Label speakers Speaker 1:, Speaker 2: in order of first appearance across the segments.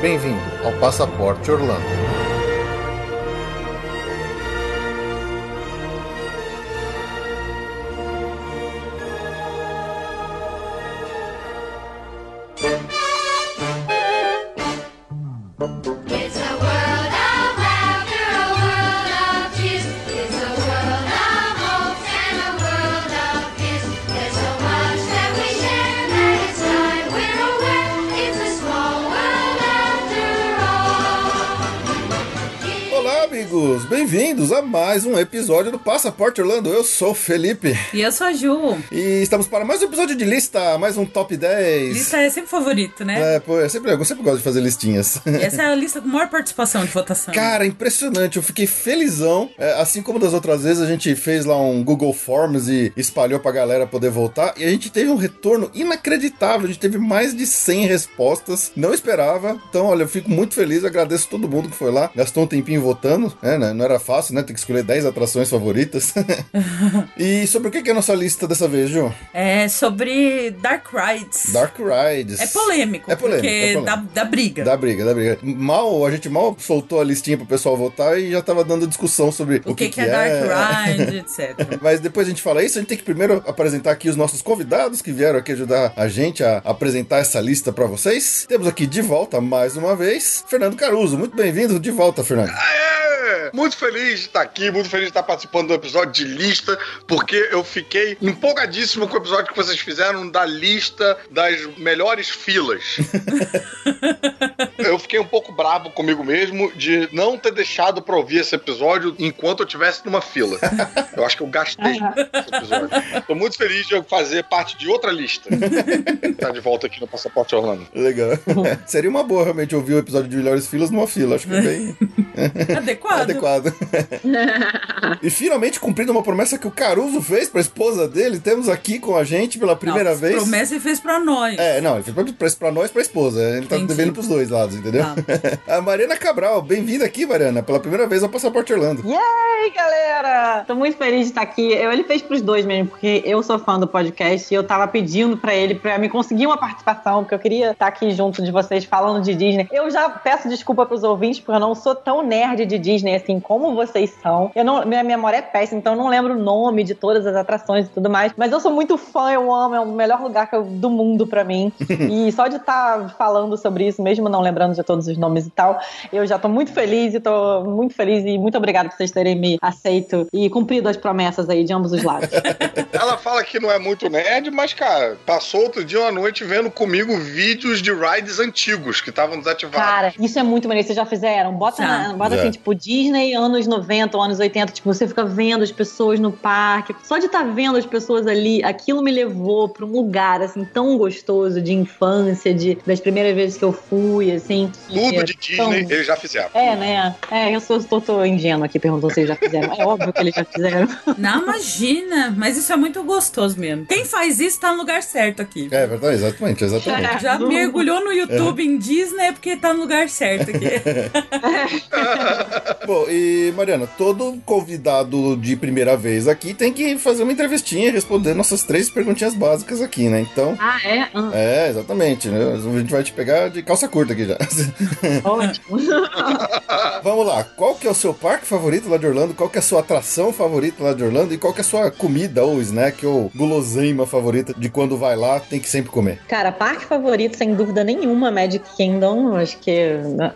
Speaker 1: Bem-vindo ao Passaporte Orlando.
Speaker 2: It's a world of laughter, a world of tears. It's a world of hopes and a world of fears. There's so much that we share that it's time we're aware. It's a small world after all.
Speaker 1: Olá, amigos! Bem-vindos a mais um episódio do Passaporte Orlando. Eu sou o Felipe
Speaker 3: E eu sou a Ju.
Speaker 1: e estamos para mais um episódio de lista, mais um top 10.
Speaker 3: Lista é sempre favorito, né?
Speaker 1: É, pô, eu sempre, eu sempre gosto de fazer listinhas.
Speaker 3: Essa é a lista com maior participação de votação.
Speaker 1: Cara, impressionante, eu fiquei felizão. É, assim como das outras vezes, a gente fez lá um Google Forms e espalhou pra galera poder voltar. E a gente teve um retorno inacreditável. A gente teve mais de 100 respostas. Não esperava. Então, olha, eu fico muito feliz. Agradeço todo mundo que foi lá. Gastou um tempinho votando. É, né? Não era fácil, né? Tem que escolher 10 atrações favoritas. e sobre o que que é a nossa lista dessa vez, Ju?
Speaker 3: É sobre Dark Rides.
Speaker 1: Dark Rides.
Speaker 3: É polêmico,
Speaker 1: É polêmico.
Speaker 3: porque
Speaker 1: é polêmico.
Speaker 3: dá, dá briga.
Speaker 1: Da briga, da briga. Mal, a gente mal soltou a listinha pro pessoal votar e já tava dando discussão sobre
Speaker 3: O que, que é Dark Ride, etc.
Speaker 1: Mas depois a gente fala isso, a gente tem que primeiro apresentar aqui os nossos convidados que vieram aqui ajudar a gente a apresentar essa lista pra vocês. Temos aqui de volta mais uma vez Fernando Caruso. Muito bem-vindo de volta, Fernando.
Speaker 4: Aê! É. Muito feliz de estar aqui, muito feliz de estar participando do episódio de lista, porque eu fiquei empolgadíssimo com o episódio que vocês fizeram da lista das melhores filas. eu fiquei um pouco bravo comigo mesmo de não ter deixado pra ouvir esse episódio enquanto eu estivesse numa fila. Eu acho que eu gastei esse episódio. Tô muito feliz de eu fazer parte de outra lista. tá de volta aqui no Passaporte Orlando.
Speaker 1: Legal. Seria uma boa realmente ouvir o episódio de Melhores Filas numa fila. Acho que é bem
Speaker 3: Adequado.
Speaker 1: adequado. e finalmente cumprindo uma promessa que o Caruso fez pra esposa dele, temos aqui com a gente pela primeira
Speaker 3: Não,
Speaker 1: vez.
Speaker 3: Promessa ele fez pra nós.
Speaker 1: É, não, ele fez pra, pra, pra nós e pra esposa. Ele tá
Speaker 3: Entendi.
Speaker 1: devendo pros dois lados, entendeu?
Speaker 3: Tá.
Speaker 1: A Mariana Cabral, bem-vinda aqui, Mariana, pela primeira vez ao Passaporte Orlando.
Speaker 5: Yay, galera! Tô muito feliz de estar aqui. Eu, ele fez pros dois mesmo, porque eu sou fã do podcast e eu tava pedindo pra ele pra me conseguir uma participação, porque eu queria estar aqui junto de vocês falando de Disney. Eu já peço desculpa pros ouvintes, porque eu não sou tão nerd de Disney assim como vocês são. Eu não, minha memória é péssima, então eu não lembro o nome de todas as atrações e tudo mais. Mas eu sou muito fã, eu amo, é o melhor lugar que eu- do mundo pra mim. e só de estar falando sobre isso, mesmo não lembrando de todos os nomes e tal, eu já tô muito feliz e tô muito feliz e muito obrigada por vocês terem me aceito e cumprido as promessas aí de ambos os lados.
Speaker 4: Ela fala que não é muito nerd, mas, cara, passou outro dia uma noite vendo comigo vídeos de rides antigos que estavam desativados.
Speaker 5: Cara, isso é muito maneiro. Vocês já fizeram? Bota,
Speaker 3: Já.
Speaker 5: na- bota
Speaker 1: Já.
Speaker 5: assim, tipo, Disney anos 90 ou anos 80. Tipo, você fica vendo as pessoas no parque. Só de estar vendo as pessoas ali, aquilo me levou pra um lugar, assim, tão gostoso de infância, de, das primeiras vezes que eu fui, assim.
Speaker 4: Tudo de
Speaker 5: Então,
Speaker 4: Disney eles já fizeram.
Speaker 5: É, né? É, eu sou, tô, tô ingênua aqui, perguntou se eles já fizeram. É óbvio que eles já fizeram.
Speaker 3: Não, imagina. Mas isso é muito gostoso mesmo. Quem faz isso tá no lugar certo aqui.
Speaker 1: É verdade, exatamente, exatamente.
Speaker 3: Já mergulhou no YouTube em Disney é porque tá no lugar certo aqui.
Speaker 1: Bom, e Mariana, todo convidado de primeira vez aqui tem que fazer uma entrevistinha e responder nossas três perguntinhas básicas aqui, né? Então.
Speaker 5: Ah, é? Ah,
Speaker 1: É, exatamente. né? A gente vai te pegar de calça curta aqui já.
Speaker 5: ótimo.
Speaker 1: Vamos lá. Qual que é o seu parque favorito lá de Orlando? Qual que é a sua atração favorita lá de Orlando? E qual que é a sua comida ou snack ou guloseima favorita de quando vai lá, tem que sempre comer?
Speaker 5: Cara, parque favorito, sem dúvida nenhuma, é Magic Kingdom. Acho que,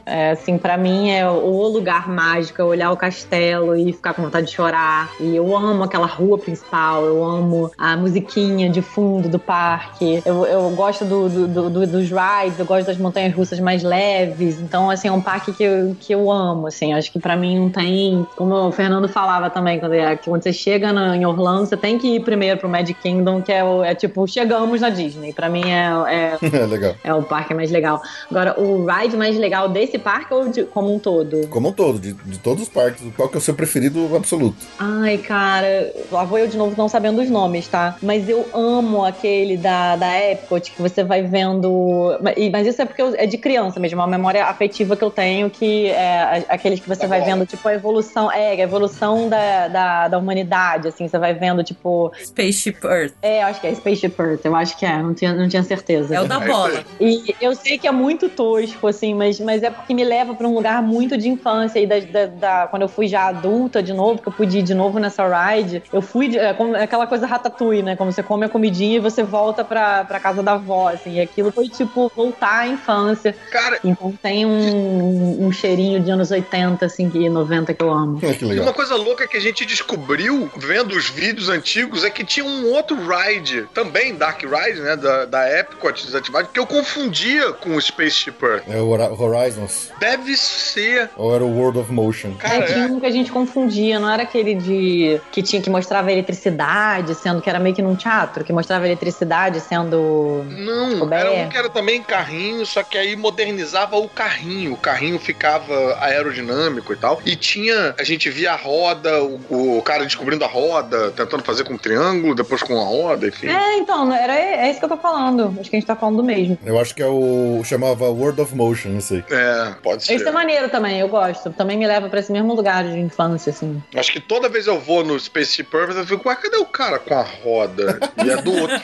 Speaker 5: é, assim, pra mim é o lugar mágico, é olhar o castelo e ficar com vontade de chorar. E eu amo aquela rua principal, eu amo a musiquinha de fundo do parque. Eu, eu gosto do, do- do- do- dos rides, eu gosto das montanhas russas mais leves. Então, assim, é um parque que eu, que eu amo, assim. Acho que pra mim não tem... Como o Fernando falava também, quando, é- que quando você chega na- em Orlando, você tem que ir primeiro pro Magic Kingdom, que é, o- é tipo, chegamos na Disney. Pra mim é- é
Speaker 1: É legal.
Speaker 5: é o parque mais legal. Agora, o ride mais legal desse parque ou de, como um todo?
Speaker 1: Como um todo, de, de todos os parques, qual que é o seu preferido absoluto?
Speaker 5: Ai, cara, lá vou eu de novo não sabendo os nomes, tá? Mas eu amo aquele da, da Epcot, que você vai vendo. Mas, e- mas isso é porque eu- é de criança mesmo. de uma memória afetiva que eu tenho, que é a- aqueles que você vai vendo, tipo, a evolução, é, a evolução da, da, da humanidade, assim, você vai vendo, tipo,
Speaker 3: Spaceship Earth.
Speaker 5: é, eu acho que é Spaceship Earth, eu acho que é, não tinha, não tinha certeza.
Speaker 3: É o da
Speaker 4: É isso
Speaker 3: bola.
Speaker 4: aí.
Speaker 5: E eu sei que é muito tosco, assim, mas, mas é porque me leva pra um lugar muito de infância. E da, da- da- quando eu fui já adulta de novo, que eu pude ir de novo nessa ride, eu fui. de- É, como- é aquela coisa ratatouille, né? Como você come a comidinha e você volta pra, pra casa da avó, assim. E aquilo foi tipo voltar à infância.
Speaker 4: Cara,
Speaker 5: Então tem um, um cheirinho de anos 80, assim, que 90 que eu amo.
Speaker 1: que
Speaker 4: E
Speaker 1: legal.
Speaker 4: uma coisa louca que a gente descobriu vendo os vídeos antigos é que tinha um outro ride, também Dark Ride, né? Da, da Epcot desativado, que eu confundia com o Spaceship Earth.
Speaker 1: É o Hora- Horizons.
Speaker 4: Deve ser.
Speaker 1: Ou era o World of Motion.
Speaker 5: É,
Speaker 4: Cara,
Speaker 5: tinha
Speaker 4: é,
Speaker 5: um que a gente confundia, não era aquele de que tinha que mostrava eletricidade, sendo que era meio que num teatro, que mostrava eletricidade sendo
Speaker 4: não,
Speaker 5: Como é?
Speaker 4: era um que era também carrinho, só que aí modernizava o carrinho. O carrinho ficava aerodinâmico e tal. E tinha, a gente via a roda, o, o cara descobrindo a roda, tentando fazer com um triângulo, depois com a roda, enfim.
Speaker 5: É, então, era, é isso que eu tô falando. Acho que a gente tá falando do mesmo.
Speaker 1: Eu acho que é o. chamava World of Motion, isso aí.
Speaker 4: É, pode ser.
Speaker 5: Esse é maneiro também, eu gosto. Também me leva pra esse mesmo lugar de infância, assim.
Speaker 4: Acho que toda vez eu vou no Space Purpose, eu fico, ué, cadê o cara com a roda? E é do outro.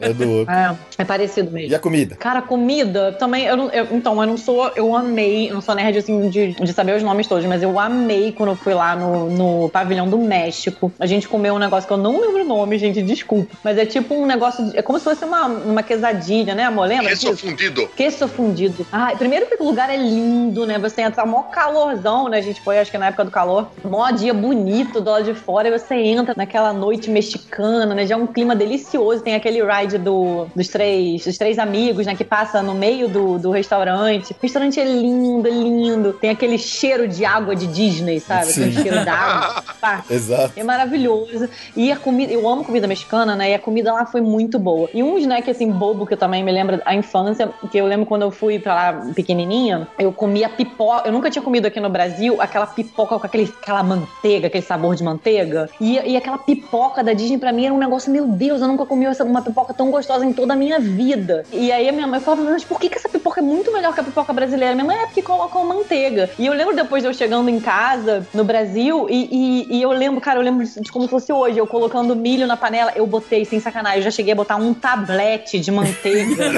Speaker 1: É do outro.
Speaker 5: É, é parecido
Speaker 1: E
Speaker 5: mesmo.
Speaker 1: a comida?
Speaker 5: Cara, comida também. Eu, não- eu- então, eu não sou. Eu amei. Eu não sou nerd assim de, de saber os nomes todos, mas eu amei quando eu fui lá no, no pavilhão do México. A gente comeu um negócio que eu não lembro o nome, gente, desculpa. Mas é tipo um negócio. de- é como se fosse uma, uma quesadilha, né, amor? Lembra?
Speaker 4: Queso
Speaker 5: disso?
Speaker 4: fundido.
Speaker 5: Queso fundido. Ah, primeiro que o lugar é lindo, né? Você entra, mó calorzão, né? A gente foi, acho que na época do calor. Mó dia bonito do lado de fora. E você entra naquela noite mexicana, né? Já é um clima delicioso. Tem aquele ride do, dos, três, dos três amigos, né? Que passa no meio do, do restaurante. O restaurante é lindo, é lindo. Tem aquele cheiro de água de Disney, sabe? Aquele
Speaker 1: Sim.
Speaker 5: cheiro d'água. Pá,
Speaker 1: Exato.
Speaker 5: é maravilhoso. E a comida, eu amo comida mexicana, né? E a comida lá foi muito boa. E um snack assim bobo que eu também me lembro da infância, que eu lembro quando eu fui pra lá pequenininha, eu comia pipoca. Eu nunca tinha comido aqui no Brasil aquela pipoca com aquele, aquela manteiga, aquele sabor de manteiga. E, e aquela pipoca da Disney pra mim era um negócio, meu Deus, eu nunca comi essa- uma pipoca tão gostosa em toda a minha vida. E aí a minha mãe falava, mas por que, que essa pipoca é muito melhor que a pipoca brasileira? Minha mãe é porque colocam manteiga. E eu lembro depois de eu chegando em casa, no Brasil, e, e- e eu lembro, cara, eu lembro de de como se fosse hoje, eu colocando milho na panela, eu botei, sem sacanagem, eu já cheguei a botar um tablete de manteiga.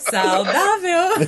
Speaker 3: Saudável.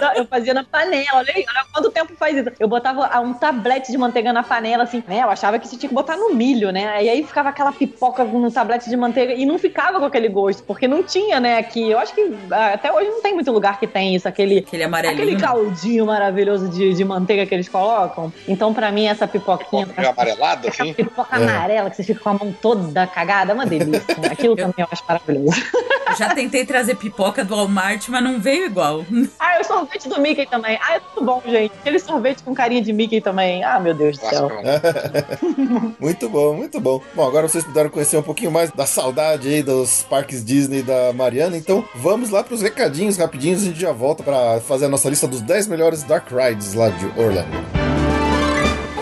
Speaker 5: Não, Eu fazia na panela, olha aí, olha quanto tempo faz isso. Eu botava ah, um tablete de manteiga na panela, assim, né? Eu achava que você tinha que botar no milho, né? E aí ficava aquela pipoca no tablete de manteiga e não ficava com aquele gosto, porque não tinha, né? Aqui, eu acho que ah, até hoje não tem muito lugar que tem isso, aquele.
Speaker 3: Aquele amarelinho.
Speaker 5: Aquele caldinho maravilhoso de, de manteiga que eles colocam. Então, pra mim, essa pipoquinha.
Speaker 4: Pipoca meio amarelada,
Speaker 5: Essa
Speaker 4: assim.
Speaker 5: pipoca
Speaker 1: É.
Speaker 5: amarela que você fica com a mão toda cagada, é uma delícia. Aquilo também eu acho maravilhoso.
Speaker 3: Eu Já tentei trazer pipoca do Walmart, mas não veio igual.
Speaker 5: Ah, o sorvete do Mickey também. Ah, é tudo bom, gente. Aquele sorvete com carinha de Mickey também. Ah, meu Deus do céu.
Speaker 4: Clássico.
Speaker 1: Muito bom, muito bom. Bom, agora vocês puderam conhecer um pouquinho mais da saudade aí dos parques Disney da Mariana. Então vamos lá pros recadinhos rapidinhos. A gente já volta pra fazer a nossa lista dos 10 melhores Dark Rides lá de Orlando.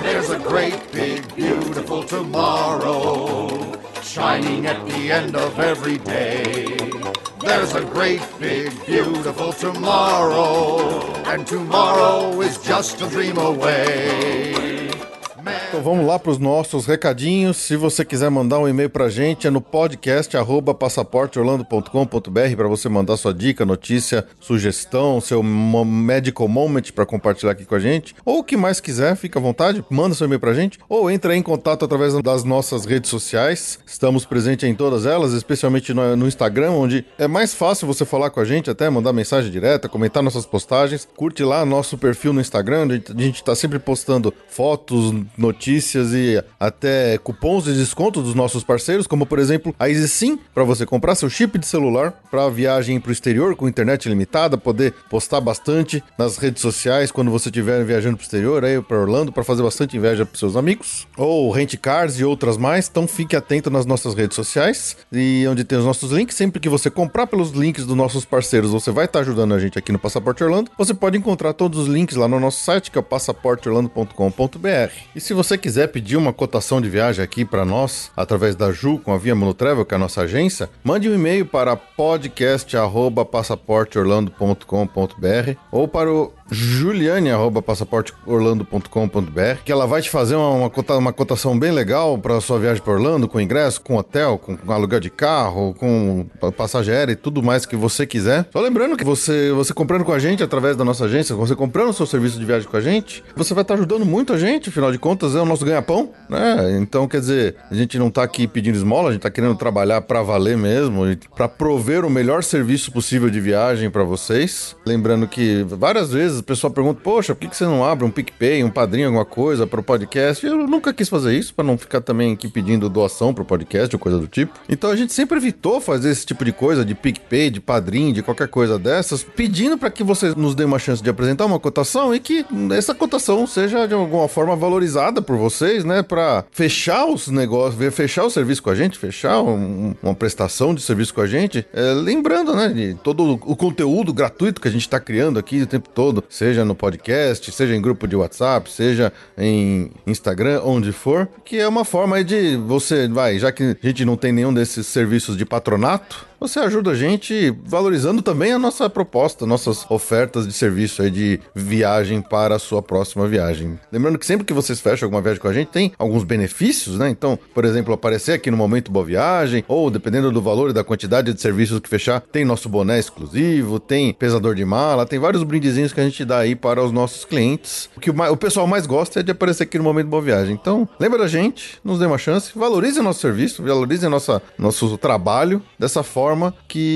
Speaker 6: There's a great big beautiful tomorrow shining at the end of every day. There's a great big beautiful tomorrow, and tomorrow is just a dream away.
Speaker 1: Então vamos lá pros nossos recadinhos. Se você quiser mandar um e-mail pra gente, é no podcast arroba passaporteorlando.com.br para você mandar sua dica, notícia, sugestão, seu mo- medical moment para compartilhar aqui com a gente. Ou o que mais quiser, fica à vontade, manda seu e-mail pra gente. Ou entra em contato através das nossas redes sociais. Estamos presentes em todas elas, especialmente no, no Instagram, onde é mais fácil você falar com a gente, até mandar mensagem direta, comentar nossas postagens. Curte lá nosso perfil no Instagram, onde a gente tá sempre postando fotos, notícias e até cupons de desconto dos nossos parceiros, como por exemplo a EasySim, para você comprar seu chip de celular para viagem para o exterior com internet limitada, poder postar bastante nas redes sociais quando você estiver viajando para o exterior, aí para Orlando, para fazer bastante inveja para seus amigos, ou Rent Cars e outras mais. Então fique atento nas nossas redes sociais e onde tem os nossos links. Sempre que você comprar pelos links dos nossos parceiros, você vai estar ajudando a gente aqui no Passaporte Orlando. Você pode encontrar todos os links lá no nosso site, que é o passaporteorlando.com.br. E se você você quiser pedir uma cotação de viagem aqui para nós, através da Ju, com a Via Monotravel, que é a nossa agência, mande um e-mail para podcast.passaporteorlando.com.br ou para o juliane.passaporteorlando.com.br que ela vai te fazer uma, uma, cota- uma cotação bem legal para sua viagem para Orlando, com ingresso, com hotel, com, com aluguel de carro, com pa- passagem aérea e tudo mais que você quiser. Só lembrando que você, você comprando com a gente através da nossa agência, você comprando o seu serviço de viagem com a gente, você vai estar ajudando muito a gente, afinal de contas é o nosso ganha-pão, né? Então, quer dizer, a gente não tá aqui pedindo esmola, a gente tá querendo trabalhar para valer mesmo, para prover o melhor serviço possível de viagem para vocês. Lembrando que várias vezes o pessoal pergunta: "Poxa, por que que você não abre um PicPay, um padrinho, alguma coisa para o podcast?" Eu nunca quis fazer isso para não ficar também aqui pedindo doação pro podcast ou coisa do tipo. Então a gente sempre evitou fazer esse tipo de coisa de PicPay, de padrinho, de qualquer coisa dessas, pedindo para que vocês nos deem uma chance de apresentar uma cotação e que essa cotação seja de alguma forma valorizada por vocês, né, para fechar os negócios, ver- fechar o serviço com a gente, fechar um- uma prestação de serviço com a gente. É, lembrando, né, de todo o conteúdo gratuito que a gente está criando aqui o tempo todo, seja no podcast, seja em grupo de WhatsApp, seja em Instagram, onde for, que é uma forma aí de você, vai, já que a gente não tem nenhum desses serviços de patronato, você ajuda a gente valorizando também a nossa proposta, nossas ofertas de serviço aí de viagem para a sua próxima viagem. Lembrando que sempre que vocês fecham alguma viagem com a gente, tem alguns benefícios, né? Então, por exemplo, aparecer aqui no momento Boa Viagem, ou dependendo do valor e da quantidade de serviços que fechar, tem nosso boné exclusivo, tem pesador de mala, tem vários brindezinhos que a gente dá aí para os nossos clientes. O que o ma- o pessoal mais gosta é de aparecer aqui no momento Boa Viagem. Então, lembra da gente, nos dê uma chance, valorize o nosso serviço, valorize a nossa, nosso trabalho dessa forma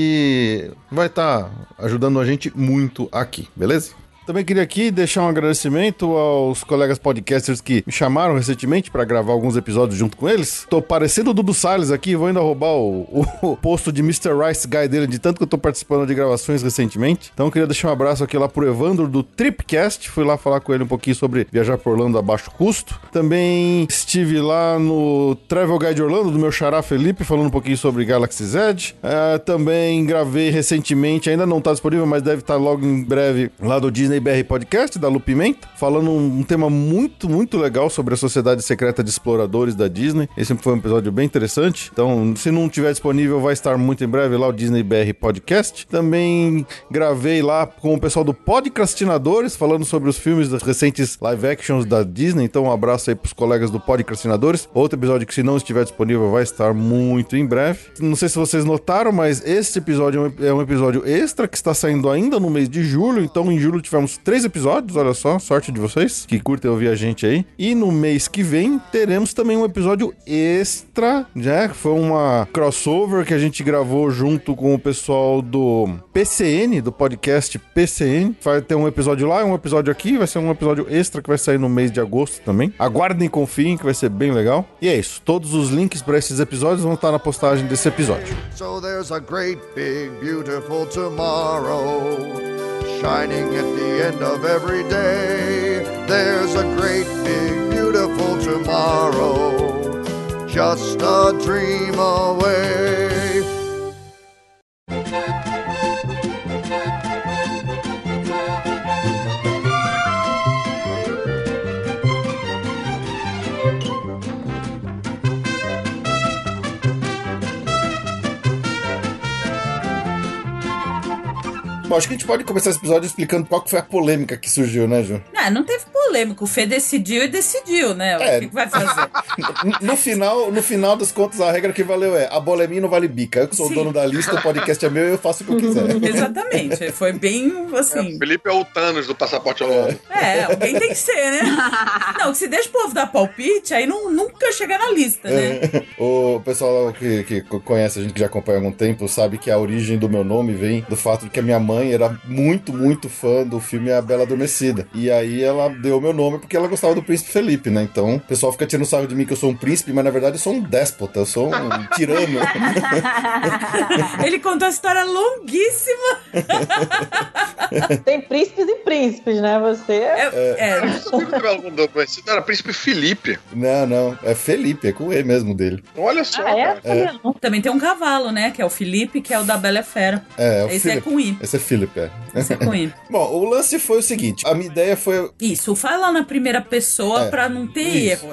Speaker 1: que vai estar ajudando a gente muito aqui, beleza? Também queria aqui deixar um agradecimento aos colegas podcasters que me chamaram recentemente para gravar alguns episódios junto com eles. Tô parecendo o Dudu Salles aqui, vou ainda roubar o, o posto de Mr. Rice Guy dele, de tanto que eu tô participando de gravações recentemente. Então queria deixar um abraço aqui lá pro Evandro do Tripcast, fui lá falar com ele um pouquinho sobre viajar por Orlando a baixo custo. Também estive lá no Travel Guide Orlando do meu xará Felipe, falando um pouquinho sobre Galaxy Z. Ah, também gravei recentemente, ainda não tá disponível, mas deve estar logo em breve lá do Disney BR Podcast, da Lu Pimenta, falando um um tema muito, muito legal sobre a Sociedade Secreta de Exploradores da Disney. Esse foi um episódio bem interessante. Então, se não tiver disponível, vai estar muito em breve lá o Disney BR Podcast. Também gravei lá com o pessoal do Podcastinadores, falando sobre os filmes das recentes live actions da Disney. Então, um abraço aí pros colegas do Podcastinadores. Outro episódio que, se não estiver disponível, vai estar muito em breve. Não sei se vocês notaram, mas este episódio é um ep- é um episódio extra que está saindo ainda no mês de julho. Então, em julho tivemos três episódios. Olha só, sorte de vocês que curtem ouvir a gente aí. E no mês que vem teremos também um episódio extra, né? que Foi uma crossover que a gente gravou junto com o pessoal do PCN, do podcast PCN. Vai ter um episódio lá, um episódio aqui. Vai ser um episódio extra que vai sair no mês de agosto também. Aguardem e confiem que vai ser bem legal. E é isso. Todos os links para esses episódios vão estar na postagem desse episódio.
Speaker 6: So there's a great big beautiful tomorrow shining at the end of every day. There's a great big beautiful tomorrow just a dream away.
Speaker 1: Bom, acho que a gente pode começar esse episódio explicando qual que foi a polêmica que surgiu, né, Ju?
Speaker 3: Não, não teve polêmica. O Fê decidiu e decidiu, né?
Speaker 1: É.
Speaker 3: O que, que vai fazer?
Speaker 1: No- No final, no final das contas, a regra que valeu é a bola é minha não vale bica. Eu que sou o
Speaker 3: Sim.
Speaker 1: dono da lista, o podcast é meu e eu faço o que eu quiser.
Speaker 3: Exatamente. Foi bem assim.
Speaker 4: Felipe é o Thanos do Passaporte Orlando.
Speaker 3: É, alguém tem que ser, né? Não, que se deixa o povo dar palpite, aí não, nunca chega na lista, né?
Speaker 1: O pessoal que, que conhece a gente, que já acompanha há algum tempo, sabe que a origem do meu nome vem do fato de que a minha mãe era muito, muito fã do filme A Bela Adormecida. E aí ela deu o meu nome porque ela gostava do Príncipe Felipe, né? Então o pessoal fica tirando sarro de mim que eu sou um príncipe, mas na verdade eu sou um déspota, eu sou um tirano. É.
Speaker 3: Ele contou a história longuíssima.
Speaker 5: Tem príncipes e príncipes, né? Você.
Speaker 3: É, é,
Speaker 4: Eu sabia que o Belo Mundo Adormecido era Príncipe Felipe.
Speaker 1: não, não, é Felipe, é com o E mesmo dele.
Speaker 4: Então, Olha só,
Speaker 5: Ah, é?
Speaker 4: cara.
Speaker 5: Sabia não.
Speaker 3: Também tem um cavalo, né? Que é o Felipe, que é o da Bela e a Fera.
Speaker 1: É, é o
Speaker 3: Esse
Speaker 1: Felipe.
Speaker 3: é com I.
Speaker 1: Esse é Philip, é.
Speaker 3: Essa é ruim.
Speaker 1: Bom, o lance foi o seguinte: a minha ideia foi.
Speaker 3: Isso, fala na primeira pessoa
Speaker 1: É.
Speaker 3: pra não ter
Speaker 1: Isso.
Speaker 3: erro.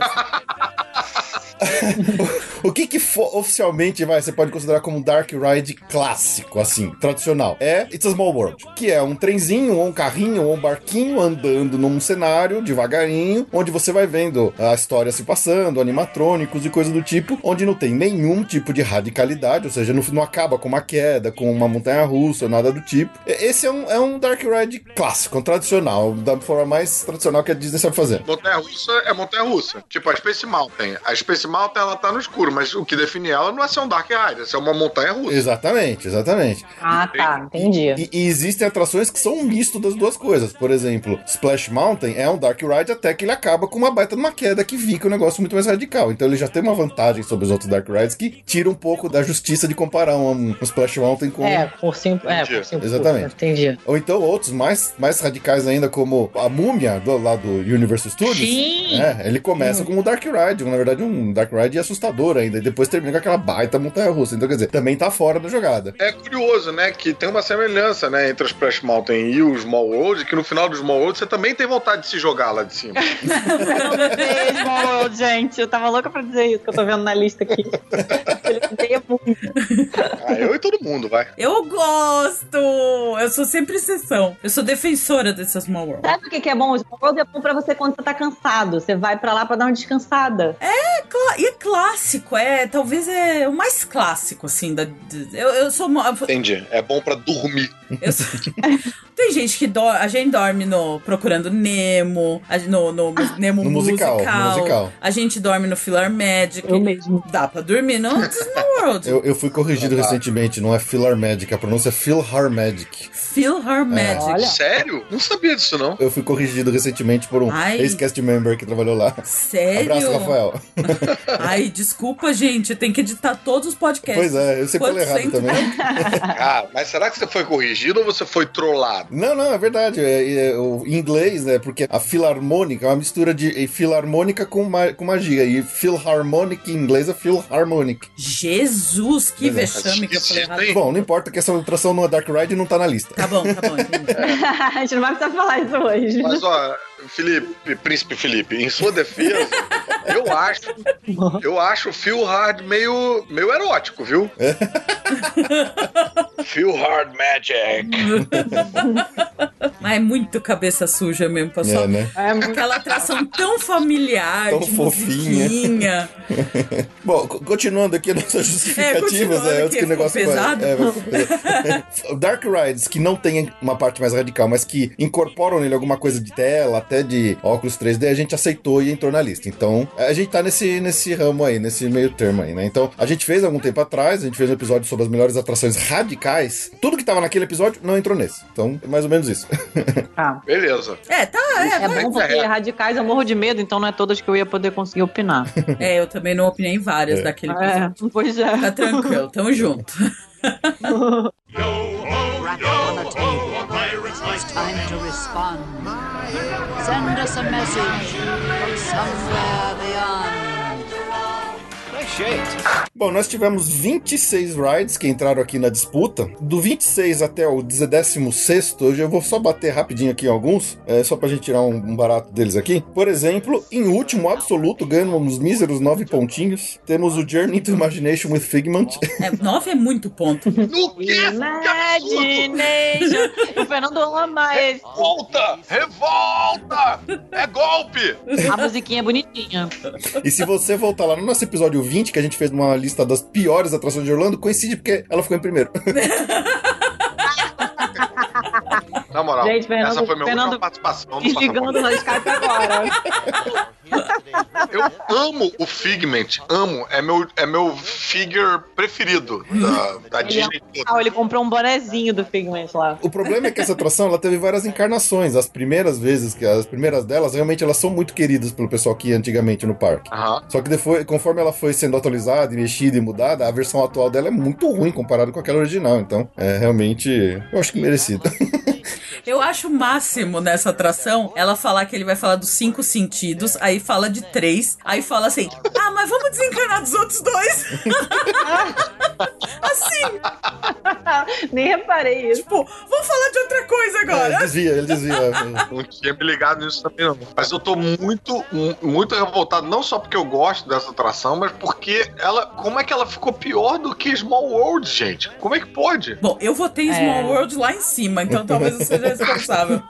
Speaker 1: O que que fo- oficialmente vai, você pode considerar como um Dark Ride clássico, assim, tradicional. É It's a Small World, que é um trenzinho, ou um carrinho, ou um barquinho andando num cenário devagarinho, onde você vai vendo a história se passando, animatrônicos e coisa do tipo, onde não tem nenhum tipo de radicalidade, ou seja, não, não acaba com uma queda, com uma montanha russa, ou nada do tipo. E- Esse é um, é um Dark Ride clássico, um tradicional, da forma mais tradicional que a Disney sabe fazer.
Speaker 4: Montanha russa é montanha russa. Tipo, a Space Mountain. A Space Mountain ela tá no escuro, mas o que define ela não é ser um Dark Ride, é ser uma montanha russa.
Speaker 1: Exatamente, exatamente.
Speaker 5: Ah, tá. Entendi.
Speaker 1: E, e existem atrações que são um misto das duas coisas. Por exemplo, Splash Mountain é um Dark Ride até que ele acaba com uma baita de uma queda que fica um negócio muito mais radical. Então ele já tem uma vantagem sobre os outros Dark Rides que tira um pouco da justiça de comparar um, um Splash Mountain com...
Speaker 7: É, cursinho. É,
Speaker 4: Entendi.
Speaker 7: cursinho.
Speaker 1: Exatamente.
Speaker 7: Entendi.
Speaker 1: Ou então outros mais, mais radicais ainda, como a Múmia, do, lá do Universal Studios.
Speaker 7: Sim!
Speaker 1: É, ele começa com o Dark Ride, um, na verdade um Dark Ride assustador ainda, e depois termina com aquela baita montanha-russa. Então, quer dizer, também tá fora da jogada.
Speaker 4: É curioso, né? Que tem uma semelhança, né? Entre o Splash Mountain e o Small World, que no final do Small World você também tem vontade de se jogar lá de cima.
Speaker 5: Beijo, World, gente. Eu tava louca pra dizer isso que eu tô vendo na lista aqui. Ele odeia muito.
Speaker 4: ah, eu e todo mundo, vai.
Speaker 3: Eu gosto! Eu sou sempre exceção. Eu sou defensora dessas Small World.
Speaker 5: Sabe o que, que é bom? O Small World é bom pra você quando você tá cansado. Você vai pra lá pra dar uma descansada.
Speaker 3: É cla- e é clássico, é. Talvez é o mais clássico, assim. Da, de- eu, eu sou. mo-
Speaker 4: Entendi. É bom pra dormir.
Speaker 3: Eu sou- Tem gente que dor- a gente dorme no Procurando Nemo, a- no, no mu- Nemo
Speaker 1: Ah, No musical, no musical.
Speaker 3: A gente dorme no Filar Magic.
Speaker 5: Eu mesmo.
Speaker 3: Dá pra dormir no Disney World.
Speaker 1: Eu, eu fui corrigido
Speaker 4: Ah, tá.
Speaker 1: recentemente, não é Philharmagic, a pronúncia é Philharmagic. É.
Speaker 3: Filar Magic.
Speaker 7: Olha.
Speaker 4: Sério? Não sabia disso, não.
Speaker 1: Eu fui corrigido recentemente por um
Speaker 3: Ai.
Speaker 1: ex-cast member que trabalhou lá.
Speaker 3: Sério?
Speaker 1: Abraço, Rafael.
Speaker 3: Ai, desculpa, gente. Tem que editar todos os podcasts.
Speaker 1: Pois é, eu sempre falei
Speaker 3: Quantos
Speaker 1: errado
Speaker 3: cento- né?
Speaker 1: também.
Speaker 4: Ah, mas será que você foi corrigido ou você foi trollado?
Speaker 1: Não, não, é verdade. É, é, o, em inglês, né? Porque a filarmônica é uma mistura de é, filarmônica com, ma- com magia. E Philharmonic em inglês é Philharmonic.
Speaker 3: Jesus, que
Speaker 1: Pois
Speaker 4: é.
Speaker 3: vexame que eu falei errado.
Speaker 4: Sim.
Speaker 1: Bom, não importa que essa ilustração no Dark Ride não tá na lista.
Speaker 3: Tá bom, tá bom. entendi.
Speaker 5: A gente não vai precisar falar isso hoje.
Speaker 4: Mas ó, Felipe, Príncipe Felipe, em sua defesa, eu acho, eu acho o Phil Hard meio, meio erótico, viu? Phil Hard Magic.
Speaker 3: Mas é muito cabeça suja mesmo, pessoal.
Speaker 1: É, né?
Speaker 5: É muito-
Speaker 3: Aquela atração tão familiar,
Speaker 1: Tão
Speaker 3: de
Speaker 1: fofinha.
Speaker 3: musiquinha.
Speaker 1: Bom, co- continuando aqui nossas justificativas,
Speaker 3: continuando
Speaker 1: é, antes que
Speaker 3: aqui,
Speaker 1: o
Speaker 3: ficou
Speaker 1: negócio vai-
Speaker 3: pesado.
Speaker 1: é, vai- vai- Dark Rides, que não tem uma parte mais radical, mas que incorporam nele alguma coisa de tela, até de óculos 3D, a gente aceitou e entrou na lista. Então, a gente tá nesse, nesse ramo aí, nesse meio termo aí, né? Então, a gente fez algum tempo atrás, a gente fez um episódio sobre as melhores atrações radicais. Tudo que tava naquele episódio não entrou nesse. Então, é mais ou menos isso.
Speaker 5: Tá.
Speaker 4: Beleza.
Speaker 3: É, tá, é.
Speaker 5: É bom porque radicais eu morro de medo, então não é todas que eu ia poder conseguir opinar.
Speaker 3: É, eu também não opinei em várias daquele episódio.
Speaker 5: É, pois é.
Speaker 3: Tá tranquilo, tamo junto.
Speaker 8: rap on the table. It's time to respond. Send us a message from somewhere beyond.
Speaker 1: Bom, nós tivemos 26 rides que entraram aqui na disputa. Do 26 até o 16, hoje eu vou só bater rapidinho aqui em alguns, é, só pra gente tirar um, um barato deles aqui. Por exemplo, em último absoluto, ganhando uns míseros 9 pontinhos, temos o Journey to Imagination with Figment.
Speaker 3: É, nove é muito ponto.
Speaker 4: No que?
Speaker 5: Imagination. O Fernando ama esse.
Speaker 4: Volta! Revolta! É golpe!
Speaker 5: A musiquinha é bonitinha.
Speaker 1: e se você voltar lá no nosso episódio 20, que a gente fez uma lista das piores atrações de Orlando, coincide porque ela ficou em primeiro.
Speaker 4: Na moral,
Speaker 5: Gente, Fernando-
Speaker 4: essa foi minha última
Speaker 5: Fernando-
Speaker 4: participação no
Speaker 5: Desligando
Speaker 4: Passaporte.
Speaker 5: no Skype agora.
Speaker 4: Eu amo o Figment, amo. É meu, é meu figure preferido da, da Disney toda.
Speaker 5: Ah, ele comprou um bonezinho do Figment lá.
Speaker 1: O problema é que essa atração ela teve várias encarnações. As primeiras vezes, que as primeiras delas, realmente elas são muito queridas pelo pessoal que ia antigamente no parque.
Speaker 4: Aham.
Speaker 1: Só que depois, conforme ela foi sendo atualizada, e mexida e mudada, a versão atual dela é muito ruim comparado com aquela original. Então, é realmente, eu acho que merecido.
Speaker 3: Eu acho o máximo nessa atração ela falar que ele vai falar dos cinco sentidos, aí fala de três, aí fala assim: ah, mas vamos desencanar dos outros dois. assim,
Speaker 5: Ah, Nem reparei isso.
Speaker 3: tipo, vamos falar de outra coisa
Speaker 1: É, ele
Speaker 3: agora.
Speaker 1: desvia, ele desvia.
Speaker 4: Não tinha me ligado nisso também, não. Mas eu tô muito, mu- muito revoltado, não só porque eu gosto dessa atração, mas porque ela. Como é que ela ficou pior do que Small World, gente? Como é que pode?
Speaker 3: Bom, eu votei em Small
Speaker 5: É.
Speaker 3: World lá em cima, então talvez eu seja responsável.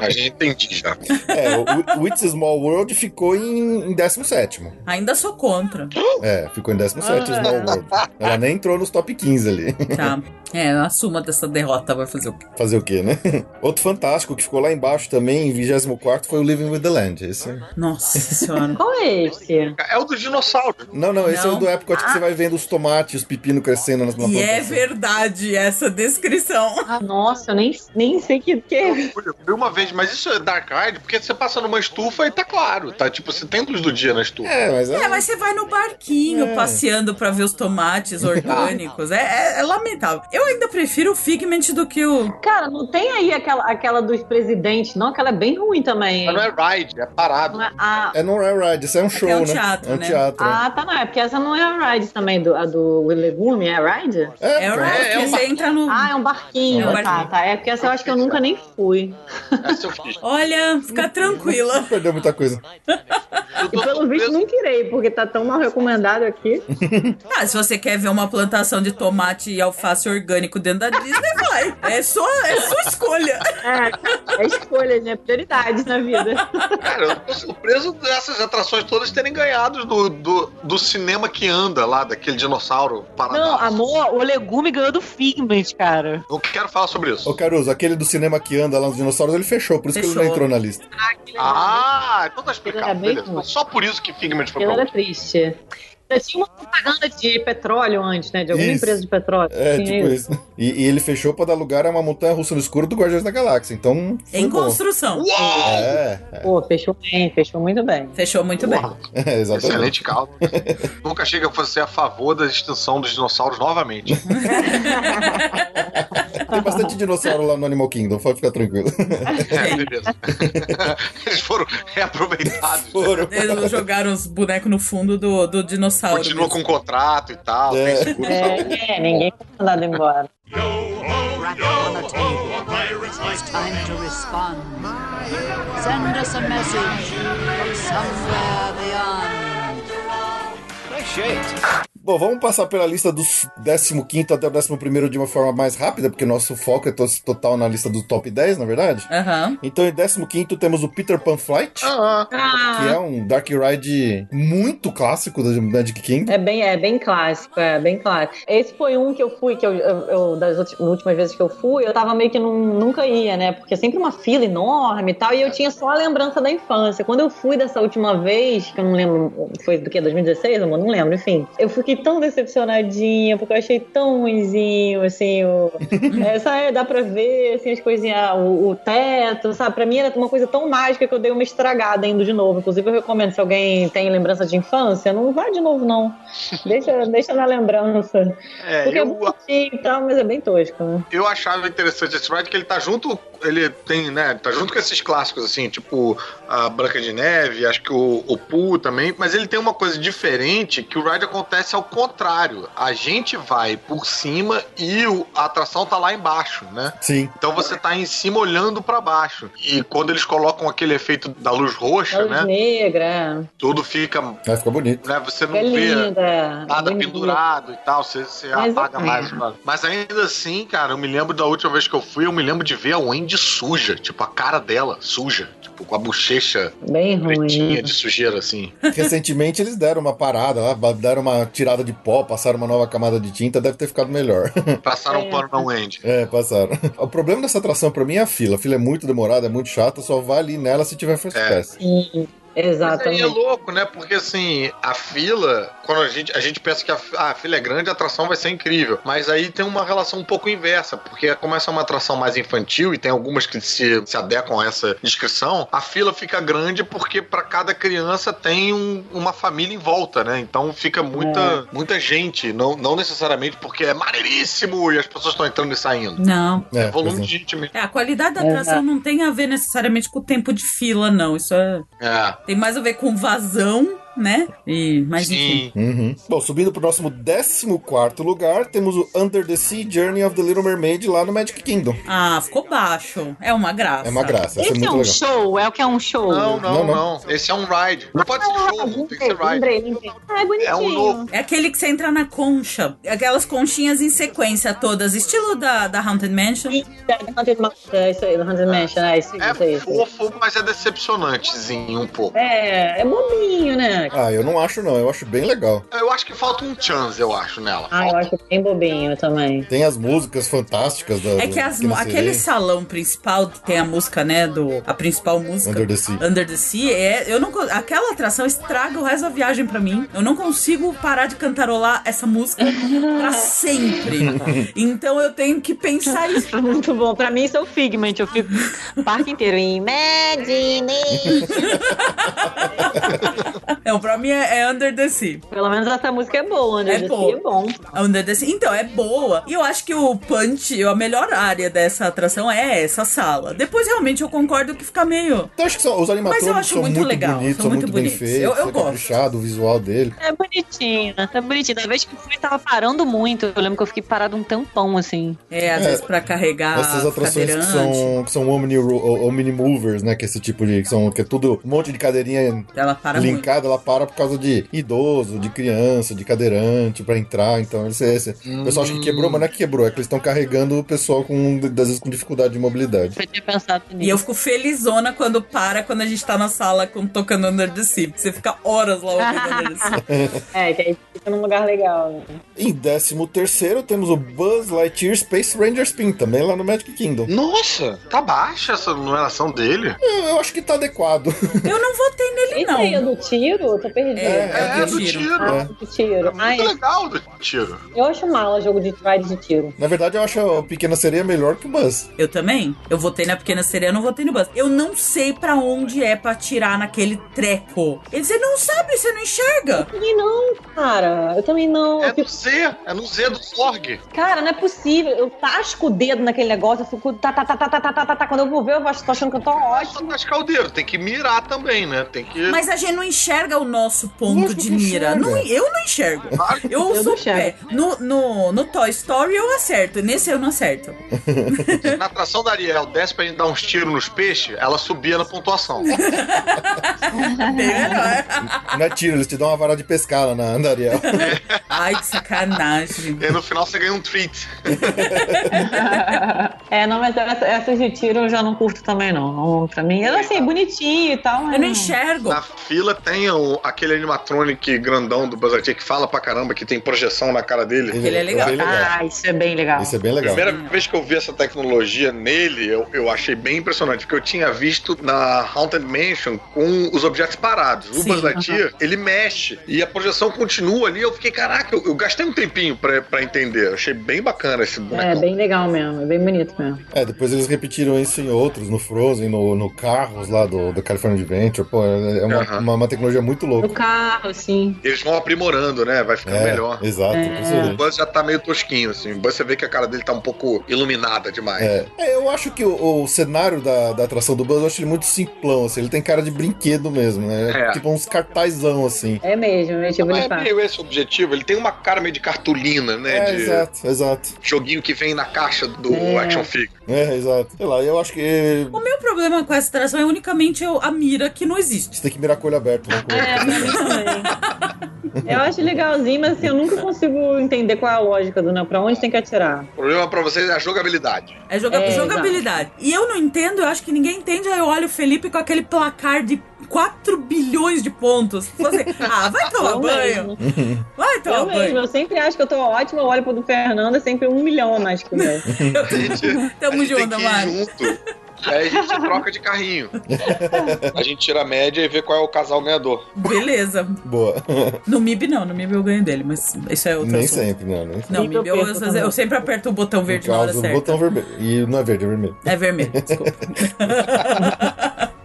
Speaker 4: A gente entendi já.
Speaker 1: é, o- o It's a Small World ficou em, em 17.
Speaker 3: Ainda sou contra.
Speaker 1: É, ficou em 17
Speaker 3: Ah.
Speaker 1: o Small World. Ela nem entrou nos top 15 ali.
Speaker 3: Tá. É, eu assumo dessa derrota, vai fazer o quê?
Speaker 1: Fazer o quê, né? Outro fantástico que ficou lá embaixo também, em 24, foi o Living with the Land. Esse... é-
Speaker 3: Nossa senhora.
Speaker 5: Qual é esse?
Speaker 4: É o do dinossauro.
Speaker 1: Não, não, esse é
Speaker 3: Não. Ah.
Speaker 1: o do Epcot que você vai vendo os tomates, os pepinos crescendo nas na
Speaker 3: E é
Speaker 1: plantação.
Speaker 3: verdade essa descrição.
Speaker 5: Ah, Nossa, eu nem, nem sei que, que é.
Speaker 4: Eu fui- eu fui uma vez, mas isso é Dark Ride, porque você passa numa estufa e tá claro, tá? Tipo, você tem luz do dia na estufa.
Speaker 1: É, mas é.
Speaker 3: É, mas você vai no barquinho
Speaker 1: É.
Speaker 3: passeando pra ver os tomates orgânicos. é, é- é lamentável. Eu ainda prefiro o Figment do que o.
Speaker 5: Cara, não tem aí aquela, aquela dos presidentes, não? Aquela é bem ruim também.
Speaker 4: Mas não é ride, é parado.
Speaker 5: Não é- ah,
Speaker 1: É não é ride, isso é um show,
Speaker 3: um
Speaker 1: né?
Speaker 3: teatro,
Speaker 1: É um
Speaker 3: né?
Speaker 1: teatro.
Speaker 5: ah, tá, não. É porque essa não é a Ride também, do, a do Legume, é a Ride?
Speaker 3: É o
Speaker 1: cara.
Speaker 3: Ralph,
Speaker 4: é um
Speaker 3: você entra no.
Speaker 5: Ah, é um barquinho.
Speaker 3: É um barquinho.
Speaker 5: Tá, tá. É porque essa eu acho que eu nunca nem fui.
Speaker 4: Essa eu fiz.
Speaker 3: Olha, fica tranquila.
Speaker 1: Não perdeu muita coisa.
Speaker 4: Eu
Speaker 5: E
Speaker 4: tô
Speaker 5: pelo visto
Speaker 4: surpreso.
Speaker 5: não irei, porque tá tão mal recomendado aqui.
Speaker 3: Ah, se você quer ver uma plantação de tomate e alface orgânico dentro da Disney, vai. É sua, é sua escolha.
Speaker 5: É, é escolha, né? Prioridades na vida.
Speaker 4: Cara, eu tô surpreso dessas atrações todas terem ganhado do, do, do cinema que anda lá, daquele dinossauro parado.
Speaker 5: Não, amor, o legume ganhou do Figment, cara.
Speaker 4: Não quero falar sobre isso.
Speaker 1: Ô, Caruso, aquele do cinema que anda lá nos dinossauros, ele fechou, por isso que ele não
Speaker 3: Fechou.
Speaker 1: entrou na lista.
Speaker 4: Ah, então tá
Speaker 5: Era
Speaker 4: explicado,
Speaker 5: bem
Speaker 4: beleza.
Speaker 5: ruim.
Speaker 4: Só por isso que Figment foi
Speaker 5: Aquilo
Speaker 4: pra
Speaker 5: era triste. Eu tinha uma propaganda de petróleo antes, né? De alguma
Speaker 1: Isso.
Speaker 5: empresa de petróleo.
Speaker 1: É,
Speaker 5: Tinha
Speaker 1: tipo isso. E, e ele fechou pra dar lugar a uma montanha russa no escuro do Guardiões da Galáxia. Então. Foi
Speaker 3: Em
Speaker 1: bom.
Speaker 3: construção.
Speaker 4: Uau!
Speaker 1: É,
Speaker 5: Pô, fechou bem, fechou muito bem.
Speaker 3: Fechou muito bem.
Speaker 1: é, exatamente.
Speaker 4: Excelente causa. Nunca chega a você a favor da extinção dos dinossauros novamente.
Speaker 1: Tem bastante dinossauro lá no Animal Kingdom, pode ficar tranquilo.
Speaker 4: É, beleza. Eles foram reaproveitados.
Speaker 1: Foram.
Speaker 3: Eles jogaram os bonecos no fundo do, do dinossauro.
Speaker 4: Continua com
Speaker 3: mesmo.
Speaker 4: o contrato e tal.
Speaker 1: É.
Speaker 4: Tem seguro.
Speaker 5: É, é, ninguém foi mandado embora.
Speaker 8: Rap on a table. It's time to respond. Send us a message from somewhere beyond.
Speaker 1: Bom, vamos passar pela lista dos 15 até o 11 de uma forma mais rápida, porque nosso foco é to- total na lista do top 10, na verdade.
Speaker 3: Aham.
Speaker 1: Então, em 15 temos o Peter Pan Flight,
Speaker 4: Ah,
Speaker 1: que é um Dark Ride muito clássico da Magic Kingdom.
Speaker 5: É bem, é bem clássico, é bem clássico. Esse foi um que eu fui, que eu, eu- eu- das outras- últimas vezes que eu fui, eu tava meio que num- nunca ia, né? Porque sempre uma fila enorme e tal, e eu tinha só a lembrança da infância. Quando eu fui dessa última vez, que eu não lembro, foi do que, 2016, amor? Não lembro, enfim. Eu fiquei tão decepcionadinha, porque eu achei tão ruimzinho, assim, o... Essa é, dá pra ver, assim, as coisinhas, ah, o, o teto, sabe? Pra mim era uma coisa tão mágica que eu dei uma estragada indo de novo. Inclusive, eu recomendo, se alguém tem lembrança de infância, não vá de novo, não. Deixa, deixa na lembrança.
Speaker 4: é,
Speaker 5: Porque é
Speaker 4: eu,
Speaker 5: bonitinho e tal, mas é bem tosco, né?
Speaker 4: eu achava interessante esse ride que ele tá junto. Ele tem, né? Tá junto com esses clássicos, assim, tipo a Branca de Neve, acho que o, o Pooh também. Mas ele tem uma coisa diferente que o ride acontece ao contrário. A gente vai por cima e o- a atração tá lá embaixo, né?
Speaker 1: Sim.
Speaker 4: Então você tá em cima olhando pra baixo. E quando eles colocam aquele efeito da luz roxa,
Speaker 5: Luz
Speaker 4: né?
Speaker 5: negra,
Speaker 4: Tudo fica.
Speaker 1: Vai ficar bonito.
Speaker 4: Né, você não
Speaker 5: é
Speaker 4: vê
Speaker 5: linda.
Speaker 4: nada
Speaker 5: bonita.
Speaker 4: pendurado e tal, você, você
Speaker 5: Mas
Speaker 4: apaga
Speaker 5: é-
Speaker 4: mais. mano. Mas ainda assim, cara, eu me lembro da última vez que eu fui, eu me lembro de ver a Wendy suja, tipo, a cara dela suja, tipo, com a bochecha
Speaker 5: Bem ruim.
Speaker 4: pretinha
Speaker 5: né?
Speaker 4: de sujeira, assim.
Speaker 1: Recentemente eles deram uma parada lá, ba- deram uma tirada de pó, passaram uma nova camada de tinta, deve ter ficado melhor.
Speaker 4: Passaram um
Speaker 5: É.
Speaker 4: pano na Wendy.
Speaker 1: É, passaram. O problema dessa atração pra mim é a fila. A fila é muito demorada, é muito chata, só vá ali nela se tiver fast
Speaker 4: É.
Speaker 1: pass.
Speaker 5: Sim.
Speaker 4: Mas aí é
Speaker 5: Exatamente.
Speaker 4: louco, né? Porque assim, a fila, quando a gente, a gente pensa que a, fi- ah, a fila é grande, a atração vai ser incrível. Mas aí tem uma relação um pouco inversa, porque como essa é uma atração mais infantil e tem algumas que se, se adequam a essa descrição, a fila fica grande porque pra cada criança tem um- uma família em volta, né? Então fica muita, muita gente, não, não necessariamente porque é maneiríssimo e as pessoas estão entrando e saindo.
Speaker 3: Não.
Speaker 1: É,
Speaker 4: É, volume
Speaker 1: pois
Speaker 4: de gente mesmo.
Speaker 3: É, a qualidade da atração não tem a ver necessariamente com o tempo de fila, não. Isso é-
Speaker 4: É.
Speaker 3: tem mais a ver com vazão, né? E, mas enfim.
Speaker 4: Sim.
Speaker 1: é. Uhum. Bom, subindo pro próximo 14 lugar, temos o Under the Sea Journey of the Little Mermaid lá no Magic Kingdom.
Speaker 3: Ah, ficou baixo. É uma graça.
Speaker 1: É uma graça, essa é
Speaker 5: Esse é
Speaker 1: muito
Speaker 5: um
Speaker 1: legal.
Speaker 5: show? É o que é um show?
Speaker 4: Não,
Speaker 1: Não,
Speaker 4: não,
Speaker 1: não.
Speaker 4: não. Esse é um ride. Não pode ser
Speaker 5: Ah,
Speaker 4: Ah, show, tem que
Speaker 5: lembrei,
Speaker 4: ser ride.
Speaker 5: lembrei, lembrei. Ah, é bonitinho.
Speaker 4: É um novo.
Speaker 3: É aquele que você entra na concha. É Aquelas conchinhas em sequência todas, estilo da, da Haunted Mansion.
Speaker 5: É do Haunted Mansion, É isso aí, do Haunted Mansion. É isso, isso,
Speaker 4: É
Speaker 5: isso.
Speaker 4: fofo, mas é decepcionantezinho um pouco.
Speaker 5: É, é bobinho, né?
Speaker 1: Ah, eu não acho não, eu acho bem legal.
Speaker 4: Eu acho que falta um chance, eu acho, nela.
Speaker 5: Ah, eu
Speaker 4: Falta-
Speaker 5: acho bem bobinho também.
Speaker 1: Tem as músicas fantásticas da
Speaker 3: É
Speaker 1: do-
Speaker 3: que as,
Speaker 1: Kina
Speaker 3: aquele
Speaker 1: Sirene.
Speaker 3: salão principal que tem a música, né? Do, a principal música.
Speaker 1: Under the Sea.
Speaker 3: Under the Sea, é, eu não, con- aquela atração estraga o resto da viagem pra mim. Eu não consigo parar de cantarolar essa música pra sempre. Então eu tenho que pensar isso.
Speaker 5: Muito bom. Pra mim, isso é o Figment. Eu fico o parque inteiro. Imagine!
Speaker 3: Não, pra mim é, é Under the Sea.
Speaker 5: Pelo menos essa música é boa, né?
Speaker 3: É
Speaker 5: Jussi?
Speaker 3: boa.
Speaker 5: É bom.
Speaker 3: Under the Sea. Então, é boa. E eu acho que o punch, a melhor área dessa atração é essa sala. Depois, realmente, eu concordo que fica meio.
Speaker 1: Então acho que são, os
Speaker 3: Mas eu
Speaker 1: animatrônicos
Speaker 3: acho
Speaker 1: são
Speaker 3: muito
Speaker 1: muito,
Speaker 3: legal,
Speaker 1: bonitos, são muito, bem
Speaker 3: bonitos.
Speaker 1: feitos,
Speaker 3: Eu- eu
Speaker 1: é
Speaker 3: gosto.
Speaker 1: caprichado o visual dele.
Speaker 5: É bonitinho. É bonitinho. Da vez que eu fui, tava parando muito. Eu lembro que eu fiquei parado um tampão, assim.
Speaker 3: É, às
Speaker 1: É.
Speaker 3: vezes, pra carregar.
Speaker 1: Essas atrações que
Speaker 3: Ah, cadeirante.
Speaker 1: são, que são omni, o- omni movers, né? Que é esse tipo de. Que, são, que é tudo um monte de cadeirinha
Speaker 3: Ela para muito.
Speaker 1: linkada, ela para por causa de idoso, de criança, de cadeirante, pra entrar. Então, esse, esse. o pessoal acha que quebrou, mas não é que quebrou, é que eles estão carregando o pessoal com, às vezes, com dificuldade de mobilidade.
Speaker 5: Eu tinha pensado nisso.
Speaker 3: E eu fico felizona quando para, quando a gente tá na sala com, tocando Under the Sea. Você fica horas lá ouvindo Under the Sea.
Speaker 5: É, que aí fica num lugar legal. Né?
Speaker 1: Em 13 terceiro temos o Buzz Lightyear Space Ranger Spin, também lá no Magic Kingdom.
Speaker 4: Nossa, tá baixa essa numeração dele.
Speaker 1: Eu, eu acho que tá adequado.
Speaker 3: Eu não votei nele,
Speaker 5: Esse aí é
Speaker 3: não.
Speaker 5: do tiro? Eu tô perdida.
Speaker 1: É.
Speaker 4: É, do
Speaker 3: tiro.
Speaker 4: tiro.
Speaker 5: Ah,
Speaker 1: É.
Speaker 5: do tiro.
Speaker 4: É
Speaker 5: Ah,
Speaker 4: muito
Speaker 5: é.
Speaker 4: legal do tiro.
Speaker 5: Eu acho mala jogo de ride de tiro.
Speaker 1: Na verdade, eu acho a Pequena Sereia melhor que o Buzz.
Speaker 3: Eu também. Eu votei na Pequena Sereia, não votei no Buzz. Eu não sei pra onde é pra tirar naquele treco. Ele, você não sabe, você não enxerga.
Speaker 5: Também não, cara. Eu também não.
Speaker 4: É
Speaker 5: Eu fico-
Speaker 4: do Z, é no Z do Sorg.
Speaker 5: Cara, não é possível. Eu tasco o dedo naquele negócio, eu fico. Tá, tá, tá, tá, tá, tá, tá, tá, tá. Quando eu vou ver, eu acho- tô achando que eu tô
Speaker 4: Pode
Speaker 5: ótimo.
Speaker 4: só tascar o dedo, tem que mirar também, né? Tem que.
Speaker 3: Mas a gente não enxerga o nosso ponto
Speaker 1: Lógico
Speaker 3: de
Speaker 1: que
Speaker 3: mira.
Speaker 1: enxerga.
Speaker 3: Não- eu não enxergo. Eu uso
Speaker 5: não
Speaker 3: o pé. No, no, no Toy Story eu acerto. Nesse eu não acerto.
Speaker 4: Na atração da Ariel, desce pra gente dar uns tiros nos peixes, ela subia na pontuação.
Speaker 3: Bem melhor.
Speaker 1: Não é tiro, eles te dão uma vara de pescar lá na na Ariel.
Speaker 3: Ai, que sacanagem.
Speaker 4: e aí no final você ganha um treat.
Speaker 5: É, não, mas essa- essas de tiro eu já não curto também, não. não pra mim, eu assim, bonitinho e tal. mas
Speaker 3: Eu não enxergo.
Speaker 4: Na fila tem o- aquele animatronic grandão do Buzz Lightyear que fala pra caramba, que tem projeção na cara dele.
Speaker 3: Ele é legal.
Speaker 1: bem legal.
Speaker 5: Ah, isso é bem legal.
Speaker 1: Esse é bem legal.
Speaker 4: Primeira vez que eu vi essa tecnologia nele, eu, eu achei bem impressionante, porque eu tinha visto na Haunted Mansion com os objetos parados. O
Speaker 3: Sim,
Speaker 4: Buzz Lightyear, ele mexe e a projeção continua ali. Eu fiquei, caraca, eu, eu gastei um tempinho pra, pra entender. Eu achei bem bacana esse
Speaker 5: É
Speaker 4: boneco.
Speaker 5: bem legal mesmo, é bem bonito mesmo.
Speaker 1: É, depois eles repetiram isso em outros, no Frozen, no, no Carros lá do, do California Adventure. Pô, é é uma,
Speaker 4: Aham.
Speaker 1: uma, uma tecnologia muito
Speaker 5: No
Speaker 1: louca.
Speaker 5: carro, assim.
Speaker 4: Eles vão aprimorando, né? Vai ficar
Speaker 1: É,
Speaker 4: melhor.
Speaker 1: Exato.
Speaker 5: É.
Speaker 4: O
Speaker 1: impressionante.
Speaker 4: Buzz já tá meio tosquinho, assim. O Buzz, você vê que a cara dele tá um pouco iluminada demais.
Speaker 1: É. É, eu acho que o, o cenário da, da atração do Buzz, eu acho ele muito simplão, assim. Ele tem cara de brinquedo mesmo, né?
Speaker 4: É.
Speaker 1: Tipo uns cartazão, assim.
Speaker 5: É mesmo, é tipo
Speaker 4: Mas
Speaker 5: de
Speaker 4: é meio esse o objetivo. Ele tem uma cara meio de cartolina, né?
Speaker 1: É,
Speaker 4: de
Speaker 1: exato, exato.
Speaker 4: joguinho que vem na caixa do
Speaker 5: É.
Speaker 4: Action Figure.
Speaker 1: É, exato. Sei lá, eu acho que
Speaker 3: O meu problema com essa atração é unicamente eu- a mira que não existe.
Speaker 1: você tem que mirar com o olho aberto. Né? com o olho.
Speaker 5: É, pra mim também. Eu acho legalzinho, mas assim, eu nunca consigo entender qual é a lógica do não, pra onde tem que atirar.
Speaker 4: O problema pra vocês é a jogabilidade.
Speaker 3: É, joga-
Speaker 5: É,
Speaker 3: jogabilidade. E eu não entendo, eu acho que ninguém entende. Aí eu olho o Felipe com aquele placar de 4 bilhões de pontos. Fala assim, ah, vai tomar
Speaker 5: eu
Speaker 3: banho.
Speaker 5: mesmo,
Speaker 3: Vai tomar
Speaker 5: eu
Speaker 3: banho.
Speaker 5: mesmo, eu sempre acho que eu tô ótima, eu olho pro do Fernando, é sempre um milhão a mais que o meu.
Speaker 4: A gente,
Speaker 3: Tamo
Speaker 4: a gente
Speaker 3: junto,
Speaker 4: tem que ir
Speaker 3: Mário.
Speaker 4: junto. Aí a gente troca de carrinho. A gente tira a média e vê qual é o casal ganhador.
Speaker 3: Beleza.
Speaker 1: Boa.
Speaker 3: No MIB não, no MIB eu ganho dele, mas isso é outro
Speaker 1: Nem
Speaker 3: assunto.
Speaker 1: sempre, não. Nem sempre.
Speaker 3: Não,
Speaker 5: MIB eu
Speaker 3: MIB eu,
Speaker 5: perco também.
Speaker 3: eu sempre aperto o botão
Speaker 1: Por
Speaker 3: verde na hora
Speaker 1: causa do
Speaker 3: certa.
Speaker 1: botão vermelho. E não é verde, é vermelho.
Speaker 3: É vermelho, desculpa.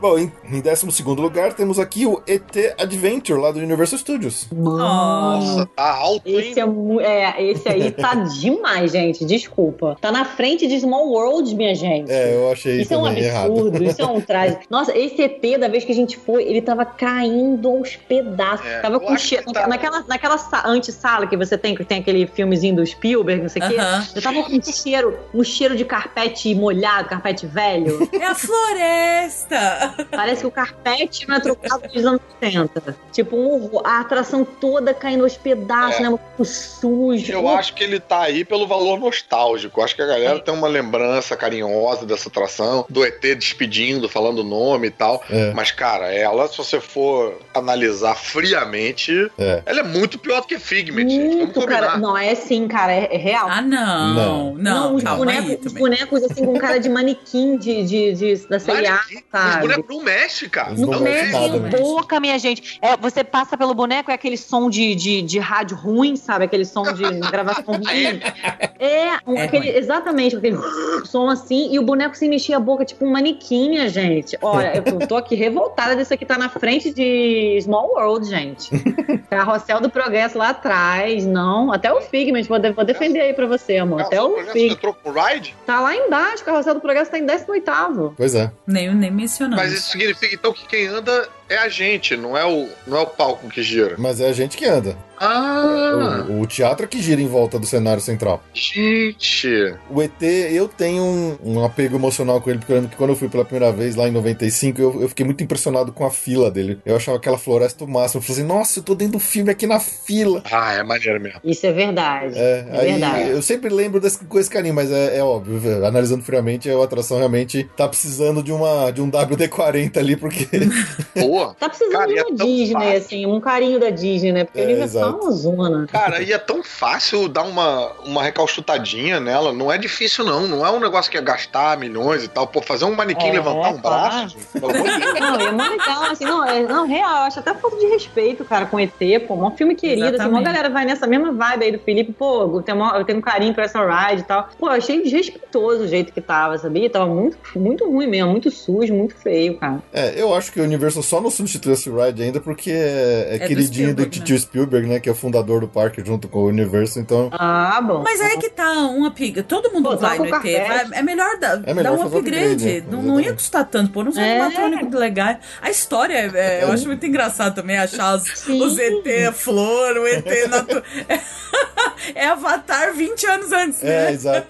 Speaker 1: Bom, em, em 12 lugar temos aqui o ET Adventure, lá do Universal Studios.
Speaker 3: oh,
Speaker 4: Nossa, tá alto, hein?
Speaker 5: Uhum. Esse, é, mu- é, esse aí tá demais, gente. Desculpa. Tá na frente de Small World, minha gente.
Speaker 1: É, eu achei
Speaker 5: Isso é um
Speaker 1: também errado.
Speaker 5: absurdo, isso é um traje. Nossa, esse ET, da vez que a gente foi, ele tava caindo aos pedaços.
Speaker 4: É,
Speaker 5: tava
Speaker 4: eu
Speaker 5: com
Speaker 4: acho
Speaker 5: cheiro.
Speaker 4: que tá-
Speaker 5: Naquela, naquela sa- antessala que você tem, que tem aquele filmezinho do Spielberg, não sei o quê.
Speaker 3: Aham.
Speaker 5: Eu tava com cheiro, um cheiro de carpete molhado, carpete velho.
Speaker 3: é a floresta!
Speaker 5: Parece que o carpete não é trocado dos anos 70. Tipo, um horror. A atração toda caindo aos pedaços,
Speaker 4: É.
Speaker 5: né? Um sujo.
Speaker 4: Eu acho que ele tá aí pelo valor nostálgico. Acho que a galera tem uma lembrança carinhosa dessa atração, do ET despedindo, falando o nome e tal.
Speaker 1: É.
Speaker 4: Mas, cara, ela, se você for analisar friamente,
Speaker 1: É.
Speaker 4: ela é muito pior do que Figment, gente. Vamos
Speaker 5: Muito,
Speaker 4: combinar.
Speaker 5: cara. Não, é sim, cara. É, é real.
Speaker 3: Ah, não. Não,
Speaker 5: os,
Speaker 3: calma
Speaker 5: bonecos,
Speaker 3: aí
Speaker 5: os
Speaker 3: também.
Speaker 5: bonecos, assim, com cara de manequim de, de, de- da CIA,
Speaker 4: Mas que- Os
Speaker 5: sabe?
Speaker 4: bonecos não mexem, cara.
Speaker 1: Eles
Speaker 5: é Não
Speaker 1: Não
Speaker 5: mexe
Speaker 1: nada,
Speaker 5: em
Speaker 1: né?
Speaker 5: um boca, minha gente. É, você passa pelo boneco, é aquele som de, de, de rádio ruim, sabe? Aquele som de gravação ruim. É, um-
Speaker 3: É
Speaker 5: aquele,
Speaker 3: ruim.
Speaker 5: exatamente, aquele som assim. E o boneco se mexia a boca, tipo um manequim, minha gente. Olha, eu tô aqui revoltada disso aqui. Tá na frente de Small World, gente. Carrossel do Progresso lá atrás. Não, até o Figment. Vou, de- vou defender aí pra você, amor.
Speaker 4: Cara,
Speaker 5: Até
Speaker 4: o
Speaker 5: o
Speaker 4: projeto
Speaker 5: É um Figment.
Speaker 4: entrou com o Ride?
Speaker 5: Tá lá embaixo, o Carrossel do Progresso tá em 18º.
Speaker 1: Pois é.
Speaker 3: Nem, nem mencionamos.
Speaker 4: Mas isso significa então que quem anda é a gente, não é o, não é o palco que gira.
Speaker 1: Mas é a gente que anda.
Speaker 4: Ah!
Speaker 1: O, o teatro que gira em volta do cenário central.
Speaker 4: Gente!
Speaker 1: O ET, eu tenho um, um apego emocional com ele, porque eu lembro que quando eu fui pela primeira vez lá em 95, eu, eu fiquei muito impressionado com a fila dele. Eu achava aquela floresta o máximo. Eu falei assim, nossa, eu tô dentro do filme aqui na fila.
Speaker 4: Ah, é maneiro mesmo.
Speaker 5: Isso é verdade.
Speaker 1: É,
Speaker 5: É
Speaker 1: aí
Speaker 5: verdade.
Speaker 1: eu sempre lembro desse, com esse carinho, mas é, é óbvio, velho, analisando friamente, a atração realmente tá precisando de, uma, de um WD-40 ali, porque
Speaker 4: Boa!
Speaker 5: Tá precisando
Speaker 4: Cara,
Speaker 5: de
Speaker 4: e é
Speaker 5: uma
Speaker 4: tão
Speaker 5: Disney,
Speaker 4: fácil.
Speaker 5: assim, um carinho da Disney, né? Porque
Speaker 1: É,
Speaker 5: ele já tá
Speaker 1: exato.
Speaker 5: uma zona.
Speaker 4: Cara, e é tão fácil dar uma, uma recalchutadinha nela. Não é difícil, não. Não é um negócio que é gastar milhões e tal. Pô, fazer um manequim
Speaker 5: É,
Speaker 4: levantar um
Speaker 5: claro.
Speaker 4: braço, gente, pelo amor de Deus.
Speaker 5: Não, e é mó legal, assim, não, é, não, real, eu acho até falta de respeito, cara, com ET, pô, um filme querido, assim, uma
Speaker 3: Exatamente.
Speaker 5: galera vai nessa mesma vibe aí do Felipe, pô, eu tenho, mó- eu tenho um carinho pra essa ride e tal. Pô, eu achei desrespeitoso o jeito que tava, sabia? Tava muito, muito ruim mesmo, muito sujo, muito feio, cara.
Speaker 1: É, eu acho que o Universal só não substituiu esse ride ainda porque é, é
Speaker 3: do
Speaker 1: queridinho do,
Speaker 3: Spielberg, né?
Speaker 1: tio Spielberg, né? Que é o fundador do parque junto com o Universal, então
Speaker 5: Ah, bom.
Speaker 3: Mas aí que tá uma piga. Todo mundo
Speaker 5: Pô,
Speaker 3: vai
Speaker 5: troca
Speaker 3: no
Speaker 5: o
Speaker 3: ET.
Speaker 5: carpete.
Speaker 3: vai- é melhor dar,
Speaker 1: melhor
Speaker 3: dar um
Speaker 1: fazer
Speaker 3: upgrade.
Speaker 1: upgrade, né?
Speaker 3: Não, não ia
Speaker 1: Exatamente.
Speaker 3: custar tanto, pô. Não sei
Speaker 5: É.
Speaker 3: animatrônico legal. A história, é- é, eu acho muito engraçado também achar os,
Speaker 5: Sim.
Speaker 3: os ET flor, o ET natu... É Avatar 20 anos antes,
Speaker 1: é,
Speaker 3: né?
Speaker 1: exato.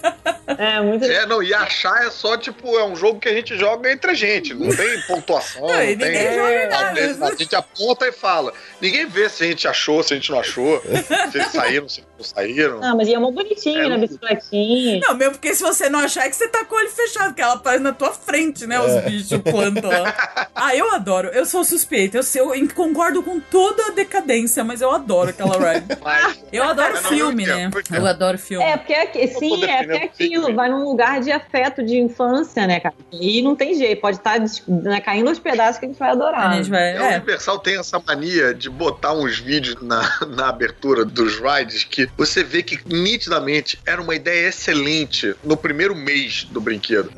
Speaker 5: É, muito
Speaker 4: É, não, e achar é só, tipo, é um jogo que a gente joga entre a gente. Não tem pontuação.
Speaker 3: Não,
Speaker 4: Não,
Speaker 3: e
Speaker 4: tem...
Speaker 3: ninguém joga
Speaker 4: A
Speaker 3: nada.
Speaker 4: gente- a gente aponta e fala. Ninguém vê se a gente achou, se a gente não achou, se eles saíram, se não saíram.
Speaker 5: Ah, mas ia mó bonitinho,
Speaker 4: É,
Speaker 5: né?
Speaker 4: eu-
Speaker 5: Bicicletinha.
Speaker 3: Não, mesmo porque se você não achar é que você tá com o olho fechado, que ela aparece na tua frente, né?
Speaker 1: É.
Speaker 3: Os bichos plantam lá. Ah, eu adoro. Eu sou suspeita. Eu, sei- eu em- concordo com toda a decadência, mas eu adoro aquela ride.
Speaker 4: Mas
Speaker 3: Eu adoro
Speaker 4: Não, não,
Speaker 3: filme,
Speaker 4: eu
Speaker 3: né?
Speaker 4: entendo, eu entendo.
Speaker 3: Eu adoro filme.
Speaker 5: É, porque é, que- sim, é
Speaker 4: defendendo
Speaker 5: porque é aquilo,
Speaker 4: Figment.
Speaker 5: vai num lugar de afeto de infância, né, cara? E não tem jeito, pode estar des- né, caindo aos pedaços que a gente vai adorar.
Speaker 3: A gente vai.
Speaker 4: É, o
Speaker 3: É.
Speaker 4: Universal tem essa mania de botar uns vídeos na, na abertura dos rides que você vê que nitidamente era uma ideia excelente no primeiro mês do brinquedo.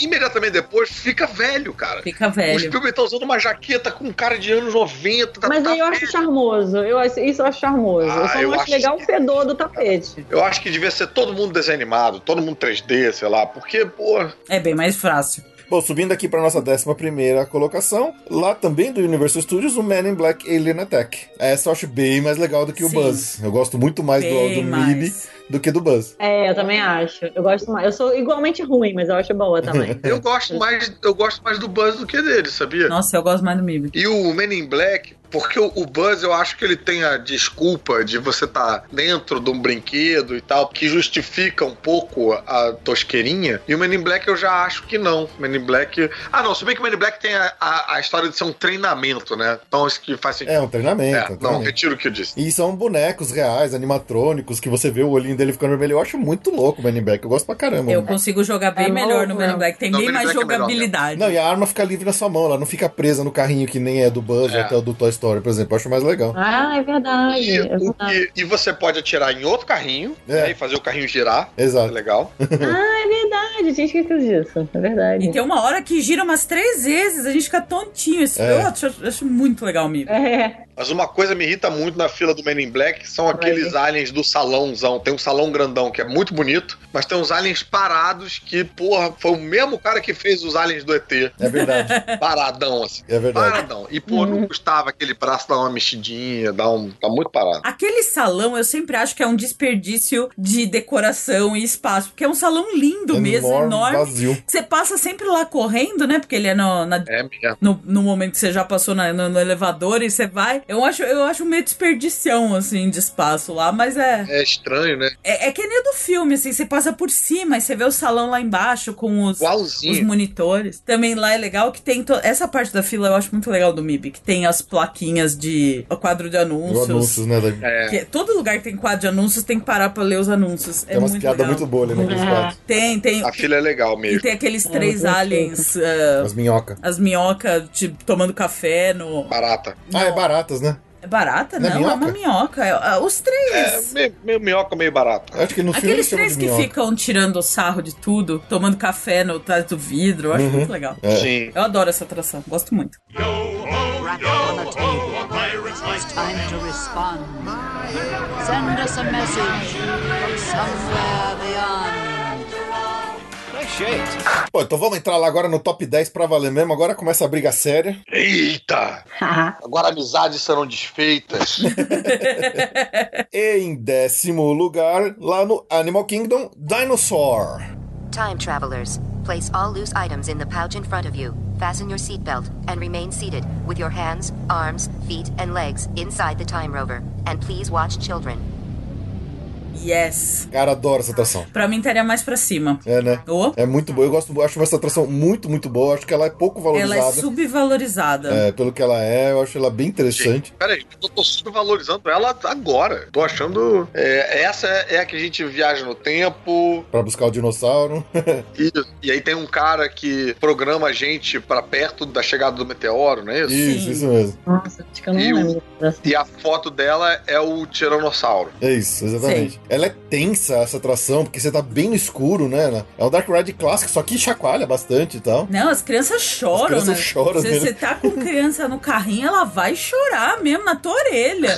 Speaker 4: E imediatamente depois fica velho, cara.
Speaker 3: Fica
Speaker 4: O
Speaker 3: velho.
Speaker 4: Spielberg tá usando uma jaqueta com cara de anos 90. tá-
Speaker 5: Mas
Speaker 4: tá
Speaker 5: aí eu acho
Speaker 4: velho.
Speaker 5: charmoso, eu acho, isso eu acho charmoso. eu
Speaker 4: Ah,
Speaker 5: só
Speaker 4: eu
Speaker 5: não acho
Speaker 4: acho
Speaker 5: legal o
Speaker 4: que-
Speaker 5: um fedor do tapete.
Speaker 4: Eu acho que devia ser todo mundo desanimado, todo mundo 3D, sei lá, porque, pô,
Speaker 3: É bem mais fácil.
Speaker 1: Bom, subindo aqui pra nossa 11 primeira colocação, lá também do Universal Studios, o Man in Black Alien Attack. Essa eu acho bem mais legal do que o
Speaker 3: Sim.
Speaker 1: Buzz. Eu gosto muito mais do, do
Speaker 3: Bem
Speaker 1: MIB
Speaker 3: mais.
Speaker 1: do que do Buzz.
Speaker 5: É, eu também acho. Eu gosto mais. Eu sou igualmente ruim, mas eu acho boa também.
Speaker 4: eu gosto mais, eu gosto mais do Buzz do que dele, sabia?
Speaker 3: Nossa, eu gosto mais do MIB.
Speaker 4: E o Men in Black, porque o, o Buzz eu acho que ele tem a desculpa de você estar dentro de um brinquedo e tal, que justifica um pouco a tosqueirinha. E o Men in Black eu já acho que não. Men in Black. Ah, não, se bem que o Men in Black tem a, a, a história de ser um treinamento, né? Então isso que faz sentido.
Speaker 1: É um treinamento.
Speaker 4: É,
Speaker 1: um
Speaker 4: não,
Speaker 1: treinamento.
Speaker 4: retiro o que eu disse.
Speaker 1: E são bonecos reais, animatrônicos, que você vê o olhinho dele ficando vermelho. Eu acho muito louco o Men in Black. Eu gosto pra caramba.
Speaker 3: Eu consigo jogar bem
Speaker 5: É
Speaker 3: melhor no
Speaker 5: novo,
Speaker 3: Men in
Speaker 5: é.
Speaker 3: Black. Tem
Speaker 4: Não,
Speaker 3: bem
Speaker 4: Men in
Speaker 3: mais
Speaker 4: Black é melhor
Speaker 3: jogabilidade.
Speaker 1: Não, e a arma fica livre na sua mão, ela não fica presa no carrinho que nem é do Buzz ou
Speaker 4: É.
Speaker 1: até o do Toy Story, por exemplo. Eu acho mais legal.
Speaker 5: Ah, é verdade.
Speaker 4: E,
Speaker 5: É
Speaker 4: o
Speaker 5: verdade.
Speaker 4: que- e você pode atirar em outro carrinho
Speaker 1: É.
Speaker 4: né, e fazer o carrinho girar. É
Speaker 1: Exato.
Speaker 4: legal.
Speaker 5: Ah, é verdade. Tinha esquecido disso. É verdade.
Speaker 3: E tem uma hora que gira umas três vezes, a gente fica tontinho. Isso
Speaker 1: É.
Speaker 3: eu acho, eu acho muito legal, amigo.
Speaker 5: É.
Speaker 4: Mas uma coisa me irrita muito na fila do Men in Black são aqueles aliens do salãozão. Tem um salão grandão que é muito bonito, mas tem uns aliens parados que, porra, foi o mesmo cara que fez os aliens do ET.
Speaker 1: É verdade.
Speaker 4: Paradão, assim.
Speaker 1: É verdade.
Speaker 4: Paradão. E, pô, não custava aquele braço dar uma mexidinha, dar um. Tá muito parado.
Speaker 3: Aquele salão eu sempre acho que é um desperdício de decoração e espaço, porque é um salão lindo mesmo, enorme.
Speaker 1: Vazio.
Speaker 3: Você passa sempre lá correndo, né? Porque ele é no, na-
Speaker 4: É mesmo.
Speaker 3: no, no momento que você já passou na- no, no elevador e você vai. Eu acho, eu acho meio desperdição, assim, de espaço lá, mas é.
Speaker 4: É estranho, né?
Speaker 3: É, é que nem do filme, assim, você passa por cima e você vê o salão lá embaixo com os. Os
Speaker 4: Igualzinho.
Speaker 3: monitores. Também lá é legal que tem. to- Essa parte da fila eu acho muito legal do MIB, que tem as plaquinhas de. o quadro de
Speaker 1: Os
Speaker 3: anúncios.
Speaker 1: anúncios, né? da-
Speaker 4: É.
Speaker 3: Que todo lugar que tem quadro de anúncios tem que parar pra ler os anúncios.
Speaker 1: Tem
Speaker 3: é
Speaker 1: umas
Speaker 3: muito
Speaker 1: piadas
Speaker 3: legal.
Speaker 1: muito boas ali naqueles
Speaker 5: É.
Speaker 1: quadros.
Speaker 3: Tem, tem.
Speaker 4: A fila é legal
Speaker 3: E
Speaker 4: mesmo.
Speaker 3: tem aqueles
Speaker 5: É,
Speaker 3: três
Speaker 5: muito
Speaker 3: aliens, eh,
Speaker 1: As minhocas.
Speaker 3: as minhocas tipo, tomando café no.
Speaker 4: Barata.
Speaker 1: Ah, é baratas, né?
Speaker 3: É barata?
Speaker 1: Não
Speaker 3: Não,
Speaker 1: é
Speaker 3: é uma minhoca. É, ah, os
Speaker 4: É,
Speaker 3: três.
Speaker 4: meio, meio minhoca, meio barata.
Speaker 1: Eu acho que no filme
Speaker 3: Aqueles
Speaker 1: eles chamam
Speaker 3: três
Speaker 1: de
Speaker 3: que
Speaker 1: minhoca.
Speaker 3: ficam tirando sarro de tudo, tomando café no trás do vidro, eu acho muito legal.
Speaker 1: É.
Speaker 4: Sim.
Speaker 3: Eu adoro essa atração, gosto muito.
Speaker 8: Rap on the table. It's time to respond. Send us a message from somewhere beyond.
Speaker 1: Pô, então vamos entrar lá agora no top 10 pra valer mesmo. Agora começa a briga séria.
Speaker 4: Eita! Agora amizades serão desfeitas.
Speaker 1: E em décimo lugar, lá no Animal Kingdom, Dinosaur.
Speaker 7: Time travelers, place all loose items in the pouch in front of you. Fasten your seatbelt and remain seated with your hands, arms, feet, and legs inside the time rover. And please watch children.
Speaker 3: Yes.
Speaker 1: Cara, adoro essa atração.
Speaker 3: Pra mim, estaria mais pra cima.
Speaker 1: É, né?
Speaker 3: Ô.
Speaker 1: É muito boa. Eu gosto, acho essa atração muito, muito boa. Acho que ela é pouco
Speaker 3: Ela é
Speaker 1: valorizada.
Speaker 3: subvalorizada.
Speaker 1: é, pelo que ela é, eu acho ela bem interessante.
Speaker 4: Peraí, eu tô supervalorizando ela agora. Tô achando. é, essa é a que a gente viaja no tempo.
Speaker 1: Pra buscar o dinossauro.
Speaker 4: E, e aí tem um cara que programa a gente pra perto da chegada do meteoro, não é isso?
Speaker 1: Isso,
Speaker 3: Sim.
Speaker 1: isso mesmo.
Speaker 5: Nossa, acho que eu não
Speaker 4: E o-
Speaker 5: lembro. dessa.
Speaker 4: E a foto dela é o tiranossauro.
Speaker 1: É isso, exatamente. Ela é tensa, essa atração, porque você tá bem no escuro, né? É um Dark Ride clássico, só que chacoalha bastante e tal.
Speaker 3: Não, as crianças choram,
Speaker 1: As crianças
Speaker 3: né?
Speaker 1: choram,
Speaker 3: Se
Speaker 1: né?
Speaker 3: você tá com criança no carrinho, ela vai chorar mesmo na tua orelha.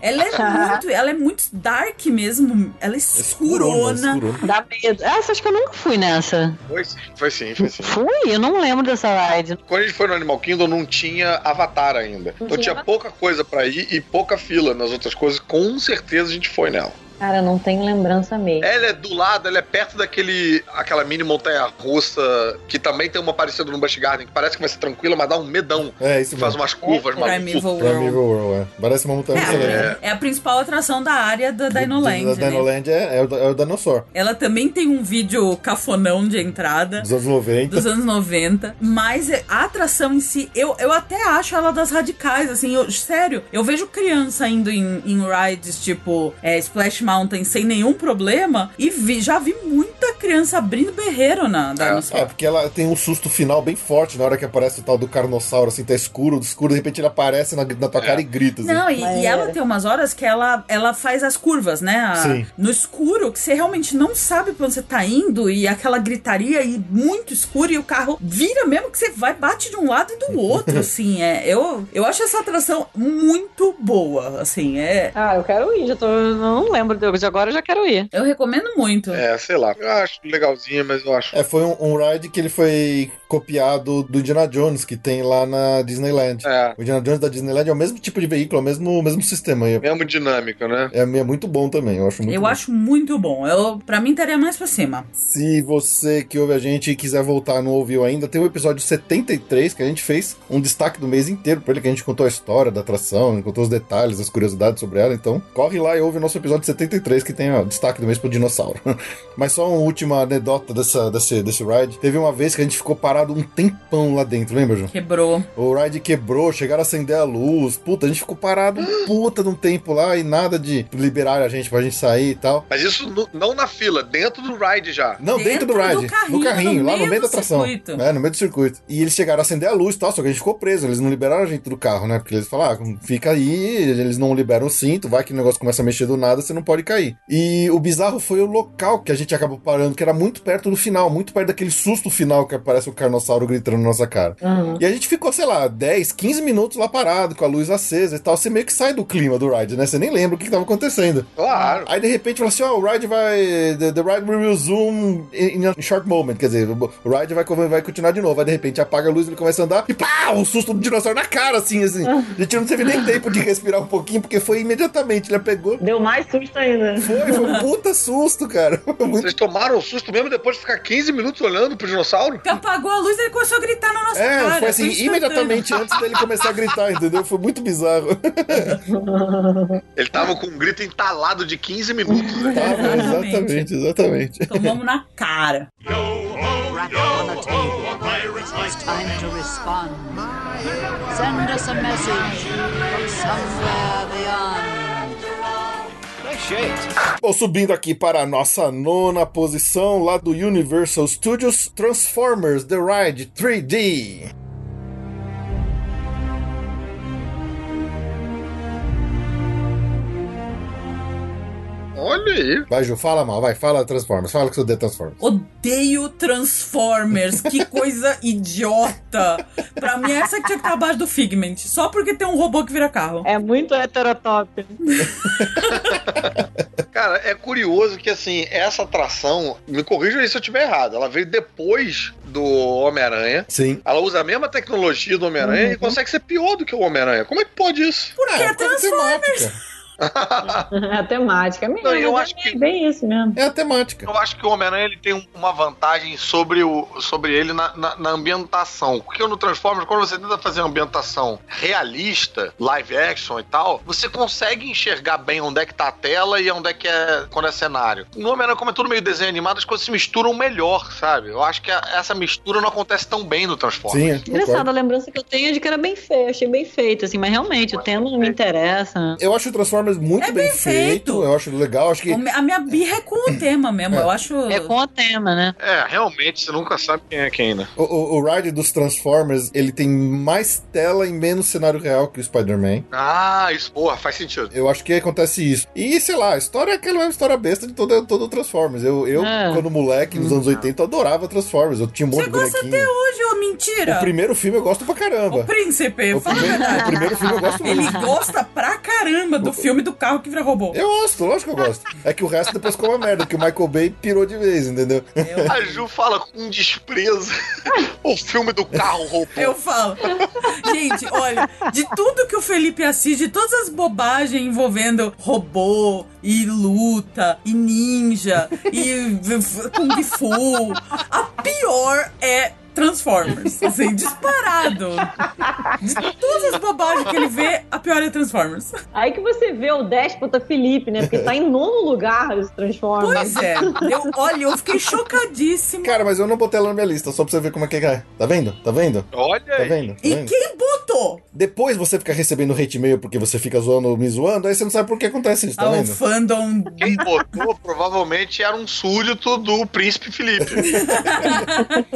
Speaker 3: Ela é muito, ela é muito dark mesmo. Ela é
Speaker 1: É
Speaker 3: escurona.
Speaker 1: escurona.
Speaker 5: Dá medo. Essa acho que eu nunca fui nessa.
Speaker 4: Foi sim, foi sim, foi sim.
Speaker 5: Fui? Eu não lembro dessa ride.
Speaker 4: Quando a gente foi no Animal Kingdom, não tinha avatar ainda. Então tinha pouca coisa pra ir e pouca fila nas outras coisas. Com certeza a gente foi nela.
Speaker 5: Cara, não tenho lembrança mesmo.
Speaker 4: Ela é do lado, ela é perto daquele aquela mini montanha russa que também tem uma parecida no Busch Garden, que parece que vai ser tranquila, mas dá um medão.
Speaker 1: É, isso
Speaker 4: Faz
Speaker 1: mesmo.
Speaker 4: umas curvas, maluco.
Speaker 3: Primeval World.
Speaker 1: Primeval World, é. Parece uma montanha russa
Speaker 3: É,
Speaker 1: legal.
Speaker 3: a- é a principal atração da área da Dinoland.
Speaker 1: Da
Speaker 3: né?
Speaker 1: Dinoland é, é o, é o Dinosaur,
Speaker 3: Ela também tem um vídeo cafonão de entrada.
Speaker 1: dos anos 90.
Speaker 3: dos anos 90, mas é, a atração em si, eu, eu até acho ela das radicais, assim, eu- sério, eu vejo criança indo em, em rides tipo é, Splash Mountain sem nenhum problema e vi- já vi muita criança abrindo berreiro na Dinosaur.
Speaker 1: É, porque ela tem um susto final bem forte na hora que aparece o tal do carnossauro, assim, tá escuro, escuro, de repente ele aparece na, na tua cara e grita, assim.
Speaker 3: Não, e, e
Speaker 5: Maneiro.
Speaker 3: ela tem umas horas que ela, ela faz as curvas, né? A-
Speaker 1: Sim.
Speaker 3: No escuro, que você realmente não sabe pra onde você tá indo, e aquela gritaria e muito escuro, e o carro vira mesmo que você vai, bate de um lado e do outro, assim. É, eu, eu acho essa atração muito boa, assim. É,
Speaker 5: Ah, eu quero ir. Já tô... eu Não lembro de agora, eu já quero ir.
Speaker 3: eu recomendo muito.
Speaker 4: É, sei lá. Eu acho legalzinha, mas eu acho.
Speaker 1: É, foi um, um ride que ele foi copiado do Indiana Jones, que tem lá na Disneyland.
Speaker 4: É,
Speaker 1: O Indiana Jones da Disneyland é o mesmo tipo de veículo, é o mesmo, o mesmo sistema. E é,
Speaker 4: mesmo dinâmica, né?
Speaker 1: é muito bom também, eu acho muito
Speaker 3: eu
Speaker 1: bom.
Speaker 3: acho muito bom. Eu, pra mim, estaria mais pra cima.
Speaker 1: Se você que ouve a gente e quiser voltar e não ouviu ainda, tem o episódio 73 que a gente fez um destaque do mês inteiro pra ele, que a gente contou a história da atração, contou os detalhes, as curiosidades sobre ela. Então, corre lá e ouve o nosso episódio 73, que tem ó, destaque do mês pro dinossauro. Mas só uma última anedota dessa, desse, desse ride. Teve uma vez que a gente ficou parado um tempão lá dentro, lembra, João?
Speaker 3: Quebrou.
Speaker 1: O ride quebrou, chegaram a acender a luz. Puta, a gente ficou parado um puta de um tempo lá e nada de liberar a gente pra gente sair e tal.
Speaker 4: Mas isso no- não na fila, dentro do ride já.
Speaker 1: Não, dentro, do ride.
Speaker 3: carrinho,
Speaker 1: no carrinho,
Speaker 3: no
Speaker 1: lá no
Speaker 3: meio
Speaker 1: meio da
Speaker 3: do
Speaker 1: atração.
Speaker 3: circuito.
Speaker 1: É, no meio do circuito. E eles chegaram a acender a luz e tal, só que a gente ficou preso. Eles não liberaram a gente do carro, né? Porque eles falaram, ah, fica aí, eles não liberam o cinto, vai que o negócio começa a mexer do nada, você não pode cair. E o bizarro foi o local que a gente acabou parando, que era muito perto do final, muito perto daquele susto final que aparece o carnossauro gritando na nossa cara. E a gente ficou, sei lá, 10, 15 minutos lá parado, com a luz acesa e tal. Você meio que sai do clima do ride, né? Você nem lembra o que, que tava acontecendo.
Speaker 4: Claro.
Speaker 1: Aí de repente fala assim: ó, o ride vai. The, the ride will resume in, in a short moment. Quer dizer, o o ride vai, co- vai continuar de novo. Aí de repente apaga a luz, ele começa a andar e pá! O susto do dinossauro na cara, assim, assim. A gente não teve nem tempo de respirar um pouquinho, porque foi imediatamente. Ele pegou.
Speaker 5: Deu mais susto ainda.
Speaker 1: Foi, foi um puta susto, cara. Foi muito.
Speaker 4: Vocês tomaram o susto mesmo depois de ficar 15 minutos olhando pro dinossauro?
Speaker 3: Que apagou a luz e ele começou a gritar na nossa cara.
Speaker 1: É, foi assim,
Speaker 3: instantâneo.
Speaker 1: imediatamente antes dele começar a gritar, entendeu? Foi muito bizarro.
Speaker 4: Ele tava com um grito entalado de 15 minutos. né?
Speaker 1: Tava, exatamente, exatamente.
Speaker 3: Tomamos na cara.
Speaker 8: Rap on the table. It's time to respond. Send us a message from somewhere beyond.
Speaker 1: Bom, subindo aqui para a nossa nona posição, lá do Universal Studios, Transformers The Ride 3D.
Speaker 4: Olha aí.
Speaker 1: Vai, Ju, fala mal, vai, fala Transformers, fala que você odeia Transformers.
Speaker 3: Odeio Transformers, que coisa idiota. Pra mim, essa que tinha que estar abaixo do Figment. Só porque tem um robô que vira carro.
Speaker 5: É muito heterotop.
Speaker 4: Cara, é curioso que, assim, essa atração, me corrijam aí se eu estiver errado, ela veio depois do Homem-Aranha.
Speaker 1: Sim.
Speaker 4: Ela usa a mesma tecnologia do Homem-Aranha e consegue ser pior do que o Homem-Aranha. Como é que pode isso?
Speaker 1: Por
Speaker 3: que é Transformers?
Speaker 5: É a temática. Mesmo,
Speaker 4: Não, eu
Speaker 5: mas
Speaker 4: acho
Speaker 5: é
Speaker 4: que-
Speaker 5: bem isso mesmo.
Speaker 1: É a temática.
Speaker 4: Eu acho que o Homem-Aranha ele tem um- uma vantagem sobre, o, sobre ele na, na, na ambientação. Porque no Transformers, quando você tenta fazer uma ambientação realista, live action e tal, você consegue enxergar bem onde é que tá a tela e onde é que é quando é cenário. No Homem-Aranha, como é tudo meio desenho animado, as coisas se misturam melhor, sabe? Eu acho que a- essa mistura não acontece tão bem no Transformers.
Speaker 1: Sim, eu
Speaker 5: Engraçada
Speaker 1: concordo.
Speaker 5: a lembrança que eu tenho é de que era bem feio, achei bem feito, assim, mas realmente o tema não me interessa.
Speaker 1: Eu acho o Transformers muito
Speaker 3: É
Speaker 1: bem,
Speaker 3: bem
Speaker 1: feito.
Speaker 3: feito.
Speaker 1: eu acho legal, acho que...
Speaker 3: O me- A minha birra é com o tema mesmo. Eu acho.
Speaker 5: É com o tema, né?
Speaker 4: É, realmente, você nunca sabe quem é quem, né?
Speaker 1: O, o- o ride dos Transformers, ele tem mais tela e menos cenário real que o Spider-Man.
Speaker 4: Ah, isso, porra, faz sentido.
Speaker 1: Eu acho que acontece isso. E, sei lá, a história é aquela mesma história besta de todo, todo o Transformers. Eu, eu
Speaker 5: É.
Speaker 1: quando moleque, nos anos 80, eu adorava Transformers. Eu tinha um monte
Speaker 3: Você
Speaker 1: de
Speaker 3: gosta
Speaker 1: bonequinho.
Speaker 3: até hoje, ô
Speaker 1: O
Speaker 3: mentira?
Speaker 1: primeiro filme eu gosto pra
Speaker 3: O
Speaker 1: caramba.
Speaker 3: príncipe, fala a
Speaker 1: primeiro, o
Speaker 3: verdade.
Speaker 1: primeiro filme eu gosto
Speaker 3: Ele
Speaker 1: muito.
Speaker 3: gosta pra caramba do filme do carro que vira robô.
Speaker 1: Eu gosto, lógico que eu gosto. É que o resto depois ficou uma merda, que o Michael Bay pirou de vez, entendeu?
Speaker 4: A Ju fala com desprezo o filme do carro robô.
Speaker 3: Eu falo. Gente, olha, de tudo que o Felipe assiste, de todas as bobagens envolvendo robô e luta e ninja e v- v- kung fu, a pior é Transformers. Assim, disparado. De todas as bobagens que ele vê, a pior é Transformers.
Speaker 5: Aí que você vê o déspota Felipe, né? Porque tá em nono lugar os Transformers.
Speaker 3: Pois é. Eu, olha, eu fiquei chocadíssima.
Speaker 1: Cara, mas eu não botei ela na minha lista, só pra você ver como é que é. Tá vendo? Tá vendo?
Speaker 4: Olha
Speaker 1: Tá
Speaker 4: aí.
Speaker 1: vendo? Tá
Speaker 3: E
Speaker 1: vendo?
Speaker 3: quem botou?
Speaker 1: Depois você fica recebendo hate e-mail porque você fica zoando, me zoando, aí você não sabe por que acontece isso, tá
Speaker 3: Ah, o
Speaker 1: vendo?
Speaker 3: fandom
Speaker 4: Quem botou provavelmente era um súdito do príncipe Felipe.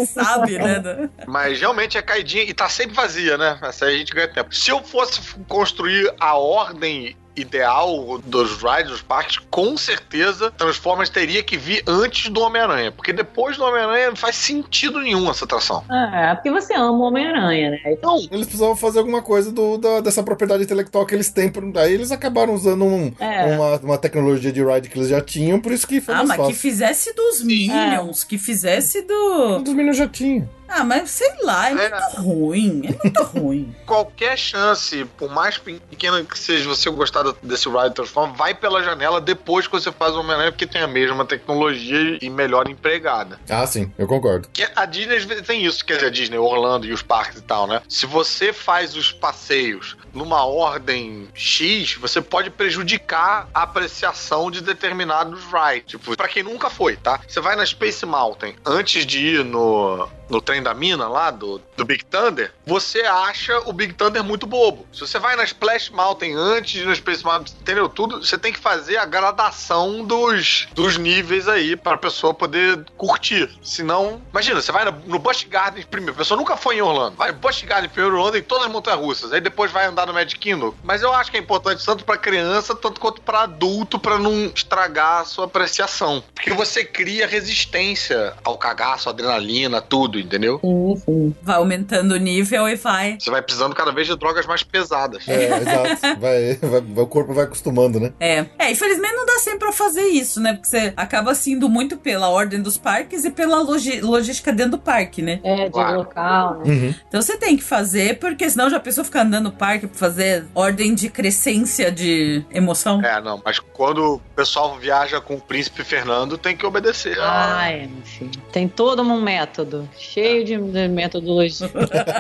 Speaker 3: sabe, né? da-
Speaker 4: Mas realmente é caidinha e tá sempre vazia, né? Essa aí a gente ganha tempo. Se eu fosse f- construir a ordem ideal dos rides, dos parques, com certeza Transformers teria que vir antes do Homem-Aranha. Porque depois do Homem-Aranha não faz sentido nenhum essa atração.
Speaker 5: É, porque você ama o Homem-Aranha, né? Então,
Speaker 1: Eles precisavam fazer alguma coisa do- da- dessa propriedade intelectual que eles têm. por- Aí eles acabaram usando um-
Speaker 5: É.
Speaker 1: uma, uma tecnologia de ride que eles já tinham, por isso que foi
Speaker 3: Ah,
Speaker 1: mais
Speaker 3: mas que
Speaker 1: fácil.
Speaker 3: fizesse dos Minions, que fizesse do.
Speaker 1: Um dos meninos já tinha.
Speaker 3: Ah, mas sei lá, é muito ruim. É muito ruim.
Speaker 4: Qualquer chance, por mais pequena que seja você gostar do- desse Ride Transform, vai pela janela depois que você faz o Homem-Aranha, porque tem a mesma tecnologia e melhor empregada.
Speaker 1: Ah, sim, eu concordo.
Speaker 4: Que a Disney às vezes, tem isso, quer dizer, a Disney, Orlando e os parques e tal, né? Se você faz os passeios numa ordem X, você pode prejudicar a apreciação de determinados rides. Tipo, pra quem nunca foi, tá? Você vai na Space Mountain, antes de ir no, no trem da mina lá, do, do Big Thunder, você acha o Big Thunder muito bobo. Se você vai na Splash Mountain antes de ir na Space Mountain, entendeu? Tudo, você tem que fazer a gradação dos, dos níveis aí pra pessoa poder curtir. Senão, imagina, você vai na- no Busch Garden primeiro. A pessoa nunca foi em Orlando. Vai no Busch Garden primeiro, Orlando em todas as montanhas russas. Aí depois vai andar no Magic Kingdom. Mas eu acho que é importante tanto pra criança, tanto quanto pra adulto, pra não estragar a sua apreciação. Porque você cria resistência ao cagaço, adrenalina, tudo, entendeu?
Speaker 5: Sim, sim.
Speaker 3: Vai aumentando o nível e vai.
Speaker 4: Você vai precisando cada vez de drogas mais pesadas.
Speaker 1: É, exato. Vai, vai- o corpo vai acostumando, né?
Speaker 3: É. É, infelizmente não dá sempre pra fazer isso, né? Porque você acaba sendo muito pela ordem dos parques e pela logi- logística dentro do parque, né?
Speaker 5: É, de
Speaker 4: Claro.
Speaker 5: local. né?
Speaker 3: Então você tem que fazer, porque senão já a pessoa fica andando no parque pra fazer ordem de crescência de emoção.
Speaker 4: É, não, mas quando o pessoal viaja com o príncipe Fernando, tem que obedecer. Ah,
Speaker 5: Ai, meu filho. Tem todo um método. Cheio de, de metodologia.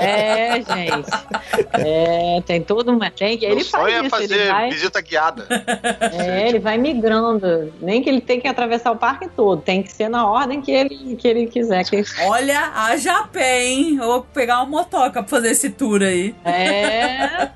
Speaker 5: é, gente. É, tem todo um método. Tem que-
Speaker 4: Meu
Speaker 5: Ele
Speaker 4: sonho
Speaker 5: faz
Speaker 4: é
Speaker 5: isso,
Speaker 4: fazer
Speaker 5: ele vai.
Speaker 4: visita guiada.
Speaker 5: É, ele vai migrando. Nem que ele tenha que atravessar o parque todo. Tem que ser na ordem que ele, que ele quiser. que-
Speaker 3: Olha, haja pé, hein? Eu vou pegar uma motoca pra fazer esse tour aí.
Speaker 5: É,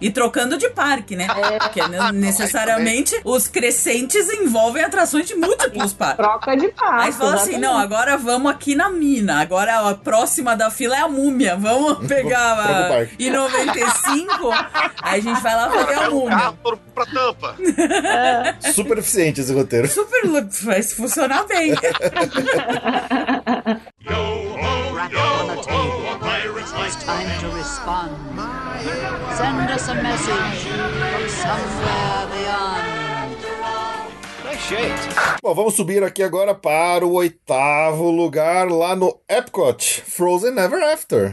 Speaker 3: E trocando de parque, né? Porque ne- necessariamente os crescentes envolvem atrações de múltiplos parques.
Speaker 5: troca de parque.
Speaker 3: Aí você fala assim,
Speaker 5: exatamente.
Speaker 3: não, agora vamos aqui na mina. Agora a próxima da fila é a múmia. Vamos pegar
Speaker 1: Troca o
Speaker 3: a...
Speaker 1: parque.
Speaker 3: e 95. aí a gente vai lá pegar a
Speaker 4: Pega o
Speaker 3: múmia.
Speaker 4: carro todo pra tampa.
Speaker 1: Super eficiente esse roteiro.
Speaker 3: Super lu- vai funcionar bem.
Speaker 8: Rap on a table. It's time to respond. Send us a message from somewhere beyond.
Speaker 1: Bom, vamos subir aqui agora para o oitavo lugar lá no Epcot, Frozen Never After.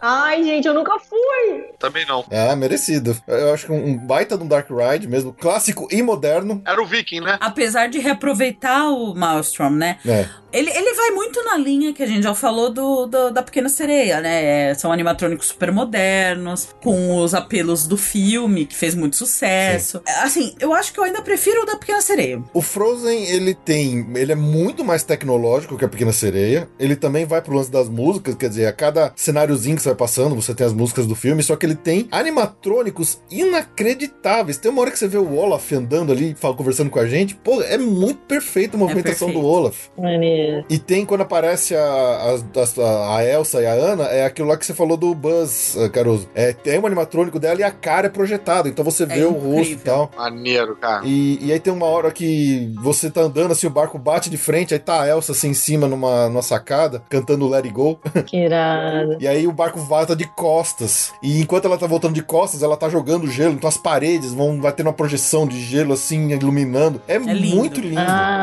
Speaker 5: Ai, gente, eu nunca fui.
Speaker 4: Também não.
Speaker 1: Ah, merecido. Eu acho que um um baita de um Dark Ride mesmo, clássico e moderno.
Speaker 4: Era o Viking, né?
Speaker 3: Apesar de reaproveitar o Maelstrom, né?
Speaker 1: É,
Speaker 3: Ele, ele vai muito na linha que a gente já falou do, do- da Pequena Sereia, né? É, São animatrônicos super modernos, com os apelos do filme, que fez muito sucesso. Assim, eu acho que eu ainda prefiro o da Pequena Sereia.
Speaker 1: O Frozen, ele tem. Ele é muito mais tecnológico que a Pequena Sereia. Ele também vai pro lance das músicas, quer dizer, a cada cenáriozinho que você vai passando, você tem as músicas do filme, só que ele tem animatrônicos inacreditáveis. Tem uma hora que você vê o Olaf andando ali, fala- conversando com a gente. Pô, é muito perfeito a movimentação do
Speaker 3: perfeito.
Speaker 1: Olaf.
Speaker 5: Maneiro.
Speaker 1: E tem quando aparece a, as- a- a Elsa e a Anna, é aquilo lá que você falou do Buzz, eh, Caruso. É, tem um animatrônico dela e a cara é projetada, então você vê o
Speaker 3: incrível.
Speaker 1: rosto e tal.
Speaker 4: Maneiro, cara.
Speaker 1: E, e aí tem uma hora que você tá andando, assim, o barco bate de frente, aí tá a Elsa assim em cima numa, numa sacada, cantando Let It Go.
Speaker 5: Que irado.
Speaker 1: E aí o barco volta de costas. E enquanto ela tá voltando de costas, ela tá jogando gelo, então as paredes vão vai ter uma projeção de gelo assim, iluminando. É,
Speaker 3: lindo.
Speaker 1: muito lindo.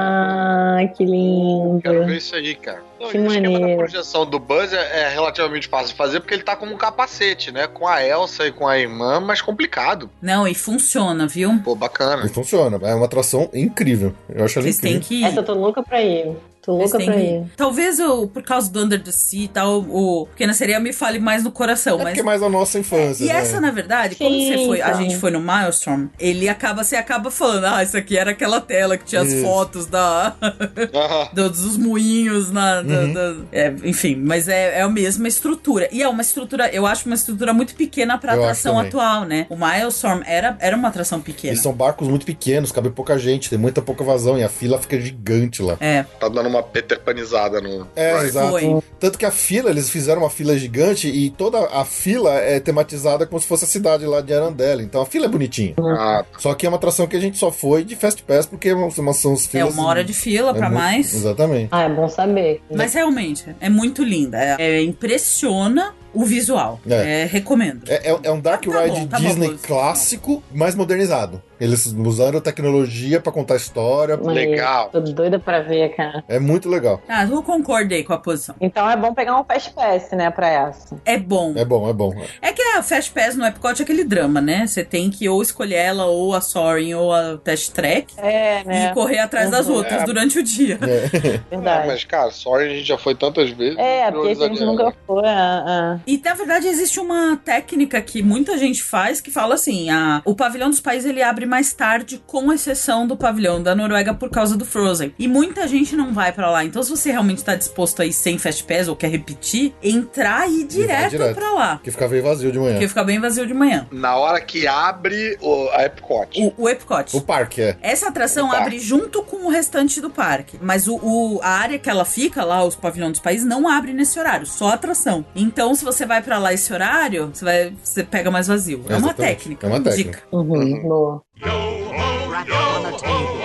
Speaker 5: Ah, que lindo.
Speaker 4: Quero ver isso aí, cara. Não,
Speaker 5: É. Que
Speaker 4: e o esquema da
Speaker 5: maneiro.
Speaker 4: projeção do Buzz é, é relativamente fácil de fazer, porque ele tá com um capacete, né? Com a Elsa e com a irmã, mas complicado.
Speaker 3: Não, e funciona, viu?
Speaker 4: Pô,
Speaker 1: E
Speaker 4: bacana.
Speaker 1: funciona, é uma atração incrível. Eu acho ela
Speaker 3: Vocês têm
Speaker 1: incrível.
Speaker 3: que ir.
Speaker 5: Essa eu tô louca pra ir. Tô
Speaker 3: Vocês
Speaker 5: tá louca
Speaker 3: têm
Speaker 5: pra
Speaker 3: que
Speaker 5: ir.
Speaker 3: ir. Talvez eu, por causa do Under the Sea e tal, o Pequena Sereia me fale mais no coração,
Speaker 1: É
Speaker 3: mas
Speaker 1: porque é mais a nossa infância.
Speaker 3: E
Speaker 1: né?
Speaker 3: essa, é na verdade, como
Speaker 5: Sim,
Speaker 3: você foi, a
Speaker 5: então.
Speaker 3: gente foi no Milestone, ele acaba, você acaba falando, ah, isso aqui era aquela tela que tinha as
Speaker 1: Isso.
Speaker 3: fotos da,
Speaker 4: Aham.
Speaker 3: do- dos moinhos na. da-
Speaker 1: Uhum.
Speaker 3: da- é, enfim, mas é, é a mesma estrutura. E é uma estrutura, eu acho uma estrutura muito pequena pra
Speaker 1: Eu acho
Speaker 3: atração
Speaker 1: também.
Speaker 3: atual, né? O Milestone era, era uma atração pequena.
Speaker 1: E são barcos muito pequenos, cabe pouca gente, tem muita pouca vazão e a fila fica gigante lá.
Speaker 3: É,
Speaker 4: Tá dando uma Peter panizada no.
Speaker 1: É, exato.
Speaker 3: foi.
Speaker 1: Tanto que a fila, eles fizeram uma fila gigante e toda a fila é tematizada como se fosse a cidade lá de Arandela. Então a fila é bonitinha.
Speaker 4: Ah,
Speaker 1: Só que é uma atração que a gente só foi de Fast Pass porque é uma- são as
Speaker 3: É
Speaker 1: filas.
Speaker 3: uma hora de fila pra
Speaker 1: É muito-
Speaker 3: mais.
Speaker 1: Exatamente.
Speaker 5: Ah, é bom saber.
Speaker 3: Mas realmente, é muito linda. É, é- impressiona o visual.
Speaker 1: É.
Speaker 3: É, recomendo.
Speaker 1: É, é- é um Dark
Speaker 3: Tá
Speaker 1: Ride
Speaker 3: bom, tá bom,
Speaker 1: Disney
Speaker 3: Bruce.
Speaker 1: clássico, mais modernizado. Eles usaram tecnologia pra contar história.
Speaker 5: Maneiro.
Speaker 4: Legal.
Speaker 5: Tô doida pra ver, cara.
Speaker 1: É muito legal.
Speaker 3: Ah, eu concordei com a posição.
Speaker 5: Então é bom pegar um Fast Pass, né, pra essa.
Speaker 3: É bom.
Speaker 1: É bom, é bom.
Speaker 3: É que a Fast Pass no Epcot é aquele drama, né? Você tem que ou escolher ela, ou a Soaring, ou a Test Track,
Speaker 5: É, né?
Speaker 3: e correr atrás das
Speaker 5: Uhum.
Speaker 3: outras durante o dia.
Speaker 1: É.
Speaker 4: É,
Speaker 5: Verdade.
Speaker 4: mas, cara, sorry, a gente já foi tantas vezes.
Speaker 5: É, porque a gente nunca foi. ah, ah.
Speaker 3: E na verdade existe uma técnica que muita gente faz que fala assim: a- o pavilhão dos países ele abre mais tarde, com exceção do pavilhão da Noruega por causa do Frozen. E muita gente não vai pra lá. Então, se você realmente tá disposto a ir sem Fast Pass ou quer repetir, entrar e ir direto,
Speaker 1: direto.
Speaker 3: pra lá.
Speaker 1: Que ficava meio vazio de manhã.
Speaker 3: Porque fica bem vazio de manhã.
Speaker 4: Na hora que abre o, a Epcot.
Speaker 3: O, o Epcot.
Speaker 1: O parque, é.
Speaker 3: Essa atração
Speaker 4: Opa.
Speaker 3: abre junto com o restante do parque, mas o, o- a área que ela fica lá, os pavilhões dos países, não abre nesse horário, só a atração. Então, se você vai pra lá esse horário, você, vai, você pega mais vazio. É, uma
Speaker 1: Exatamente.
Speaker 3: técnica.
Speaker 1: É uma técnica.
Speaker 3: Dica.
Speaker 5: Uhum, boa.
Speaker 8: Rap on the table.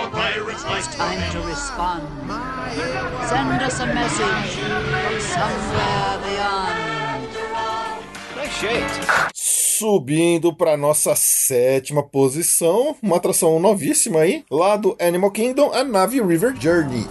Speaker 8: It's time to respond. Send us a message from somewhere beyond.
Speaker 1: Subindo para nossa sétima posição, uma atração novíssima aí, lá do Animal Kingdom, a nave River Journey.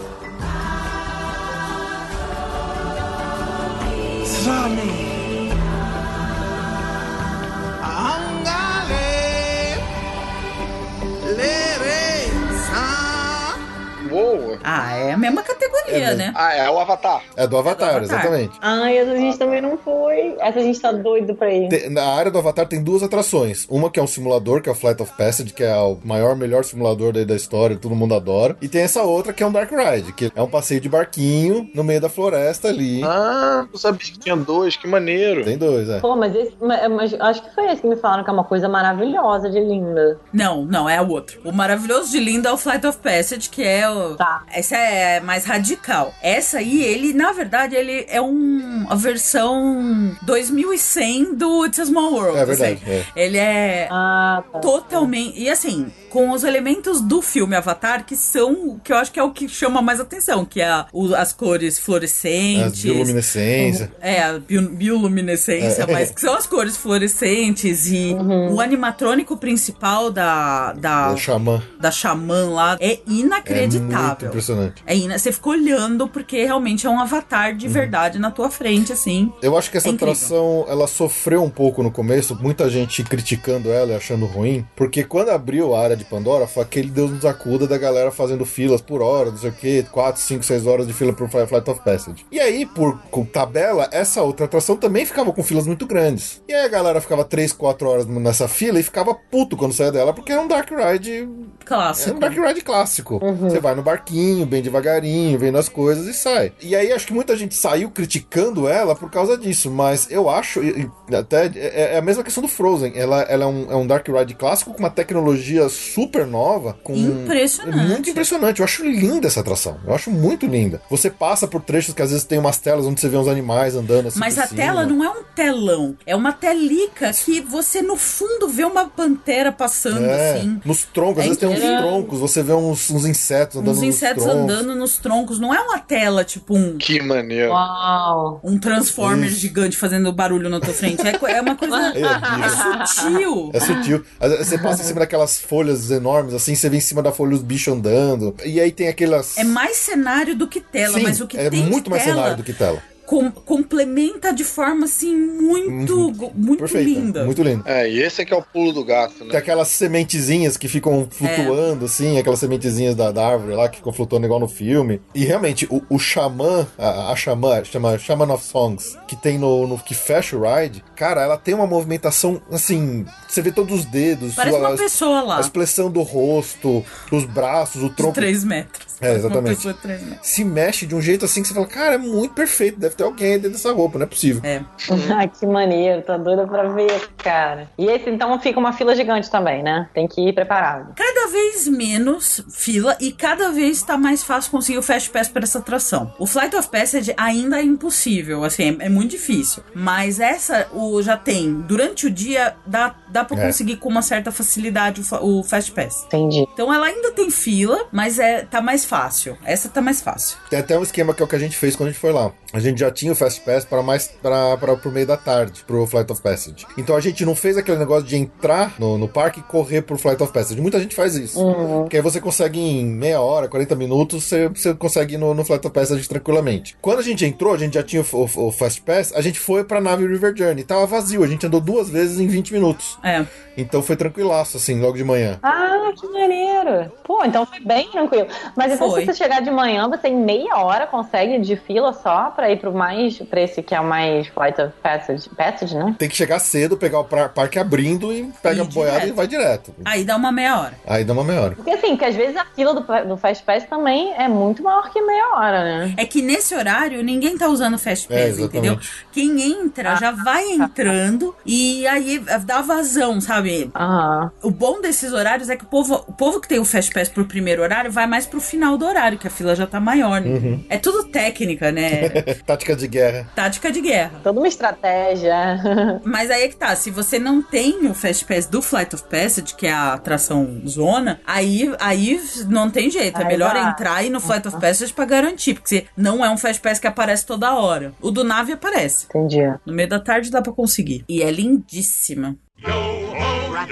Speaker 4: Uou!
Speaker 3: Ah, é a mesma categoria,
Speaker 1: É mesmo.
Speaker 3: né?
Speaker 4: Ah, é o Avatar.
Speaker 1: É do Avatar,
Speaker 3: Avatar.
Speaker 1: exatamente.
Speaker 5: Ai, essa a gente também não foi. Essa a gente tá doido pra ir.
Speaker 1: Te- Na área do Avatar tem duas atrações. Uma que é um simulador, que é o Flight of Passage, que é o maior, melhor simulador daí da história, todo mundo adora. E tem essa outra que é um Dark Ride, que é um passeio de barquinho no meio da floresta ali.
Speaker 4: Ah, não sabia que tinha dois, que maneiro.
Speaker 1: Tem dois, é.
Speaker 5: Pô, mas esse. ma- Mas, acho que foi esse que me falaram que é uma coisa maravilhosa de linda.
Speaker 3: Não, não, é a outra. O maravilhoso de Linda é o Flight of Passage, que é o.
Speaker 5: Tá.
Speaker 3: Essa é mais radical. Essa aí, ele, na verdade, ele é um, a versão 2100 do It's a Small World.
Speaker 1: É verdade.
Speaker 3: assim.
Speaker 1: É.
Speaker 3: Ele é
Speaker 5: Ah, tá.
Speaker 3: Totalmente. E assim, com os elementos do filme Avatar, que são o que eu acho que é o que chama mais atenção, que é a- o- as cores
Speaker 1: As
Speaker 3: fluorescentes.
Speaker 1: bioluminescência.
Speaker 3: É, a bio- bioluminescência,
Speaker 1: É.
Speaker 3: mas que são as cores fluorescentes e o animatrônico principal da, da,
Speaker 1: O xamã.
Speaker 3: da xamã lá é
Speaker 1: É muito
Speaker 3: inacreditável.
Speaker 1: impressionante.
Speaker 3: É ina- Você fica olhando porque realmente é um avatar
Speaker 1: Uhum.
Speaker 3: de verdade na tua frente, assim.
Speaker 1: Eu acho que essa
Speaker 3: É incrível.
Speaker 1: atração ela sofreu um pouco no começo, muita gente criticando ela e achando ruim, porque quando abriu a área de Pandora, foi aquele Deus nos acuda da galera fazendo filas por hora, não sei o que, 4, 5, 6 horas de fila pro Fly- Flight of Passage. E aí, por com tabela, essa outra atração também ficava com filas muito grandes. E aí a galera ficava 3, 4 horas nessa fila e ficava puto quando saía dela, porque era um Dark Ride é
Speaker 3: Clássico.
Speaker 1: um dark ride clássico.
Speaker 3: Uhum.
Speaker 1: Você vai no barquinho, bem devagarinho, vendo as coisas e sai. E aí acho que muita gente saiu criticando ela por causa disso, mas eu acho e- e até é, é a mesma questão do Frozen. Ela, ela é, um, é um dark ride clássico com uma tecnologia super nova, com
Speaker 3: Impressionante.
Speaker 1: é muito impressionante. Eu acho linda essa atração. Eu acho muito linda. Você passa por trechos que às vezes tem umas telas onde você vê uns animais andando assim.
Speaker 3: Mas
Speaker 1: por
Speaker 3: a
Speaker 1: cima.
Speaker 3: tela não é um telão, é uma telica que você no fundo vê uma pantera passando
Speaker 1: é,
Speaker 3: assim.
Speaker 1: nos troncos, às
Speaker 3: É
Speaker 1: vezes tem uns
Speaker 3: incrível.
Speaker 1: troncos, você vê uns, uns insetos andando
Speaker 3: Uns
Speaker 1: nos
Speaker 3: insetos
Speaker 1: troncos.
Speaker 3: andando nos troncos. Não é uma tela, tipo um,
Speaker 4: Que maneiro.
Speaker 5: Uau.
Speaker 3: um transformer
Speaker 1: Isso.
Speaker 3: gigante fazendo barulho na tua frente. É, co- é uma coisa.
Speaker 1: É,
Speaker 3: É
Speaker 1: Bia.
Speaker 3: sutil.
Speaker 1: É sutil. Às vezes Você passa em cima daquelas folhas enormes, assim, você vê em cima da folha os bichos andando. E aí tem aquelas.
Speaker 3: É mais cenário do que tela,
Speaker 1: Sim,
Speaker 3: mas o que
Speaker 1: é
Speaker 3: tem
Speaker 1: muito
Speaker 3: de
Speaker 1: mais
Speaker 3: tela é
Speaker 1: cenário do que tela.
Speaker 3: com- complementa de forma assim muito, go- muito
Speaker 1: Perfeito.
Speaker 3: linda.
Speaker 1: Uhum. Muito linda.
Speaker 4: É, e esse é que é o pulo do gato,
Speaker 1: Tem
Speaker 4: né?
Speaker 1: aquelas sementezinhas que ficam
Speaker 3: É.
Speaker 1: flutuando, assim, aquelas sementezinhas da, da árvore lá que ficam flutuando igual no filme. E realmente, o, o xamã, a, a xamã, chama Shaman of Songs, que tem no, no- que fecha o ride, cara, ela tem uma movimentação, assim, você vê todos os dedos,
Speaker 3: Parece uma
Speaker 1: as-
Speaker 3: pessoa lá,
Speaker 1: a expressão do rosto, dos braços, o
Speaker 3: de
Speaker 1: tronco.
Speaker 3: 3 metros.
Speaker 1: É, exatamente.
Speaker 3: Uma pessoa de 3 metros.
Speaker 1: se mexe de um jeito assim que você fala, cara, é muito perfeito, deve ter alguém dentro dessa roupa, não é possível.
Speaker 3: É.
Speaker 5: Ah, que maneiro. Tô doida pra ver, cara. E esse, então, fica uma fila gigante também, né? Tem que ir preparado.
Speaker 3: Cada vez menos fila e cada vez tá mais fácil conseguir o Fast Pass para essa atração. O Flight of Passage ainda é impossível, assim, é, é muito difícil. Mas essa o, já tem. Durante o dia dá, dá pra
Speaker 1: É.
Speaker 3: conseguir com uma certa facilidade o, fa- o Fast Pass.
Speaker 5: Entendi.
Speaker 3: Então ela ainda tem fila, mas é tá mais fácil. Essa tá mais fácil.
Speaker 1: Tem até um esquema que é o que a gente fez quando a gente foi lá. A gente já já tinha o Fast Pass para mais para pro meio da tarde, pro Flight of Passage. Então a gente não fez aquele negócio de entrar no, no parque e correr pro Flight of Passage. Muita gente faz isso. Porque aí você consegue em meia hora, 40 minutos, você, você consegue ir no, no Flight of Passage tranquilamente. Quando a gente entrou, a gente já tinha o, o- o Fast Pass, a gente foi pra nave River Journey. Tava vazio, a gente andou duas vezes em 20 minutos.
Speaker 3: É.
Speaker 1: Então foi tranquilaço, assim, logo de manhã.
Speaker 5: Ah, que maneiro. Pô, então foi bem tranquilo. Mas então,
Speaker 3: Foi.
Speaker 5: se você chegar de manhã, você em meia hora consegue de fila só pra ir pro mais. pra esse que é o mais Flight of Passage. Passage, né?
Speaker 1: Tem que chegar cedo, pegar o pra- parque abrindo e pega
Speaker 3: E
Speaker 1: a boiada
Speaker 3: direto.
Speaker 1: e vai direto.
Speaker 3: Aí dá uma meia hora.
Speaker 1: Aí dá uma meia hora.
Speaker 5: Porque assim, porque às vezes a fila do, do Fast Pass também é muito maior que meia hora, né?
Speaker 3: É que nesse horário ninguém tá usando Fast
Speaker 1: É,
Speaker 3: Pass, entendeu? Quem entra já vai entrando e aí dá vazão, sabe?
Speaker 5: Aham.
Speaker 3: O bom desses horários é que o povo, o povo que tem o Fast Pass pro primeiro horário vai mais pro final do horário, que a fila já tá maior. né?
Speaker 1: Uhum.
Speaker 3: É tudo técnica, né?
Speaker 1: Tática de guerra.
Speaker 3: Tática de guerra.
Speaker 5: Toda uma estratégia.
Speaker 3: Mas aí é que tá, se você não tem o Fast Pass do Flight of Passage, que é a atração zona, aí, aí não tem jeito. é
Speaker 5: Aí
Speaker 3: melhor
Speaker 5: vai.
Speaker 3: entrar e ir no Flight of Passage pra garantir, porque não é um Fast Pass que aparece toda hora. O do nave aparece.
Speaker 5: Entendi.
Speaker 3: No meio da tarde dá pra conseguir. E é lindíssima.
Speaker 8: Rap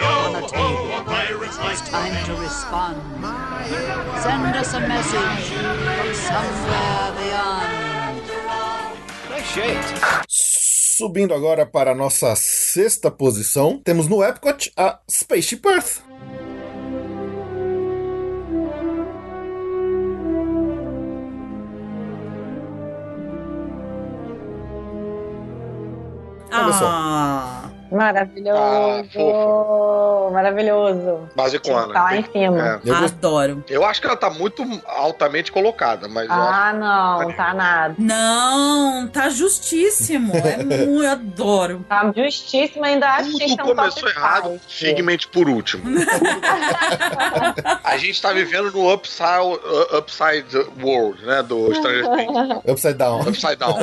Speaker 8: on the table. It's time to respond. Send us a message from somewhere beyond.
Speaker 1: Subindo agora para a nossa sexta posição, temos no Epcot a Spaceship Earth. Olha só.
Speaker 3: Ah,
Speaker 4: Ah,
Speaker 5: Maravilhoso. Maravilhoso.
Speaker 4: Basicona.
Speaker 5: Tá lá em cima.
Speaker 4: É.
Speaker 3: Ah.
Speaker 1: Eu gost-
Speaker 3: adoro.
Speaker 4: Eu acho que ela tá muito altamente colocada, mas eu acho
Speaker 5: Ah, não, tá nada.
Speaker 3: Não, tá justíssimo. É muito, eu adoro.
Speaker 5: Tá justíssima, ainda acho que tá um
Speaker 4: Tudo
Speaker 5: estão
Speaker 4: começou errado, Figment por último. a gente tá vivendo no upside, uh, upside World, né? Do Stranger Things.
Speaker 1: Upside Down.
Speaker 4: Upside Down.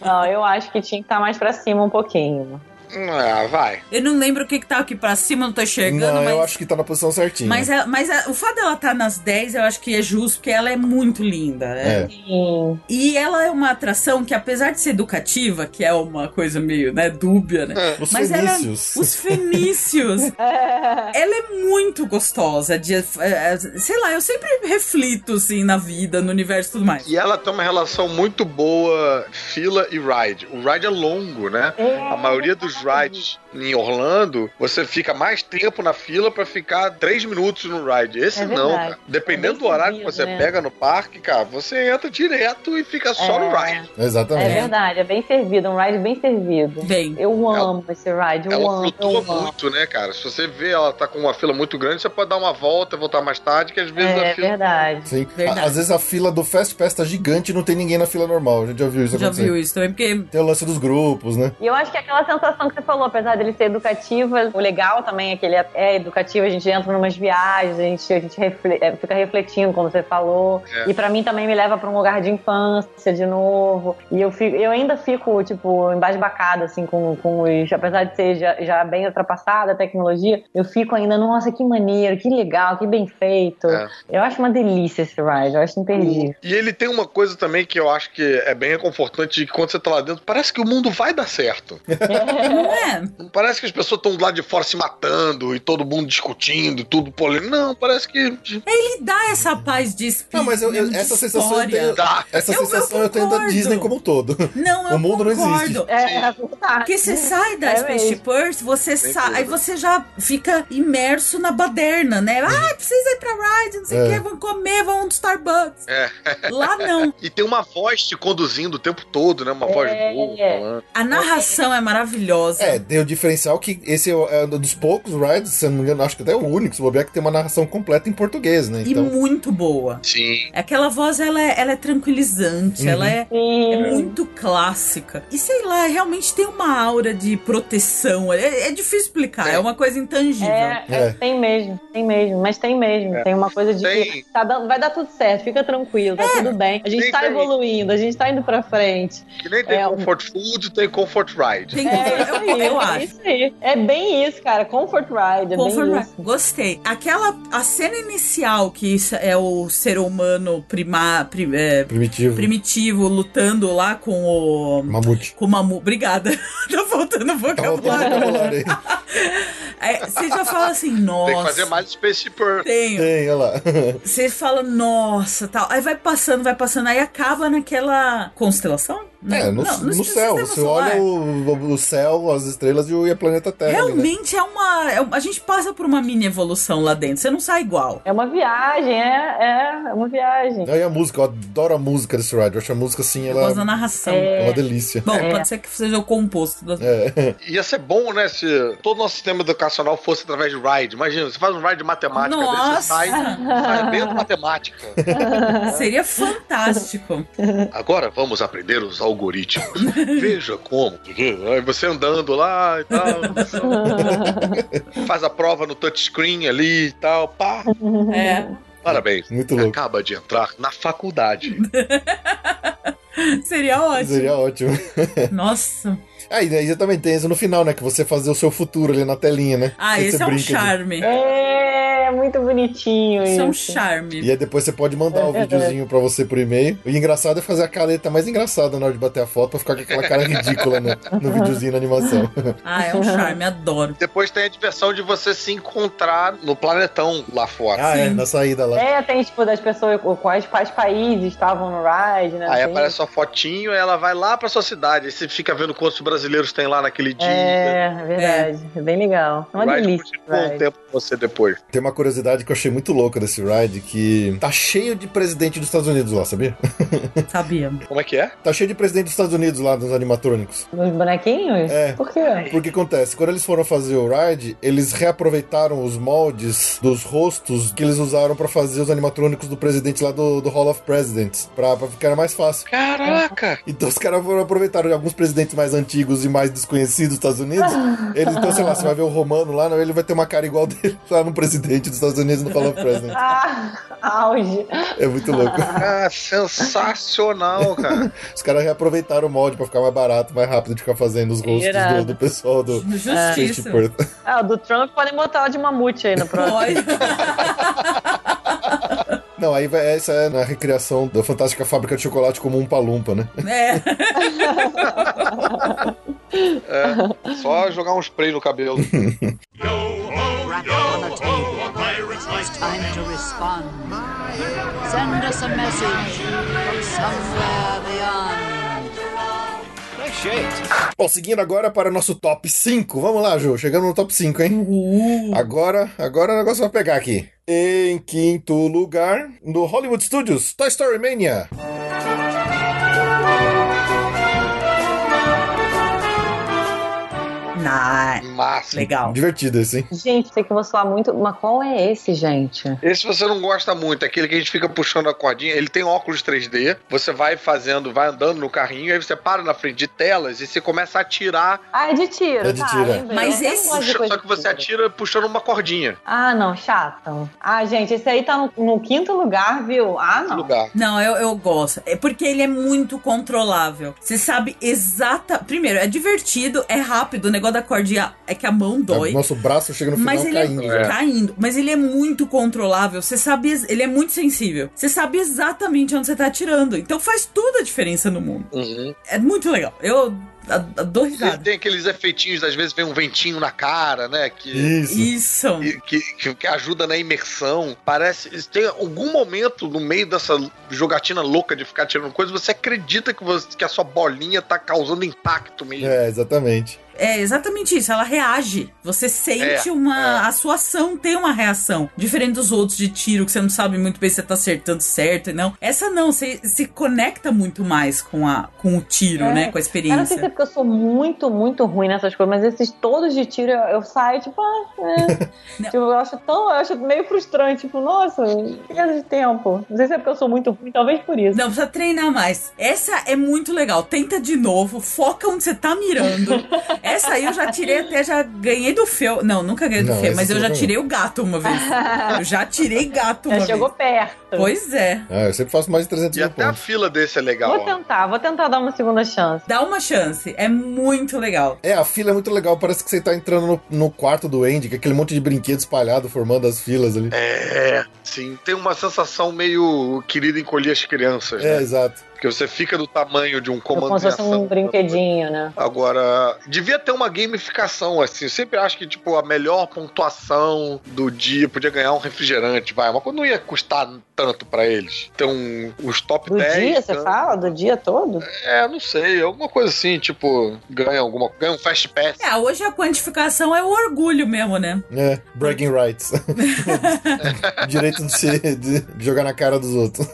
Speaker 5: Não, eu acho que tinha que estar mais pra cima um pouquinho.
Speaker 4: ah, vai.
Speaker 3: Eu não lembro o que que tá aqui pra cima, não tô enxergando,
Speaker 1: Não,
Speaker 3: mas.
Speaker 1: eu acho que tá na posição certinha.
Speaker 3: Mas, é- mas é- o fato dela tá nas 10, eu acho que é justo, porque ela é muito linda. né?
Speaker 1: É.
Speaker 5: Sim.
Speaker 3: E ela é uma atração que, apesar de ser educativa, que é uma coisa meio, né, dúbia, né?
Speaker 1: É. Os
Speaker 3: Mas ela-
Speaker 1: fenícios.
Speaker 3: Os fenícios. Ela é muito gostosa. De, eh, eh, sei lá, eu sempre reflito, assim, na vida, no universo e tudo
Speaker 1: é
Speaker 3: mais.
Speaker 4: E ela tem uma relação muito boa, fila e ride. O ride é longo, né?
Speaker 5: É.
Speaker 4: A maioria dos rides em Orlando, você fica mais tempo na fila pra ficar três minutos no ride. Esse
Speaker 5: É
Speaker 4: não,
Speaker 5: verdade.
Speaker 4: cara. Dependendo
Speaker 5: É bem
Speaker 4: do horário que
Speaker 5: servido,
Speaker 4: você
Speaker 5: né?
Speaker 4: pega no parque, cara, você entra direto e fica só no
Speaker 5: É.
Speaker 4: ride.
Speaker 5: É
Speaker 1: Exatamente.
Speaker 5: verdade, é bem servido, um ride bem servido.
Speaker 3: Bem,
Speaker 5: Eu amo esse ride, eu
Speaker 4: Ela
Speaker 5: amo, eu
Speaker 4: flutua
Speaker 5: amo.
Speaker 4: muito, né, cara? Se você vê ela tá com uma fila muito grande, você pode dar uma volta e voltar mais tarde, que às vezes
Speaker 5: É
Speaker 4: a fila.
Speaker 5: verdade.
Speaker 1: Sim.
Speaker 3: Verdade.
Speaker 1: Às vezes a fila do Fast Pass tá gigante e não tem ninguém na fila normal. A gente já viu isso
Speaker 3: já
Speaker 1: acontecer.
Speaker 3: viu isso também, porque
Speaker 1: Tem o lance dos grupos, né?
Speaker 5: E eu acho que é aquela sensação que você falou, apesar dele ser educativa, o legal também é que ele é, é educativo, a gente entra numas viagens, a gente, a gente refle- é, fica refletindo, como você falou.
Speaker 4: É.
Speaker 5: E pra mim também me leva pra um lugar de infância de novo. E eu, fico- eu ainda fico, tipo, embasbacada, assim, com, com os. Apesar de ser já, já bem ultrapassada a tecnologia, eu fico ainda, nossa, que maneiro, que legal, que bem feito.
Speaker 4: É.
Speaker 5: Eu acho uma delícia esse ride, eu acho imperdível.
Speaker 4: E ele tem uma coisa também que eu acho que é bem reconfortante, que quando você tá lá dentro, parece que o mundo vai dar certo.
Speaker 3: não é.
Speaker 4: Não parece que as pessoas estão do lado de fora se matando e todo mundo discutindo, tudo polêmico. Não, parece que
Speaker 3: Ele dá essa paz de espírito.
Speaker 1: Não, mas eu- eu-
Speaker 3: mesmo de
Speaker 1: essa sensação eu
Speaker 3: história.
Speaker 1: tenho-
Speaker 4: dá.
Speaker 1: Essa
Speaker 3: Eu- eu
Speaker 1: sensação eu, tenho da
Speaker 3: concordo.
Speaker 1: Disney como um todo.
Speaker 3: Não, eu
Speaker 1: O mundo não
Speaker 3: concordo.
Speaker 1: existe.
Speaker 5: É, é verdade.
Speaker 3: Porque você sai da
Speaker 5: É
Speaker 3: Space
Speaker 5: mesmo.
Speaker 3: Earth, você
Speaker 4: Sem
Speaker 3: sai, aí
Speaker 4: dúvida.
Speaker 3: você já fica imerso na baderna, né? Ah, precisa ir pra ride, não sei o
Speaker 1: Uhum. É.
Speaker 3: que, vamos comer, vamos no Starbucks.
Speaker 4: É.
Speaker 3: Lá não.
Speaker 4: E tem uma voz te conduzindo o tempo todo, né? Uma voz
Speaker 3: É.
Speaker 4: né? boa falando.
Speaker 3: A narração é maravilhosa.
Speaker 1: É, tem o diferencial que esse é o- é um dos poucos rides, se eu não me engano, acho que até o único, se bobear, que tem uma narração completa em português, né?
Speaker 3: E
Speaker 1: Então,
Speaker 3: muito boa.
Speaker 4: Sim.
Speaker 3: Aquela voz, ela é, ela é
Speaker 1: Uhum.
Speaker 3: tranquilizante, ela é, é muito clássica. E sei lá, realmente tem uma aura de proteção. É, é difícil explicar, é.
Speaker 4: É.
Speaker 3: uma coisa intangível.
Speaker 5: É, é,
Speaker 1: É.
Speaker 5: tem mesmo, tem mesmo, mas tem mesmo. Tem uma coisa de
Speaker 4: É. Tem.
Speaker 5: que tá dando, vai dar tudo certo, fica tranquilo, tá
Speaker 3: É.
Speaker 5: tudo bem. A gente
Speaker 4: Tem,
Speaker 5: tá
Speaker 4: tem.
Speaker 5: evoluindo, a gente tá indo pra frente.
Speaker 3: um
Speaker 4: Que nem tem
Speaker 5: É,
Speaker 4: comfort food, tem comfort ride.
Speaker 3: Tem que-
Speaker 5: É,
Speaker 3: Eu,
Speaker 5: isso aí,
Speaker 3: eu
Speaker 5: é
Speaker 3: acho.
Speaker 5: isso aí. É bem isso, cara. Comfort Ride. É
Speaker 3: Comfort
Speaker 5: bem
Speaker 3: Ride.
Speaker 5: isso.
Speaker 3: Gostei. Aquela a cena inicial que isso é o ser humano prima, pri- é,
Speaker 1: Primitivo.
Speaker 3: primitivo lutando lá com o
Speaker 1: Mamute.
Speaker 3: com o mamu. Obrigada. tá faltando
Speaker 1: Tá voltando o
Speaker 3: vocabulário.
Speaker 1: vocabulário aí.
Speaker 3: É, você já fala assim,
Speaker 4: Tem que
Speaker 3: nossa.
Speaker 4: fazer mais Space Pearl.
Speaker 3: Tenho.
Speaker 1: Tem, olha lá.
Speaker 3: Você fala, nossa, tal. Aí vai passando, vai passando. Aí acaba naquela constelação?
Speaker 1: É, no, no céu. Você olha o, o céu, as estrelas e o e a planeta Terra. ali, né?
Speaker 3: Realmente é uma. é uma- a gente passa por uma mini evolução lá dentro. Você não sai igual.
Speaker 5: É uma viagem, é, é, é uma viagem.
Speaker 1: Aí a música, eu adoro a música desse ride. Eu acho a música assim,
Speaker 3: Eu gosto da
Speaker 1: ela
Speaker 3: narração.
Speaker 1: é
Speaker 5: É.
Speaker 1: uma delícia.
Speaker 3: Bom,
Speaker 5: É.
Speaker 3: pode ser que seja o composto da.
Speaker 1: É.
Speaker 4: Ia ser bom, né, se todo o nosso sistema educacional fosse através de ride. Imagina, você faz um ride de matemática, daí
Speaker 3: Nossa!
Speaker 4: você sai, sai vendo matemática.
Speaker 3: Seria fantástico.
Speaker 4: Agora vamos aprender os algoritmos. Veja como. Aí você andando lá e tal. Faz a prova no touchscreen ali e tal. Pá,
Speaker 3: É.
Speaker 4: parabéns.
Speaker 1: Muito louco.
Speaker 4: Acaba de entrar na faculdade.
Speaker 3: Seria ótimo.
Speaker 1: Seria ótimo.
Speaker 3: Nossa.
Speaker 1: Aí, daí você também tem isso no final, né? Que você fazer o seu futuro ali na telinha, né?
Speaker 3: Ah,
Speaker 1: Aí
Speaker 3: esse
Speaker 1: você
Speaker 3: é um
Speaker 1: brinca de-
Speaker 3: charme.
Speaker 5: É, muito bonitinho
Speaker 3: Esse é um
Speaker 5: isso.
Speaker 3: charme.
Speaker 1: E É aí depois você pode mandar o videozinho pra você por e-mail. E engraçado é fazer a careta mais engraçada na hora de bater a foto pra ficar com aquela cara ridícula no, no videozinho na animação.
Speaker 3: Ah, é um charme, adoro.
Speaker 4: Depois tem a diversão de você se encontrar no planetão lá fora.
Speaker 1: Ah, é, na saída lá.
Speaker 5: É, tem tipo das pessoas, quais, quais países estavam no ride,
Speaker 1: é?
Speaker 5: né?
Speaker 4: Aí
Speaker 5: Tem-
Speaker 4: aparece sua fotinho, aí ela vai lá pra sua cidade. Aí você fica vendo quantos brasileiros tem lá naquele dia.
Speaker 5: É, é verdade. É. bem legal. É uma
Speaker 4: Ride
Speaker 5: delícia.
Speaker 4: continua um
Speaker 5: ride.
Speaker 4: tempo com você depois.
Speaker 1: Tem uma curiosidade que eu achei muito louca desse ride, que tá cheio de presidente dos Estados Unidos lá, sabia?
Speaker 3: Sabia.
Speaker 4: Como é que é?
Speaker 1: Tá cheio de presidente dos Estados Unidos lá nos animatrônicos.
Speaker 5: Dos bonequinhos?
Speaker 1: É.
Speaker 5: Por quê?
Speaker 1: Porque acontece, quando eles foram fazer o ride, eles reaproveitaram os moldes dos rostos que eles usaram pra fazer os animatrônicos do presidente lá do, do Hall of Presidents, pra, pra ficar mais fácil.
Speaker 4: Caraca!
Speaker 1: Então os caras foram aproveitaram de alguns presidentes mais antigos e mais desconhecidos dos Estados Unidos. Eles, então, sei lá, você vai ver o Romano lá, ele vai ter uma cara igual dele lá no presidente dos Estados Unidos no Hall of Presidents.
Speaker 5: Ah, auge.
Speaker 1: É muito louco.
Speaker 4: Ah, sensacional, cara.
Speaker 1: Os caras reaproveitaram o molde pra ficar mais barato, mais rápido de ficar fazendo os rostos do,
Speaker 5: Irado.
Speaker 1: do pessoal do Space
Speaker 3: Justiça.
Speaker 1: Perth.
Speaker 5: Ah, o do Trump podem botar ela de mamute aí no próximo.
Speaker 3: Olha,
Speaker 1: Não, aí vai, essa é na recriação da Fantástica Fábrica de Chocolate como um palumpa, né?
Speaker 3: é.
Speaker 4: É, só jogar um spray no cabelo.
Speaker 8: Rap on the table. It's time to respond. Send us a message from somewhere beyond.
Speaker 1: Bom, seguindo agora para o nosso top 5. Vamos lá, Ju. Chegamos no top 5, hein? Agora, agora o negócio vai pegar aqui. Em quinto lugar, no Hollywood Studios, Toy Story Mania.
Speaker 3: Nah,
Speaker 4: Máximo.
Speaker 3: legal.
Speaker 1: Divertido esse, hein?
Speaker 5: Gente, sei que eu vou soar muito. Mas qual é esse, gente?
Speaker 4: Esse você não gosta muito, é aquele que a gente fica puxando a cordinha. Ele tem óculos 3D, você vai fazendo, vai andando no carrinho, aí você para na frente de telas e você começa a atirar.
Speaker 5: Ah, é de tiro.
Speaker 1: É de
Speaker 5: tá,
Speaker 1: tiro, é.
Speaker 5: lembrei.
Speaker 3: Mas
Speaker 5: Eu não
Speaker 3: esse-
Speaker 5: gosto de
Speaker 4: puxa-
Speaker 5: coisa
Speaker 4: só que
Speaker 5: de
Speaker 4: você
Speaker 5: tiro.
Speaker 4: atira puxando uma cordinha
Speaker 5: Ah, não, chato. Ah, gente, esse aí tá no, no quinto lugar, viu? Ah,
Speaker 4: no
Speaker 5: não.
Speaker 4: lugar.
Speaker 3: Não, eu, eu gosto. É porque ele é muito controlável. Você sabe exata. Primeiro, é divertido, é rápido. O negócio da cordinha é que a mão dói.
Speaker 1: Tá, Nosso braço chega no final
Speaker 3: Mas ele
Speaker 1: caindo.
Speaker 3: é
Speaker 1: já.
Speaker 3: caindo, mas ele é muito controlável. Você sabe, ex- ele é muito sensível. Você sabe exatamente onde você tá atirando. Então faz toda a diferença no mundo. É muito legal. Eu a- a- dou
Speaker 4: Ele
Speaker 3: risada.
Speaker 4: tem aqueles efeitinhos, às vezes vem um ventinho na cara, né? Que,
Speaker 1: Isso.
Speaker 3: Isso.
Speaker 4: que, que- que ajuda na imersão. Parece. Tem algum momento no meio dessa jogatina louca de ficar atirando coisa, você acredita que, você- que a sua bolinha tá causando impacto mesmo.
Speaker 1: É, exatamente.
Speaker 3: É exatamente isso, ela reage. Você sente uma. A sua ação tem uma reação. Diferente dos outros de tiro, que você não sabe muito bem se você tá acertando certo e não. Essa não, você se conecta muito mais com, a, com o tiro,
Speaker 5: É.
Speaker 3: né? Com a
Speaker 5: Eu não sei se é
Speaker 3: experiência.
Speaker 5: porque eu sou muito, muito ruim nessas coisas, mas esses todos de tiro eu, eu saio, tipo, ah, é.
Speaker 3: Não.
Speaker 5: tipo, eu acho tão, eu acho meio frustrante, tipo, nossa, perda de tempo. Não sei se é porque eu sou muito ruim, talvez por isso.
Speaker 3: Não, precisa treinar mais. Essa é muito legal. Tenta de novo, foca onde você tá mirando. Essa aí eu já tirei até, já ganhei do Feu. Não, nunca ganhei do
Speaker 1: Não,
Speaker 3: Feu,
Speaker 1: essa
Speaker 3: mas eu
Speaker 1: você
Speaker 3: já
Speaker 1: ganhou.
Speaker 3: tirei o gato uma vez. Eu já tirei gato uma
Speaker 5: Já chegou
Speaker 3: vez.
Speaker 5: perto.
Speaker 3: Pois é.
Speaker 1: Ah, eu sempre faço mais de 300
Speaker 4: E
Speaker 1: mil
Speaker 4: até a
Speaker 1: pontos.
Speaker 4: fila desse é legal.
Speaker 5: Vou
Speaker 4: ó.
Speaker 5: tentar, vou tentar dar uma segunda chance.
Speaker 3: Dá uma chance. É muito legal.
Speaker 1: É, a fila é muito legal. Parece que você tá entrando no, no quarto do Andy, com aquele monte de brinquedo espalhado formando as filas ali.
Speaker 4: É, sim. Tem uma sensação meio querida encolher as crianças,
Speaker 1: É,
Speaker 4: né?
Speaker 1: exato.
Speaker 4: Porque você fica do tamanho de um comando
Speaker 5: Como se
Speaker 4: em
Speaker 5: fosse
Speaker 4: ação.
Speaker 5: um brinquedinho, né?
Speaker 4: Agora, devia ter uma gamificação, assim. Eu sempre acho que, tipo, a melhor pontuação do dia podia ganhar um refrigerante, vai. Mas não ia custar tanto pra eles. Ter um, os top
Speaker 5: Do
Speaker 4: 10.
Speaker 5: dia, você
Speaker 4: né?
Speaker 5: fala? Do dia todo?
Speaker 4: É, não sei. Alguma coisa assim, tipo, ganha alguma ganha um fast pass.
Speaker 3: É, hoje a quantificação é o orgulho mesmo, né?
Speaker 1: É, bragging rights. Direito de, se, de jogar na cara dos outros.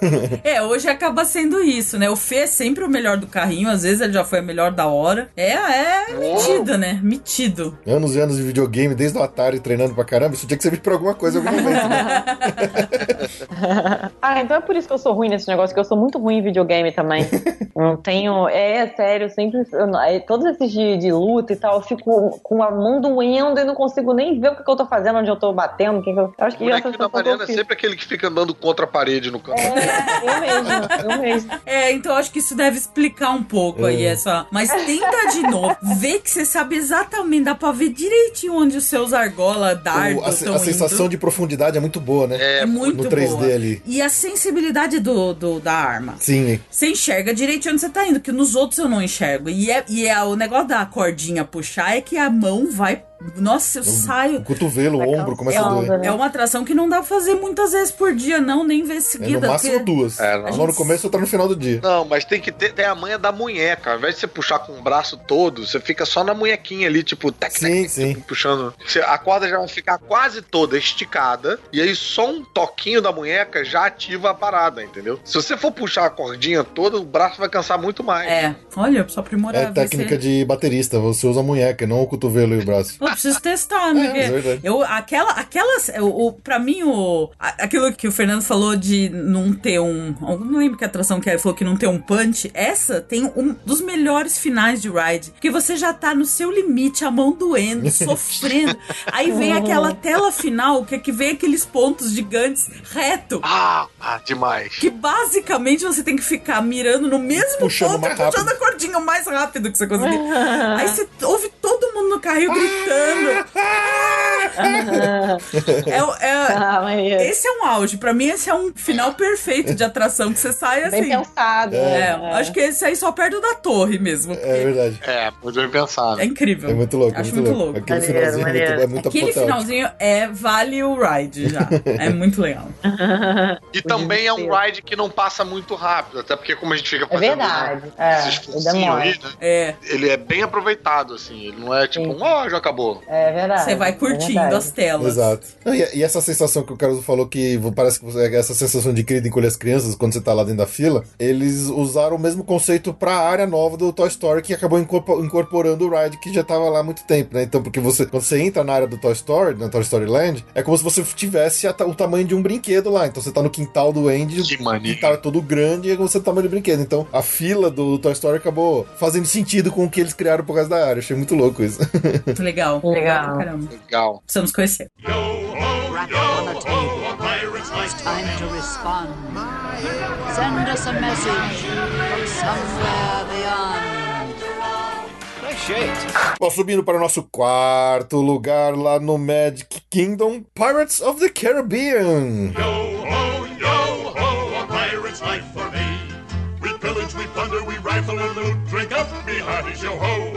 Speaker 3: É, hoje acaba sendo isso, né? O Fê é sempre o melhor do carrinho, às vezes ele já foi o melhor da hora. É, é metido, né? Metido.
Speaker 1: Anos e anos de videogame, desde o Atari treinando pra caramba. Isso tinha que servir pra alguma coisa em algum momento. né?
Speaker 5: Ah, então é por isso que eu sou ruim nesse negócio, que eu sou muito ruim em videogame também. não tenho. É, sério, sempre. eu não- é, todos esses de, de luta e tal, eu fico com a mão doendo e não consigo nem ver o que, que eu tô fazendo, onde eu tô batendo. o Que que eu... eu acho
Speaker 4: O
Speaker 5: que essa
Speaker 4: bonequinho da
Speaker 5: sensação que eu
Speaker 4: Mariana é
Speaker 5: fico.
Speaker 4: sempre aquele que fica andando contra a parede no canto.
Speaker 5: É, eu mesmo, eu mesmo.
Speaker 3: É, então acho que isso deve explicar um pouco aí
Speaker 1: É.
Speaker 3: essa. Mas tenta de novo. Vê que você sabe exatamente, dá pra ver direitinho onde os seus argola
Speaker 1: O- a,
Speaker 3: dardo
Speaker 1: se-
Speaker 3: estão
Speaker 1: a sensação de profundidade é muito boa, né?
Speaker 3: é muito
Speaker 1: no 3D
Speaker 3: boa.
Speaker 1: ali.
Speaker 3: E a sensibilidade do, do- da arma.
Speaker 1: Sim,
Speaker 3: Você enxerga direitinho onde você tá indo, que nos outros eu não enxergo. E é, e é o negócio da cordinha puxar é que a mão vai. Nossa, eu
Speaker 1: o
Speaker 3: saio.
Speaker 1: cotovelo, o ombro começa a
Speaker 5: cansando,
Speaker 1: doer.
Speaker 5: né?
Speaker 3: É uma atração que não dá pra fazer muitas vezes por dia, não, nem vezes
Speaker 1: É, no
Speaker 3: seguida.
Speaker 1: máximo
Speaker 3: porque-
Speaker 1: duas.
Speaker 4: É, não.
Speaker 1: Uma
Speaker 4: A
Speaker 1: no
Speaker 3: gente-
Speaker 1: começo, outra no final do dia.
Speaker 4: Não, mas tem que ter tem a manha da munheca. Ao invés de você puxar com o braço todo, você fica só na munhequinha ali, tipo, tec, tec,
Speaker 1: Sim,
Speaker 4: tec,
Speaker 1: sim. É
Speaker 4: tipo, puxando. Você- A corda já vai ficar quase toda esticada. E aí só um toquinho da munheca já ativa a parada, entendeu? Se você for puxar a cordinha toda, o braço vai cansar muito mais.
Speaker 3: É, olha, só aprimorar.
Speaker 1: É
Speaker 3: vê
Speaker 1: técnica
Speaker 3: se-
Speaker 1: de baterista, você usa a munheca, não o cotovelo e o braço.
Speaker 3: Eu preciso testar, né? porque
Speaker 1: é verdade.
Speaker 3: eu, aquela, aquelas, é, o, o, pra mim, o, a- aquilo que o Fernando falou de não ter um, eu não lembro que atração que é, ele falou que não ter um punch, essa tem um dos melhores finais de ride, porque você já tá no seu limite, a mão doendo, sofrendo, aí vem aquela tela final, que é que vem aqueles pontos gigantes reto,
Speaker 4: Ah, ah, demais.
Speaker 3: que basicamente você tem que ficar mirando no mesmo
Speaker 1: Puxando
Speaker 3: ponto,
Speaker 1: mais
Speaker 3: puxando
Speaker 1: rápido.
Speaker 3: a cordinha o mais rápido que você conseguir. Aí você ouve todo mundo no carrinho gritando. É- é-
Speaker 5: Ah, Maria.
Speaker 3: esse é um auge. Pra mim, esse é um final perfeito de atração que você sai
Speaker 5: Bem
Speaker 3: assim.
Speaker 5: pensado.
Speaker 3: É,
Speaker 5: né?
Speaker 3: acho que esse aí só perto da torre mesmo. porque
Speaker 1: É verdade.
Speaker 4: É, muito bem pensado.
Speaker 3: é incrível.
Speaker 1: É muito louco, é
Speaker 3: Acho
Speaker 1: muito louco.
Speaker 3: louco.
Speaker 1: Aquele
Speaker 5: Maneiro,
Speaker 1: finalzinho é
Speaker 5: maneiro.
Speaker 1: muito, é muito
Speaker 3: Aquele
Speaker 1: apoteótico.
Speaker 3: finalzinho é vale o ride já. É muito legal.
Speaker 4: E também é um
Speaker 5: desespero.
Speaker 4: ride que não passa muito rápido, até porque como a gente fica
Speaker 5: É
Speaker 4: fazendo né,
Speaker 5: verdade. É,
Speaker 4: esses
Speaker 5: e
Speaker 4: esforcinho
Speaker 5: demora.
Speaker 4: aí, né,
Speaker 3: É.
Speaker 4: ele é bem aproveitado, assim. Ele não é tipo,
Speaker 5: Sim.
Speaker 4: ó, já acabou.
Speaker 5: É verdade.
Speaker 3: Você vai
Speaker 5: é
Speaker 3: curtindo assim.
Speaker 5: verdade.
Speaker 3: as telas.
Speaker 1: Exato. Não, E, e essa sensação que o Carlos falou que vo- parece que você, essa sensação de querida encolher as crianças quando você tá lá dentro da fila, eles usaram o mesmo conceito pra área nova do Toy Story que acabou incorpo- incorporando o ride que já tava lá há muito tempo, né? Então, porque você quando você entra na área do Toy Story, na Toy Story Land, é como se você tivesse a ta- o tamanho de um brinquedo lá. Então você tá no quintal do Andy,
Speaker 4: Que
Speaker 1: o
Speaker 4: maneiro.
Speaker 1: quintal é todo grande e é como você tá tamanho de brinquedo. Então a fila do Toy Story acabou fazendo sentido com o que eles criaram por causa da área. Achei muito louco isso.
Speaker 3: Muito legal.
Speaker 5: Legal.
Speaker 3: Caramba.
Speaker 4: Legal.
Speaker 3: Precisamos conhecer.
Speaker 8: Rap on the table. It's time to respond. Send us a message from somewhere beyond.
Speaker 1: Bom, subindo para o nosso quarto lugar lá no Magic Kingdom, Pirates of the Caribbean.
Speaker 9: Yo ho, yo ho, a pirate's life for me. We pillage, we plunder, we rifle and loot. Drink up, me hearties, yo ho.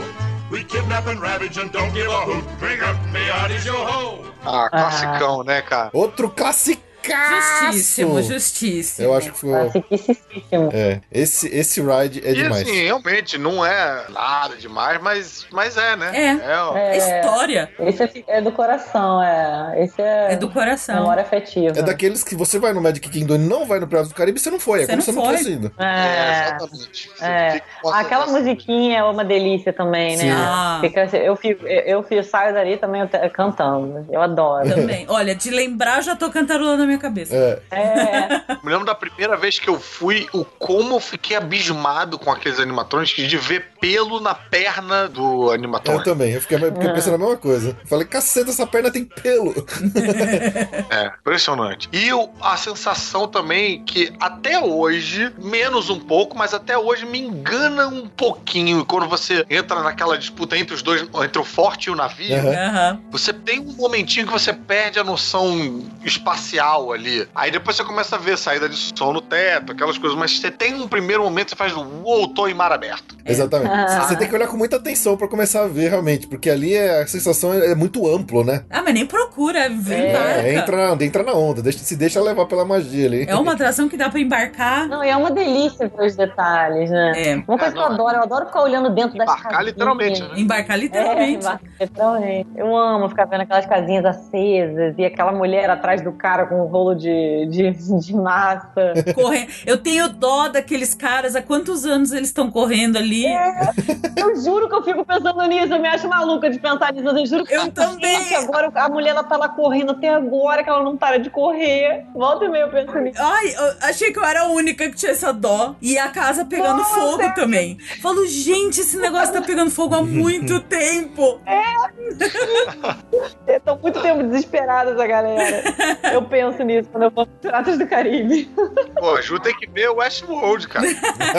Speaker 9: We kidnap and ravage and don't give a hoot. Drink up, me hearties, yo ho.
Speaker 4: Ah, classicão, né, cara?
Speaker 1: Outro classicaço!
Speaker 3: Justíssimo, justíssimo.
Speaker 1: Eu acho que ficou...
Speaker 5: Classicíssimo.
Speaker 1: É, esse, esse ride é
Speaker 4: E
Speaker 1: demais.
Speaker 4: assim, realmente não é nada demais, mas, mas é, né?
Speaker 3: É.
Speaker 4: ó.
Speaker 3: É história.
Speaker 5: Esse é- é do coração, é. Esse é,
Speaker 3: É do coração.
Speaker 5: memória afetiva.
Speaker 1: É daqueles que você vai no Magic Kingdom e não vai no Piratas do Caribe, você não foi. É
Speaker 3: Você
Speaker 1: como
Speaker 3: não
Speaker 1: se você não
Speaker 3: foi.
Speaker 1: tivesse ido.
Speaker 4: É,
Speaker 5: É.
Speaker 4: exatamente. Você
Speaker 5: É.
Speaker 4: fica com a
Speaker 5: Aquela
Speaker 4: sensação-
Speaker 5: musiquinha é uma delícia também, né?
Speaker 1: Sim.
Speaker 3: Ah.
Speaker 5: Fica assim, eu, fico, eu, eu fico- saio dali também eu- cantando. Eu adoro.
Speaker 3: Também. Olha, de lembrar já tô cantarolando na minha cabeça.
Speaker 1: É,
Speaker 5: É,
Speaker 4: Me lembro da primeira vez que eu fui, o como eu fiquei abismado com aqueles animatrônicos de ver pelo na perna do
Speaker 1: Eu
Speaker 4: animatrônico.
Speaker 1: também, eu fiquei porque
Speaker 3: É.
Speaker 1: eu pensei na mesma coisa. Falei, caceta, essa perna tem pelo.
Speaker 4: É, impressionante. E o- a sensação também que até hoje, menos um pouco, mas até hoje me engana um pouquinho. Quando você entra naquela disputa entre os dois, entre o forte e o navio,
Speaker 1: Aham.
Speaker 3: Aham.
Speaker 4: Você tem um momentinho que você perde a noção espacial ali. Aí depois você começa a ver saída de som no teto, aquelas coisas. Mas você tem um primeiro momento que você faz um uou, tô em mar aberto.
Speaker 3: É.
Speaker 1: Exatamente.
Speaker 5: Ah.
Speaker 1: Você tem que olhar com muita atenção pra começar a ver realmente, porque ali é- a sensação é é muito amplo, né?
Speaker 3: Ah, mas nem procura, vem
Speaker 5: É,
Speaker 3: embarca.
Speaker 1: É, entra, entra na onda, deixa, se deixa levar pela magia ali.
Speaker 3: É uma atração que dá pra embarcar.
Speaker 5: Não, e é uma delícia ver os detalhes, né?
Speaker 3: É,
Speaker 5: Uma coisa
Speaker 4: É,
Speaker 5: que eu
Speaker 4: não,
Speaker 5: adoro, eu adoro ficar olhando dentro das
Speaker 4: Embarcar
Speaker 5: casinhas.
Speaker 4: literalmente, né?
Speaker 3: embarcar
Speaker 5: É,
Speaker 3: literalmente.
Speaker 5: embarcar literalmente. Eu amo ficar vendo aquelas casinhas acesas e aquela mulher atrás do cara com um rolo de, de, de massa.
Speaker 3: correndo. Eu tenho dó daqueles caras, há quantos anos eles estão correndo ali?
Speaker 5: É. Eu juro que eu fico pensando nisso, eu me acho maluca de pensar nisso. Eu juro que
Speaker 3: Eu também.
Speaker 5: Gente, agora a mulher ela tá lá correndo até agora que ela não para de correr. Volta e meia eu penso nisso.
Speaker 3: Ai, eu achei que eu era a única que tinha essa dó. E a casa pegando
Speaker 5: Nossa.
Speaker 3: fogo também. Falo, gente, esse negócio tá pegando fogo há muito tempo.
Speaker 5: Estão muito tempo desesperadas a galera. Eu penso nisso quando eu vou nos Piratas do Caribe.
Speaker 4: Pô, Ju tem que ver o Westworld, cara.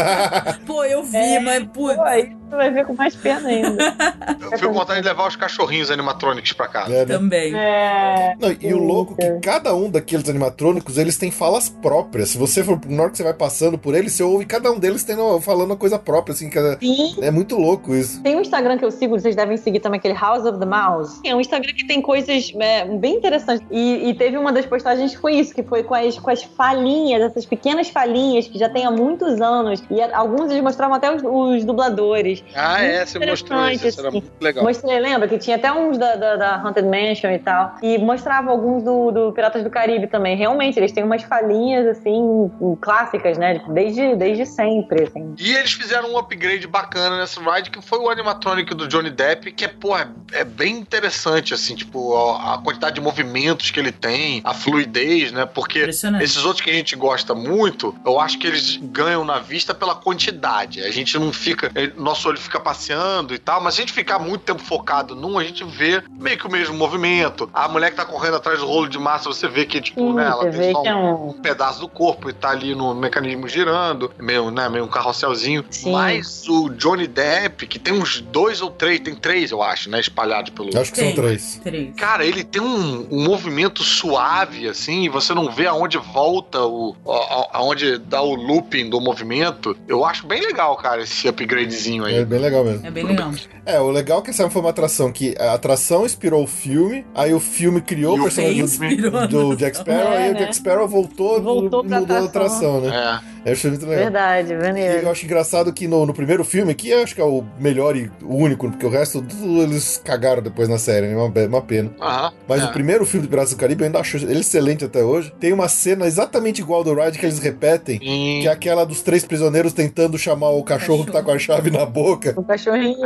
Speaker 3: Pô, eu vi,
Speaker 5: É.
Speaker 3: mas pô,
Speaker 5: Pô, aí você vai ver com mais pena ainda.
Speaker 4: Eu fico com vontade de levar os cachorrinhos animatrônicos pra casa.
Speaker 1: É, né?
Speaker 3: também.
Speaker 5: É.
Speaker 1: Não, e o louco é que
Speaker 5: Eita.
Speaker 1: cada um daqueles animatrônicos, eles têm falas próprias. Se você for, na hora que você vai passando por eles, você ouve cada um deles tendo, falando uma coisa própria, assim, que é,
Speaker 5: Sim.
Speaker 1: é muito louco isso.
Speaker 5: Tem um Instagram que eu sigo, vocês devem seguir também, aquele House of the Mouse. É um Instagram que tem coisas é, bem interessantes. E, e teve uma das postagens que foi isso, que foi com as, com as falinhas, essas pequenas falinhas que já tem há muitos anos. E a- alguns eles mostravam até os, os dubladores.
Speaker 4: Ah, é, você
Speaker 5: Interessante,
Speaker 4: mostrou isso. Isso era
Speaker 5: assim.
Speaker 4: muito legal.
Speaker 5: Mostrei, lembra? Que tinha até uns da, da, da Haunted Mansion e tal. E mostrava alguns do, do Piratas do Caribe também. Realmente, eles têm umas falinhas, assim, clássicas, né? Desde, desde sempre, assim.
Speaker 4: E eles fizeram um upgrade bacana nessa ride, que foi o animatronic do Johnny Depp, que é, porra, é bem interessante, assim, tipo, a, a quantidade de movimentos que ele tem, a fluidez, né? Porque
Speaker 3: Impressionante.
Speaker 4: esses outros que a gente gosta muito, eu acho que eles ganham na vista pela quantidade. A gente não fica. eh, Nosso olho fica passeando e tal, mas se a gente ficar muito tempo focado num, a gente vê meio que o mesmo movimento. A mulher que tá correndo atrás do rolo de massa, você vê que, tipo,
Speaker 5: Sim,
Speaker 4: né, ela
Speaker 5: você
Speaker 4: tem
Speaker 5: vê
Speaker 4: só
Speaker 5: que é
Speaker 4: um
Speaker 5: um...
Speaker 4: um pedaço do corpo e tá ali no mecanismo girando, meio, né, meio um carrosselzinho.
Speaker 5: Sim.
Speaker 4: Mas o Johnny Depp, que tem uns dois ou três, tem três, eu acho, né, espalhados pelo...
Speaker 1: Acho que são
Speaker 3: Tem.
Speaker 1: três.
Speaker 3: Três.
Speaker 4: Cara, ele tem um, um movimento suave, assim, e você não vê aonde volta, o, a- a- aonde dá o looping do movimento. Eu acho bem legal, cara, esse upgradezinho aí.
Speaker 1: É bem legal mesmo.
Speaker 3: É bem legal.
Speaker 1: É, o legal é que essa foi uma atração que a atração inspirou o filme, aí o filme criou
Speaker 4: E
Speaker 1: o
Speaker 4: o
Speaker 1: personagem
Speaker 3: filme
Speaker 1: do,
Speaker 3: inspirou
Speaker 1: do
Speaker 3: a
Speaker 1: Jack Sparrow,
Speaker 5: É,
Speaker 1: aí o
Speaker 5: né?
Speaker 1: Jack Sparrow voltou,
Speaker 5: Voltou
Speaker 1: e
Speaker 5: pra
Speaker 1: mudou a atração,
Speaker 5: atração.
Speaker 1: né?
Speaker 4: É.
Speaker 1: Eu achei muito legal.
Speaker 5: Verdade,
Speaker 1: E eu
Speaker 5: maneiro.
Speaker 1: acho engraçado que no, no primeiro filme, que eu acho que é o melhor e o único, porque o resto tudo eles cagaram depois na série, né? Uma, be- uma pena.
Speaker 4: Aham.
Speaker 1: Mas
Speaker 4: É.
Speaker 1: o primeiro filme do Piratas do Caribe eu ainda acho ele excelente até hoje. Tem uma cena exatamente igual do Ride que eles repetem,
Speaker 4: Sim.
Speaker 1: que é aquela dos três prisioneiros tentando chamar o cachorro que tá com a chave na boca.
Speaker 5: O Um cachorrinho.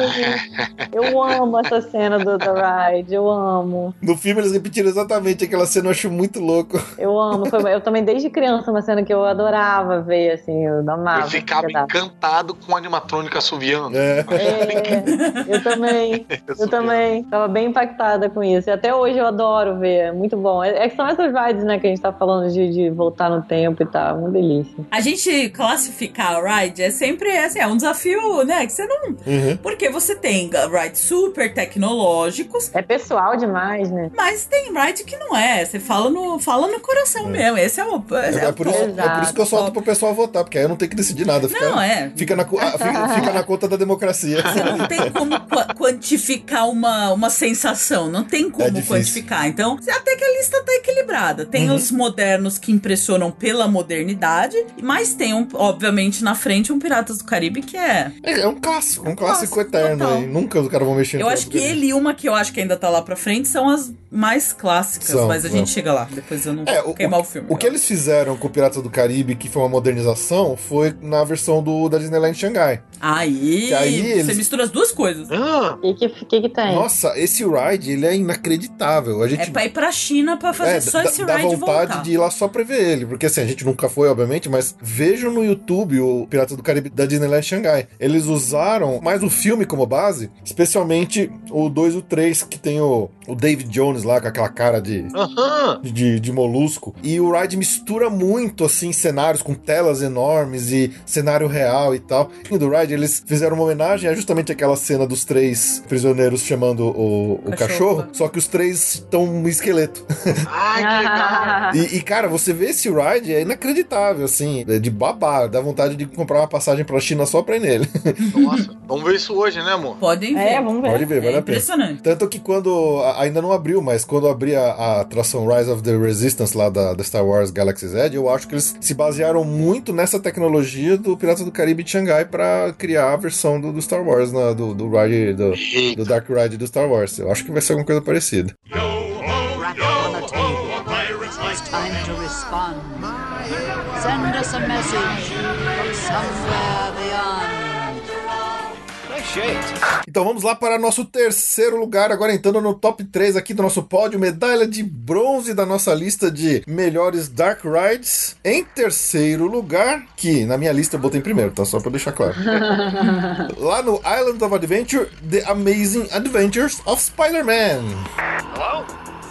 Speaker 5: Eu amo essa cena do The Ride. Eu amo.
Speaker 1: No filme eles repetiram exatamente aquela cena, eu acho muito louco.
Speaker 5: Eu amo. Foi- eu também, desde criança, uma cena que eu adorava ver, assim. Eu amava.
Speaker 4: Eu ficava
Speaker 5: adorava.
Speaker 4: encantado com a animatrônica assoviando.
Speaker 1: É.
Speaker 5: É, eu também, eu
Speaker 4: Assoviando.
Speaker 5: também. Tava bem impactada com isso. E até hoje eu adoro ver. É Muito bom. É, é que são essas vibes, né, que a gente tá falando de, de voltar no tempo e tal. Uma delícia.
Speaker 3: A gente classificar a ride é sempre assim, é um desafio, né? Que você não.
Speaker 1: Uhum.
Speaker 3: Porque você tem rides super tecnológicos,
Speaker 5: É pessoal demais, né?
Speaker 3: mas tem ride que não é. Você fala no, fala no coração mesmo. Esse é o. esse
Speaker 1: É,
Speaker 3: é o
Speaker 1: por isso,
Speaker 3: top.
Speaker 1: é por isso que eu solto pro pessoal votar, porque aí eu não tenho que decidir nada. Fica,
Speaker 3: Não, é.
Speaker 1: fica, na, co- ah, fica, fica na conta da democracia.
Speaker 3: Você não tem como qua- quantificar uma, uma sensação, não tem
Speaker 1: É
Speaker 3: como
Speaker 1: difícil. Uhum.
Speaker 3: quantificar. Então, até que a lista tá equilibrada. Tem os modernos que impressionam pela modernidade, mas tem, um, obviamente, na frente um Piratas do Caribe que é.
Speaker 1: É, é um clássico, um clássico,
Speaker 3: clássico,
Speaker 1: eterno
Speaker 3: total.
Speaker 1: aí. Nunca os caras vão mexer
Speaker 3: Eu
Speaker 1: no
Speaker 3: acho que
Speaker 1: corpo dele.
Speaker 3: ele e uma que eu acho que ainda tá lá pra frente são as mais clássicas,
Speaker 1: São,
Speaker 3: mas a gente
Speaker 1: é.
Speaker 3: chega lá. Depois eu não
Speaker 1: É,
Speaker 3: vou
Speaker 1: o,
Speaker 3: queimar
Speaker 1: o,
Speaker 3: o, filme.
Speaker 1: o que eles fizeram com o Pirata do Caribe, que foi uma modernização, foi na versão do da Disneyland Xangai.
Speaker 3: Aí,
Speaker 1: Que aí
Speaker 3: você
Speaker 1: eles-
Speaker 3: mistura as duas coisas.
Speaker 4: Ah,
Speaker 5: E que, que que tem?
Speaker 1: Nossa, esse ride, ele é inacreditável. A gente
Speaker 3: É pra ir pra China pra fazer
Speaker 1: É,
Speaker 3: só
Speaker 1: dá-
Speaker 3: esse
Speaker 1: dá
Speaker 3: ride e
Speaker 1: vontade
Speaker 3: voltar.
Speaker 1: de ir lá só pra ver ele, porque assim, a gente nunca foi, obviamente, mas vejam no YouTube o Pirata do Caribe da Disneyland Xangai. Eles usaram mais o filme como base, especialmente o 2 e o 3, que tem o, o David Jones lá com aquela cara de,
Speaker 4: aham.
Speaker 1: de, de molusco. E o ride mistura muito, assim, cenários com telas enormes e cenário real e tal. E do ride, eles fizeram uma homenagem a justamente aquela cena dos três prisioneiros chamando o, o
Speaker 3: Cachorro.
Speaker 1: cachorro, só que os três estão um esqueleto.
Speaker 4: Ai, que legal.
Speaker 5: Ah.
Speaker 1: E, e, cara, você vê esse ride é inacreditável, assim, é de babar, dá vontade de comprar uma passagem pra China só pra ir nele.
Speaker 4: Nossa, vamos ver isso hoje, né, amor?
Speaker 3: Podem ver.
Speaker 5: É, vamos ver.
Speaker 1: Pode ver, vale
Speaker 3: É
Speaker 1: a pena.
Speaker 3: impressionante.
Speaker 1: Tanto que quando. a- Ainda não abriu, mas quando abrir a, a atração Rise of the Resistance lá da, da Star Wars Galaxy Z, eu acho que eles se basearam muito nessa tecnologia do Pirata do Caribe de Xangai pra criar a versão do, do Star Wars, na- do, do ride, do, do Dark Ride do Star Wars. Eu acho que vai ser alguma coisa parecida.
Speaker 9: Yo ho,
Speaker 8: Rap
Speaker 9: yo
Speaker 8: on the table.
Speaker 9: ho, a pirate's life.
Speaker 8: Time to respond. Send us a message from somewhere beyond.
Speaker 1: Então vamos lá para nosso terceiro lugar, agora entrando no top 3 aqui do nosso pódio, medalha de bronze da nossa lista de melhores Dark Rides. Em terceiro lugar, que na minha lista eu botei em primeiro, tá? Só pra deixar claro. lá no Island of Adventure, The Amazing Adventures of Spider-Man.
Speaker 10: Hello?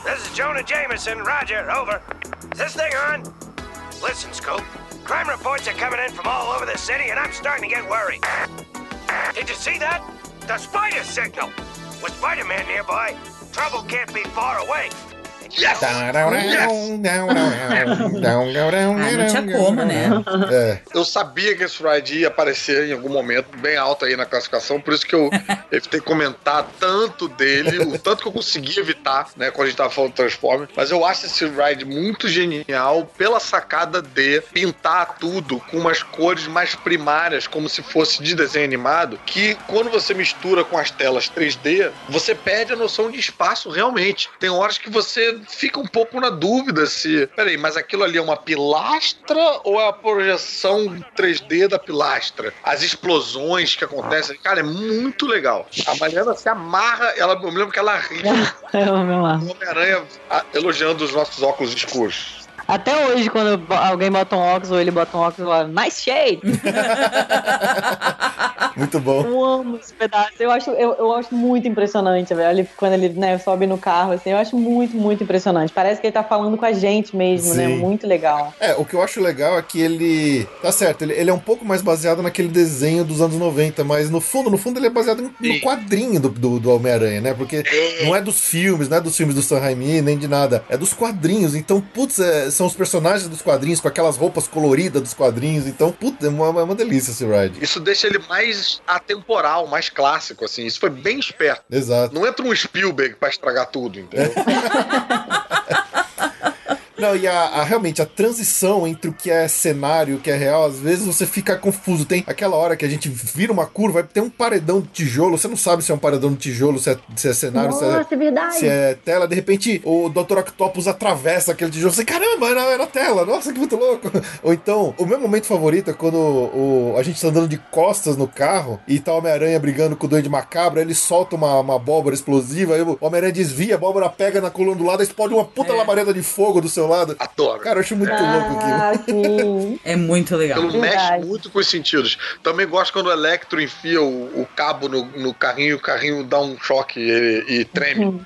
Speaker 10: This is Jonah Jameson. Roger, over. Is this thing on? Listen, Scoop. Crime reports are coming in from all over the city, and I'm starting to get worried. Did you see that? The spider signal! With Spider Man nearby, trouble can't be far away.
Speaker 4: Yes!
Speaker 3: Ah, não tinha como, né?
Speaker 1: É.
Speaker 4: Eu sabia que esse ride ia aparecer em algum momento bem alto aí na classificação, por isso que eu evitei comentar tanto dele, o tanto que eu consegui evitar, né, quando a gente tava falando do Transformers. Mas eu acho esse ride muito genial pela sacada de pintar tudo com umas cores mais primárias, como se fosse de desenho animado, que quando você mistura com as telas 3D, você perde a noção de espaço realmente. Tem horas que você fica um pouco na dúvida se, peraí, mas aquilo ali é uma pilastra ou é a projeção 3D da pilastra? As explosões que acontecem, cara, é muito legal. A Mariana se amarra, ela, eu me lembro que ela ri
Speaker 5: É, vamos lá.
Speaker 4: do Homem-Aranha a- elogiando os nossos óculos escuros.
Speaker 5: Até hoje, quando bo- alguém bota um óculos ou ele bota um óculos, eu falo, nice shade!
Speaker 1: Muito bom.
Speaker 5: Eu amo esse pedaço. Eu acho, eu, eu acho muito impressionante, velho. Ele- Quando ele né, sobe no carro, assim, eu acho muito, muito impressionante. Parece que ele tá falando com a gente mesmo, né?
Speaker 1: Sim.
Speaker 5: Muito legal.
Speaker 1: É, o que eu acho legal é que ele. Tá certo, ele, ele é um pouco mais baseado naquele desenho dos anos 90, mas no fundo, no fundo, ele é baseado no
Speaker 4: Sim.
Speaker 1: quadrinho do, do, do Homem-Aranha, né? Porque
Speaker 4: É.
Speaker 1: não é dos filmes, não é dos filmes do Sam Raimi, nem de nada. É dos quadrinhos. Então, putz, é, são os personagens dos quadrinhos, com aquelas roupas coloridas dos quadrinhos. Então, putz, é uma, é uma delícia esse ride.
Speaker 4: Isso deixa ele mais atemporal, mais clássico, assim. Isso foi bem esperto.
Speaker 1: Exato.
Speaker 4: Não entra um Spielberg pra estragar tudo, entendeu?
Speaker 1: Não, e a, a- realmente a transição entre o que é cenário e o que é real, às vezes você fica confuso. Tem aquela hora que a gente vira uma curva, tem um paredão de tijolo, você não sabe se é um paredão de tijolo, se é, se é cenário, se é,
Speaker 5: verdade.
Speaker 1: se é tela. De repente o Dr. Octopus atravessa aquele tijolo, você, caramba, era, era tela, nossa, que muito louco. Ou então, o meu momento favorito é quando o, a gente tá andando de costas no carro e tá o Homem-Aranha brigando com o Duende Macabro, aí ele solta uma, uma abóbora explosiva, aí o Homem-Aranha desvia, a abóbora pega na coluna do lado, explode uma puta labareda de fogo do seu lado.
Speaker 4: Adoro.
Speaker 1: Cara, eu acho muito louco aquilo.
Speaker 5: Ah, sim.
Speaker 3: É muito legal.
Speaker 4: Aquilo mexe
Speaker 5: Verdade.
Speaker 4: muito com os sentidos. Também gosto quando o Electro enfia o, o cabo no, no carrinho e o carrinho dá um choque e, e
Speaker 5: Uhum.
Speaker 4: treme.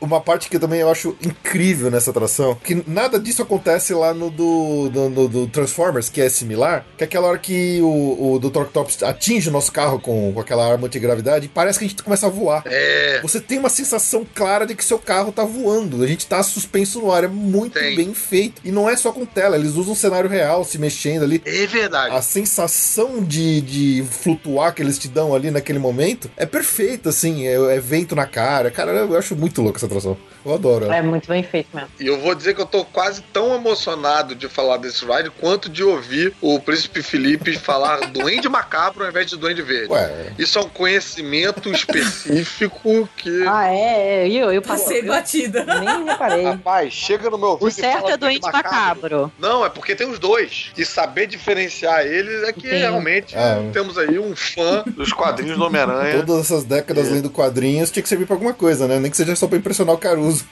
Speaker 1: Uma parte que também eu acho incrível nessa atração, que nada disso acontece lá no do, do, do- do Transformers, que é similar, que é aquela hora que o, o Dr. Octopus atinge o nosso carro com, com aquela arma antigravidade e parece que a gente começa a voar.
Speaker 4: É.
Speaker 1: Você tem uma sensação clara de que seu carro tá voando, a gente tá suspenso no ar, é muito muito
Speaker 4: Tem.
Speaker 1: bem feito. E não é só com tela, eles usam o cenário real se mexendo ali.
Speaker 4: É verdade.
Speaker 1: A sensação de, de flutuar que eles te dão ali naquele momento é perfeita, assim. É, é vento na cara. Cara, eu acho muito louco essa atração. Eu adoro. ela.
Speaker 5: É muito bem feito mesmo.
Speaker 4: E eu vou dizer que eu tô quase tão emocionado de falar desse ride quanto de ouvir o Príncipe Felipe falar Duende Macabro ao invés de Duende Verde.
Speaker 1: Ué,
Speaker 4: Isso é um conhecimento específico que.
Speaker 5: Ah, é, é. E eu, eu passei.
Speaker 3: Passei batida.
Speaker 5: eu nem reparei.
Speaker 11: Rapaz, chega no meu ouvido
Speaker 5: O
Speaker 11: e
Speaker 5: certo
Speaker 11: fala
Speaker 5: é
Speaker 11: que
Speaker 5: doente macabro.
Speaker 4: Não, é porque tem os dois. E saber diferenciar eles é que
Speaker 5: Sim.
Speaker 4: realmente
Speaker 1: É.
Speaker 4: temos aí um fã.
Speaker 11: Dos quadrinhos do Homem-Aranha.
Speaker 1: Todas essas
Speaker 4: É.
Speaker 1: décadas lendo quadrinhos tinha que servir pra alguma coisa, né? Nem que seja só pra impressionar o Caruso.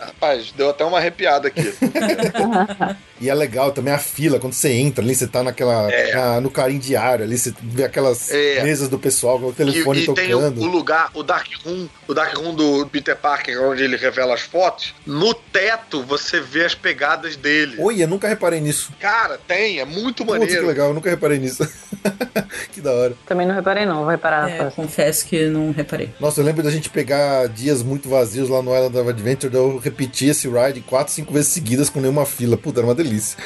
Speaker 4: Rapaz, deu até uma arrepiada aqui.
Speaker 1: E é legal também a fila, quando você entra ali, você tá naquela. na- no carinho diário ali, você vê aquelas
Speaker 4: É.
Speaker 1: mesas do pessoal com o telefone
Speaker 4: e, e tem o,
Speaker 1: tocando.
Speaker 4: o lugar, o Dark Room, o Dark Room do Peter Parker, onde ele revela as fotos. No teto você vê as pegadas dele.
Speaker 1: Oi, eu nunca reparei nisso.
Speaker 4: Cara, tem, é muito
Speaker 1: Putz, que
Speaker 4: maneiro.
Speaker 1: legal, eu nunca reparei nisso. que da hora.
Speaker 5: Também não reparei, não. Vou
Speaker 1: Ah,
Speaker 5: reparar na
Speaker 3: É,
Speaker 1: tá.
Speaker 5: próxima.
Speaker 3: confesso que não reparei.
Speaker 1: Nossa, eu lembro da gente pegar dias muito vazios lá no Island of Adventure, daí eu repetir esse ride quatro, cinco vezes seguidas com nenhuma fila. Puta, era uma delícia.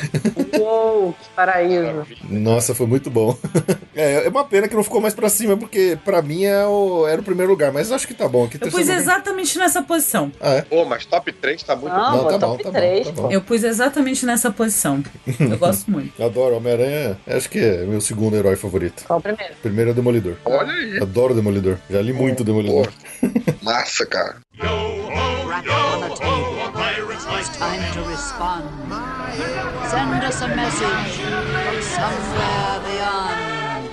Speaker 5: Uou, que paraíso.
Speaker 1: Nossa, foi muito bom. é, é uma pena que não ficou mais pra cima, porque pra mim é o- era o primeiro lugar, mas acho que tá bom aqui.
Speaker 3: Eu
Speaker 1: terceiro
Speaker 3: pus
Speaker 1: lugar.
Speaker 3: exatamente nessa posição.
Speaker 1: Ah, é?
Speaker 4: Pô, mas top 3 tá muito
Speaker 5: Não,
Speaker 1: Não, tá
Speaker 5: pô,
Speaker 1: bom,
Speaker 5: top
Speaker 1: tá bom,
Speaker 5: 3,
Speaker 1: tá
Speaker 5: pô.
Speaker 1: bom.
Speaker 3: Eu pus exatamente nessa posição. Eu gosto muito.
Speaker 1: Eu Adoro, Homem-Aranha. Acho que é meu segundo herói favorito.
Speaker 5: Qual o primeiro?
Speaker 1: Primeiro é o Demolidor.
Speaker 4: Olha aí. Oh,
Speaker 1: Adoro o Demolidor. Já li muito o Demolidor.
Speaker 4: Massa, cara.
Speaker 9: Yo ho,
Speaker 8: Rap
Speaker 9: yo
Speaker 8: on the table.
Speaker 9: ho, a pirate's life.
Speaker 8: It's time to respond. Send us a message from somewhere beyond.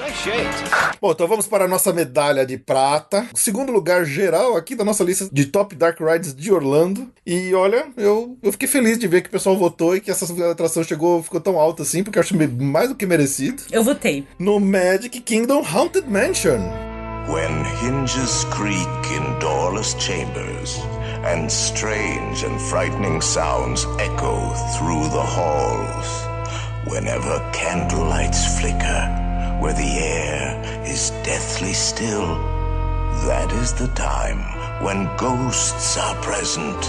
Speaker 10: Nice shades.
Speaker 1: Bom, então vamos para a nossa medalha de prata. Segundo lugar geral aqui da nossa lista de Top Dark Rides de Orlando. E olha, eu, eu fiquei feliz de ver que o pessoal votou e que essa atração chegou, ficou tão alta assim, porque eu acho me- mais do que merecido.
Speaker 3: Eu votei.
Speaker 1: No Magic Kingdom Haunted Mansion.
Speaker 9: When hinges creak in doorless chambers and strange and frightening sounds echo through the halls, whenever candlelights flicker, where the air is deathly still, that is the time when ghosts are present,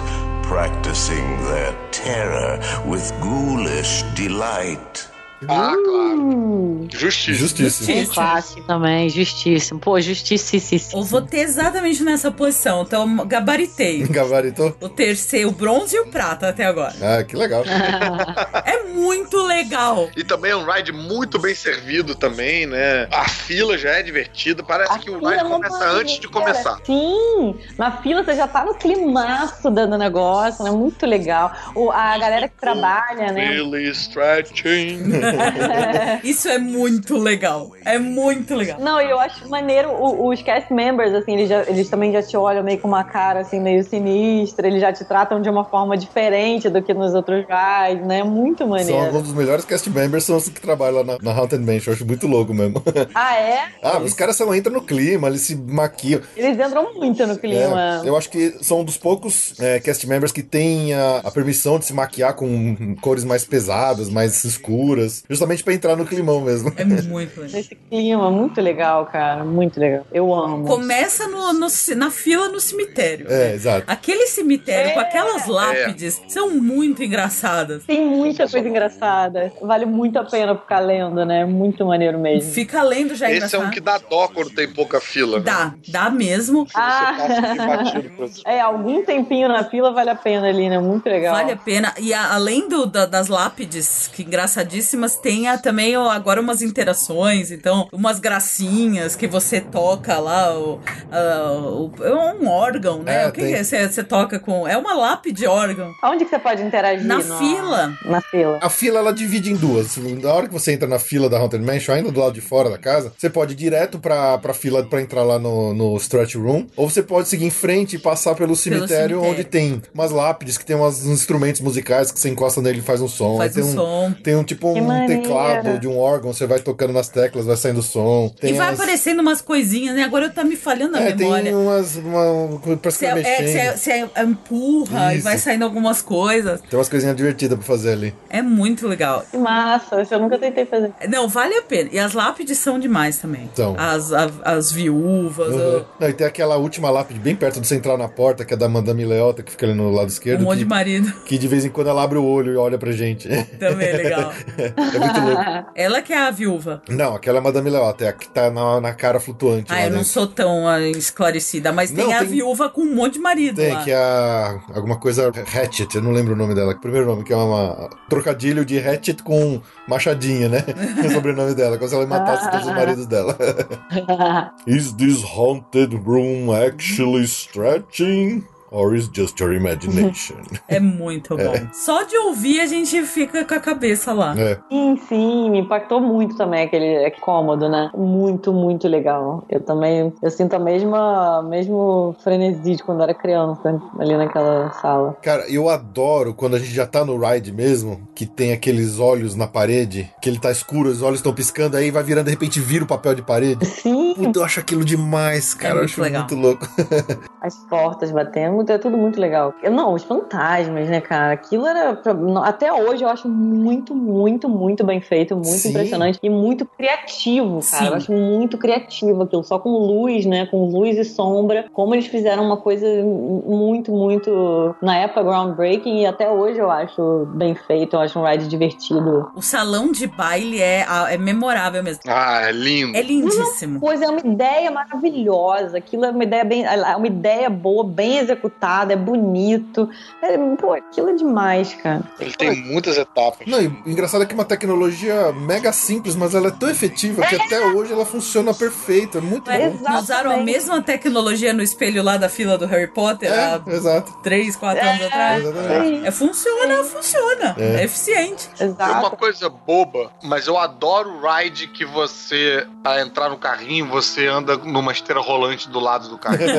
Speaker 9: practicing their terror with ghoulish delight.
Speaker 4: Ah, claro. Justiça.
Speaker 1: Justíssimo.
Speaker 3: Justiça.
Speaker 5: Clássico também, justíssimo. Pô, justíssimo.
Speaker 3: Eu votei exatamente nessa posição, então eu gabaritei.
Speaker 1: Gavaritou?
Speaker 3: O terceiro, o bronze e o prata até agora.
Speaker 1: Ah, que legal.
Speaker 3: É muito legal.
Speaker 4: E também é um ride muito bem servido também, né? A fila já é divertida. Parece que o
Speaker 5: é
Speaker 4: ride começa antes de começar.
Speaker 5: Sim, na fila você já tá no climaço do do negócio, né? Muito legal. O, a
Speaker 4: é
Speaker 5: galera que trabalha, né?
Speaker 4: Really stretching.
Speaker 3: Isso é muito legal. É muito legal.
Speaker 5: Não, e eu acho maneiro o- os cast members, assim, eles, já- eles também já te olham meio com uma cara, assim, meio sinistra, eles já te tratam de uma forma diferente do que nos outros rides, né? Muito
Speaker 1: São
Speaker 5: maneiro.
Speaker 1: alguns dos melhores cast members, são os que trabalham lá na, na Haunted Mansion. Eu acho muito louco mesmo.
Speaker 5: Ah, é?
Speaker 1: ah, os caras são, entram no clima, eles se maquiam.
Speaker 5: Eles entram muito no clima.
Speaker 1: É, eu acho que são um dos poucos é, cast members que tem a, a permissão de se maquiar com cores mais pesadas, mais escuras, justamente pra entrar no climão mesmo.
Speaker 3: É muito legal.
Speaker 5: Nesse clima, muito legal, cara. Muito legal. Eu amo.
Speaker 3: Começa no, no ci- na fila no cemitério.
Speaker 1: É,
Speaker 3: né?
Speaker 1: exato.
Speaker 3: Aquele cemitério com aquelas
Speaker 4: É.
Speaker 3: lápides são muito engraçadas.
Speaker 5: Tem muita coisa
Speaker 3: um
Speaker 5: engraçada. Vale muito a pena ficar lendo, né? Muito maneiro mesmo.
Speaker 3: Fica lendo já é
Speaker 4: Esse é
Speaker 3: engraçado.
Speaker 4: um que dá dó quando tem pouca fila. Né?
Speaker 3: Dá, dá mesmo.
Speaker 5: Ah.
Speaker 4: Você passa de batido por esse-
Speaker 5: É, algum tempinho na fila vale a pena ali, né? Muito legal.
Speaker 3: Vale a pena. E a- além do, da- das lápides, que engraçadíssimas, tem a- também ó, agora umas interações, então, umas gracinhas que você toca lá, o, a- o- é um órgão, né?
Speaker 1: É,
Speaker 3: o que
Speaker 1: tem.
Speaker 3: que você você toca com. É uma lápide órgão.
Speaker 5: Onde que você pode interagir?
Speaker 3: Na
Speaker 5: No-
Speaker 3: fila.
Speaker 5: Na fila.
Speaker 1: A fila ela divide em duas. Na hora que você entra na fila da Haunted Mansion, ainda do lado de fora da casa, você pode ir direto pra, pra fila pra entrar lá no, no Stretch Room, ou você pode seguir em frente e passar pelo cemitério,
Speaker 3: cemitério.
Speaker 1: onde tem umas lápides que tem umas, uns instrumentos musicais que você encosta nele e faz um som.
Speaker 3: Faz
Speaker 1: Aí tem
Speaker 3: um som.
Speaker 1: Tem um tipo
Speaker 5: Que
Speaker 1: um um
Speaker 5: Maneiro.
Speaker 1: teclado de um órgão, você vai tocando nas teclas, vai saindo som. Tem
Speaker 3: e vai
Speaker 1: as-
Speaker 3: aparecendo umas coisinhas, né? Agora tá me falhando a
Speaker 1: É, tem
Speaker 3: memória.
Speaker 1: umas. Uma, parece que
Speaker 3: Você,
Speaker 1: vai
Speaker 3: é,
Speaker 1: mexendo.
Speaker 3: você, você empurra e
Speaker 1: Isso.
Speaker 3: vai saindo algumas coisas.
Speaker 1: Tem umas coisinhas divertidas pra fazer ali.
Speaker 3: É muito legal.
Speaker 5: Que massa, isso eu nunca tentei fazer.
Speaker 3: Não, vale a pena. E as lápides são demais também.
Speaker 1: Então.
Speaker 3: As, a- as viúvas,
Speaker 1: Uhum.
Speaker 3: o-
Speaker 1: Não, e tem aquela última lápide bem perto de você entrar na porta, que é da Madame Leota, que fica ali no lado
Speaker 3: um
Speaker 1: esquerdo.
Speaker 3: monte
Speaker 1: que,
Speaker 3: de marido.
Speaker 1: que de vez em quando ela abre o olho e olha pra gente.
Speaker 3: Também é legal.
Speaker 1: É muito louco.
Speaker 3: Ela que é a viúva.
Speaker 1: Não, aquela é a Madame Leota, é a que tá na, na cara flutuante. lá
Speaker 3: Ah, eu não
Speaker 1: dentro.
Speaker 3: sou tão ah, esclarecida, mas tem
Speaker 1: é. Não,
Speaker 3: a
Speaker 1: tem-
Speaker 3: viúva com um monte de marido
Speaker 1: Tem,
Speaker 3: lá.
Speaker 1: que é a, alguma coisa Hatchet, eu não lembro o nome dela. O primeiro nome, que é uma trocadilho de Hatchet com Machadinha, né? É o sobrenome dela, como se ela matasse todos os maridos dela. Is this haunted room actually stretching? Or is just your imagination?
Speaker 3: É muito bom. Só de ouvir a gente fica com a cabeça lá.
Speaker 1: é.
Speaker 5: Sim, sim, me impactou muito também aquele cômodo, né? Muito, muito legal. Eu também, eu sinto a mesma, mesmo frenesi de quando era criança ali naquela sala.
Speaker 1: Cara, eu adoro quando a gente já tá no ride mesmo, que tem aqueles olhos na parede, que ele tá escuro, os olhos estão piscando, aí vai virando, de repente vira o papel de parede.
Speaker 5: Sim,
Speaker 1: Puta, eu acho aquilo demais, cara. eu
Speaker 3: É muito
Speaker 1: acho
Speaker 3: legal.
Speaker 1: muito louco.
Speaker 5: as portas batendo, é tudo muito legal. Eu, não, os fantasmas, né, cara? Aquilo era. pra- não, Até hoje eu acho muito, muito, muito bem feito, muito
Speaker 1: Sim.
Speaker 5: impressionante e muito criativo, cara.
Speaker 3: Sim.
Speaker 5: Eu acho muito criativo aquilo, só com luz, né? Com luz e sombra. Como eles fizeram uma coisa muito, muito. Na época, groundbreaking e até hoje eu acho bem feito, eu acho um ride divertido.
Speaker 3: O salão de baile é, a- é memorável mesmo.
Speaker 4: Ah, é lindo.
Speaker 3: É lindíssimo.
Speaker 5: Pois é uma ideia maravilhosa. Aquilo é uma ideia bem, é uma ideia boa, bem executada, é bonito. É, pô, aquilo é demais, cara.
Speaker 4: Ele tem muitas etapas.
Speaker 1: Não, e o engraçado é que é uma tecnologia mega simples, mas ela é tão efetiva que até hoje ela funciona perfeito. É muito
Speaker 3: É,
Speaker 1: bom.
Speaker 5: Exatamente.
Speaker 3: usaram a mesma tecnologia no espelho lá da fila do Harry Potter há
Speaker 1: É, exato.
Speaker 3: 3, 4 anos atrás.
Speaker 1: Exatamente.
Speaker 3: É, funciona, funciona. É. eficiente.
Speaker 4: Tem uma
Speaker 5: Exato.
Speaker 4: coisa boba, mas eu adoro o ride que você, pra entrar no carrinho, você anda numa esteira rolante do lado do carrinho.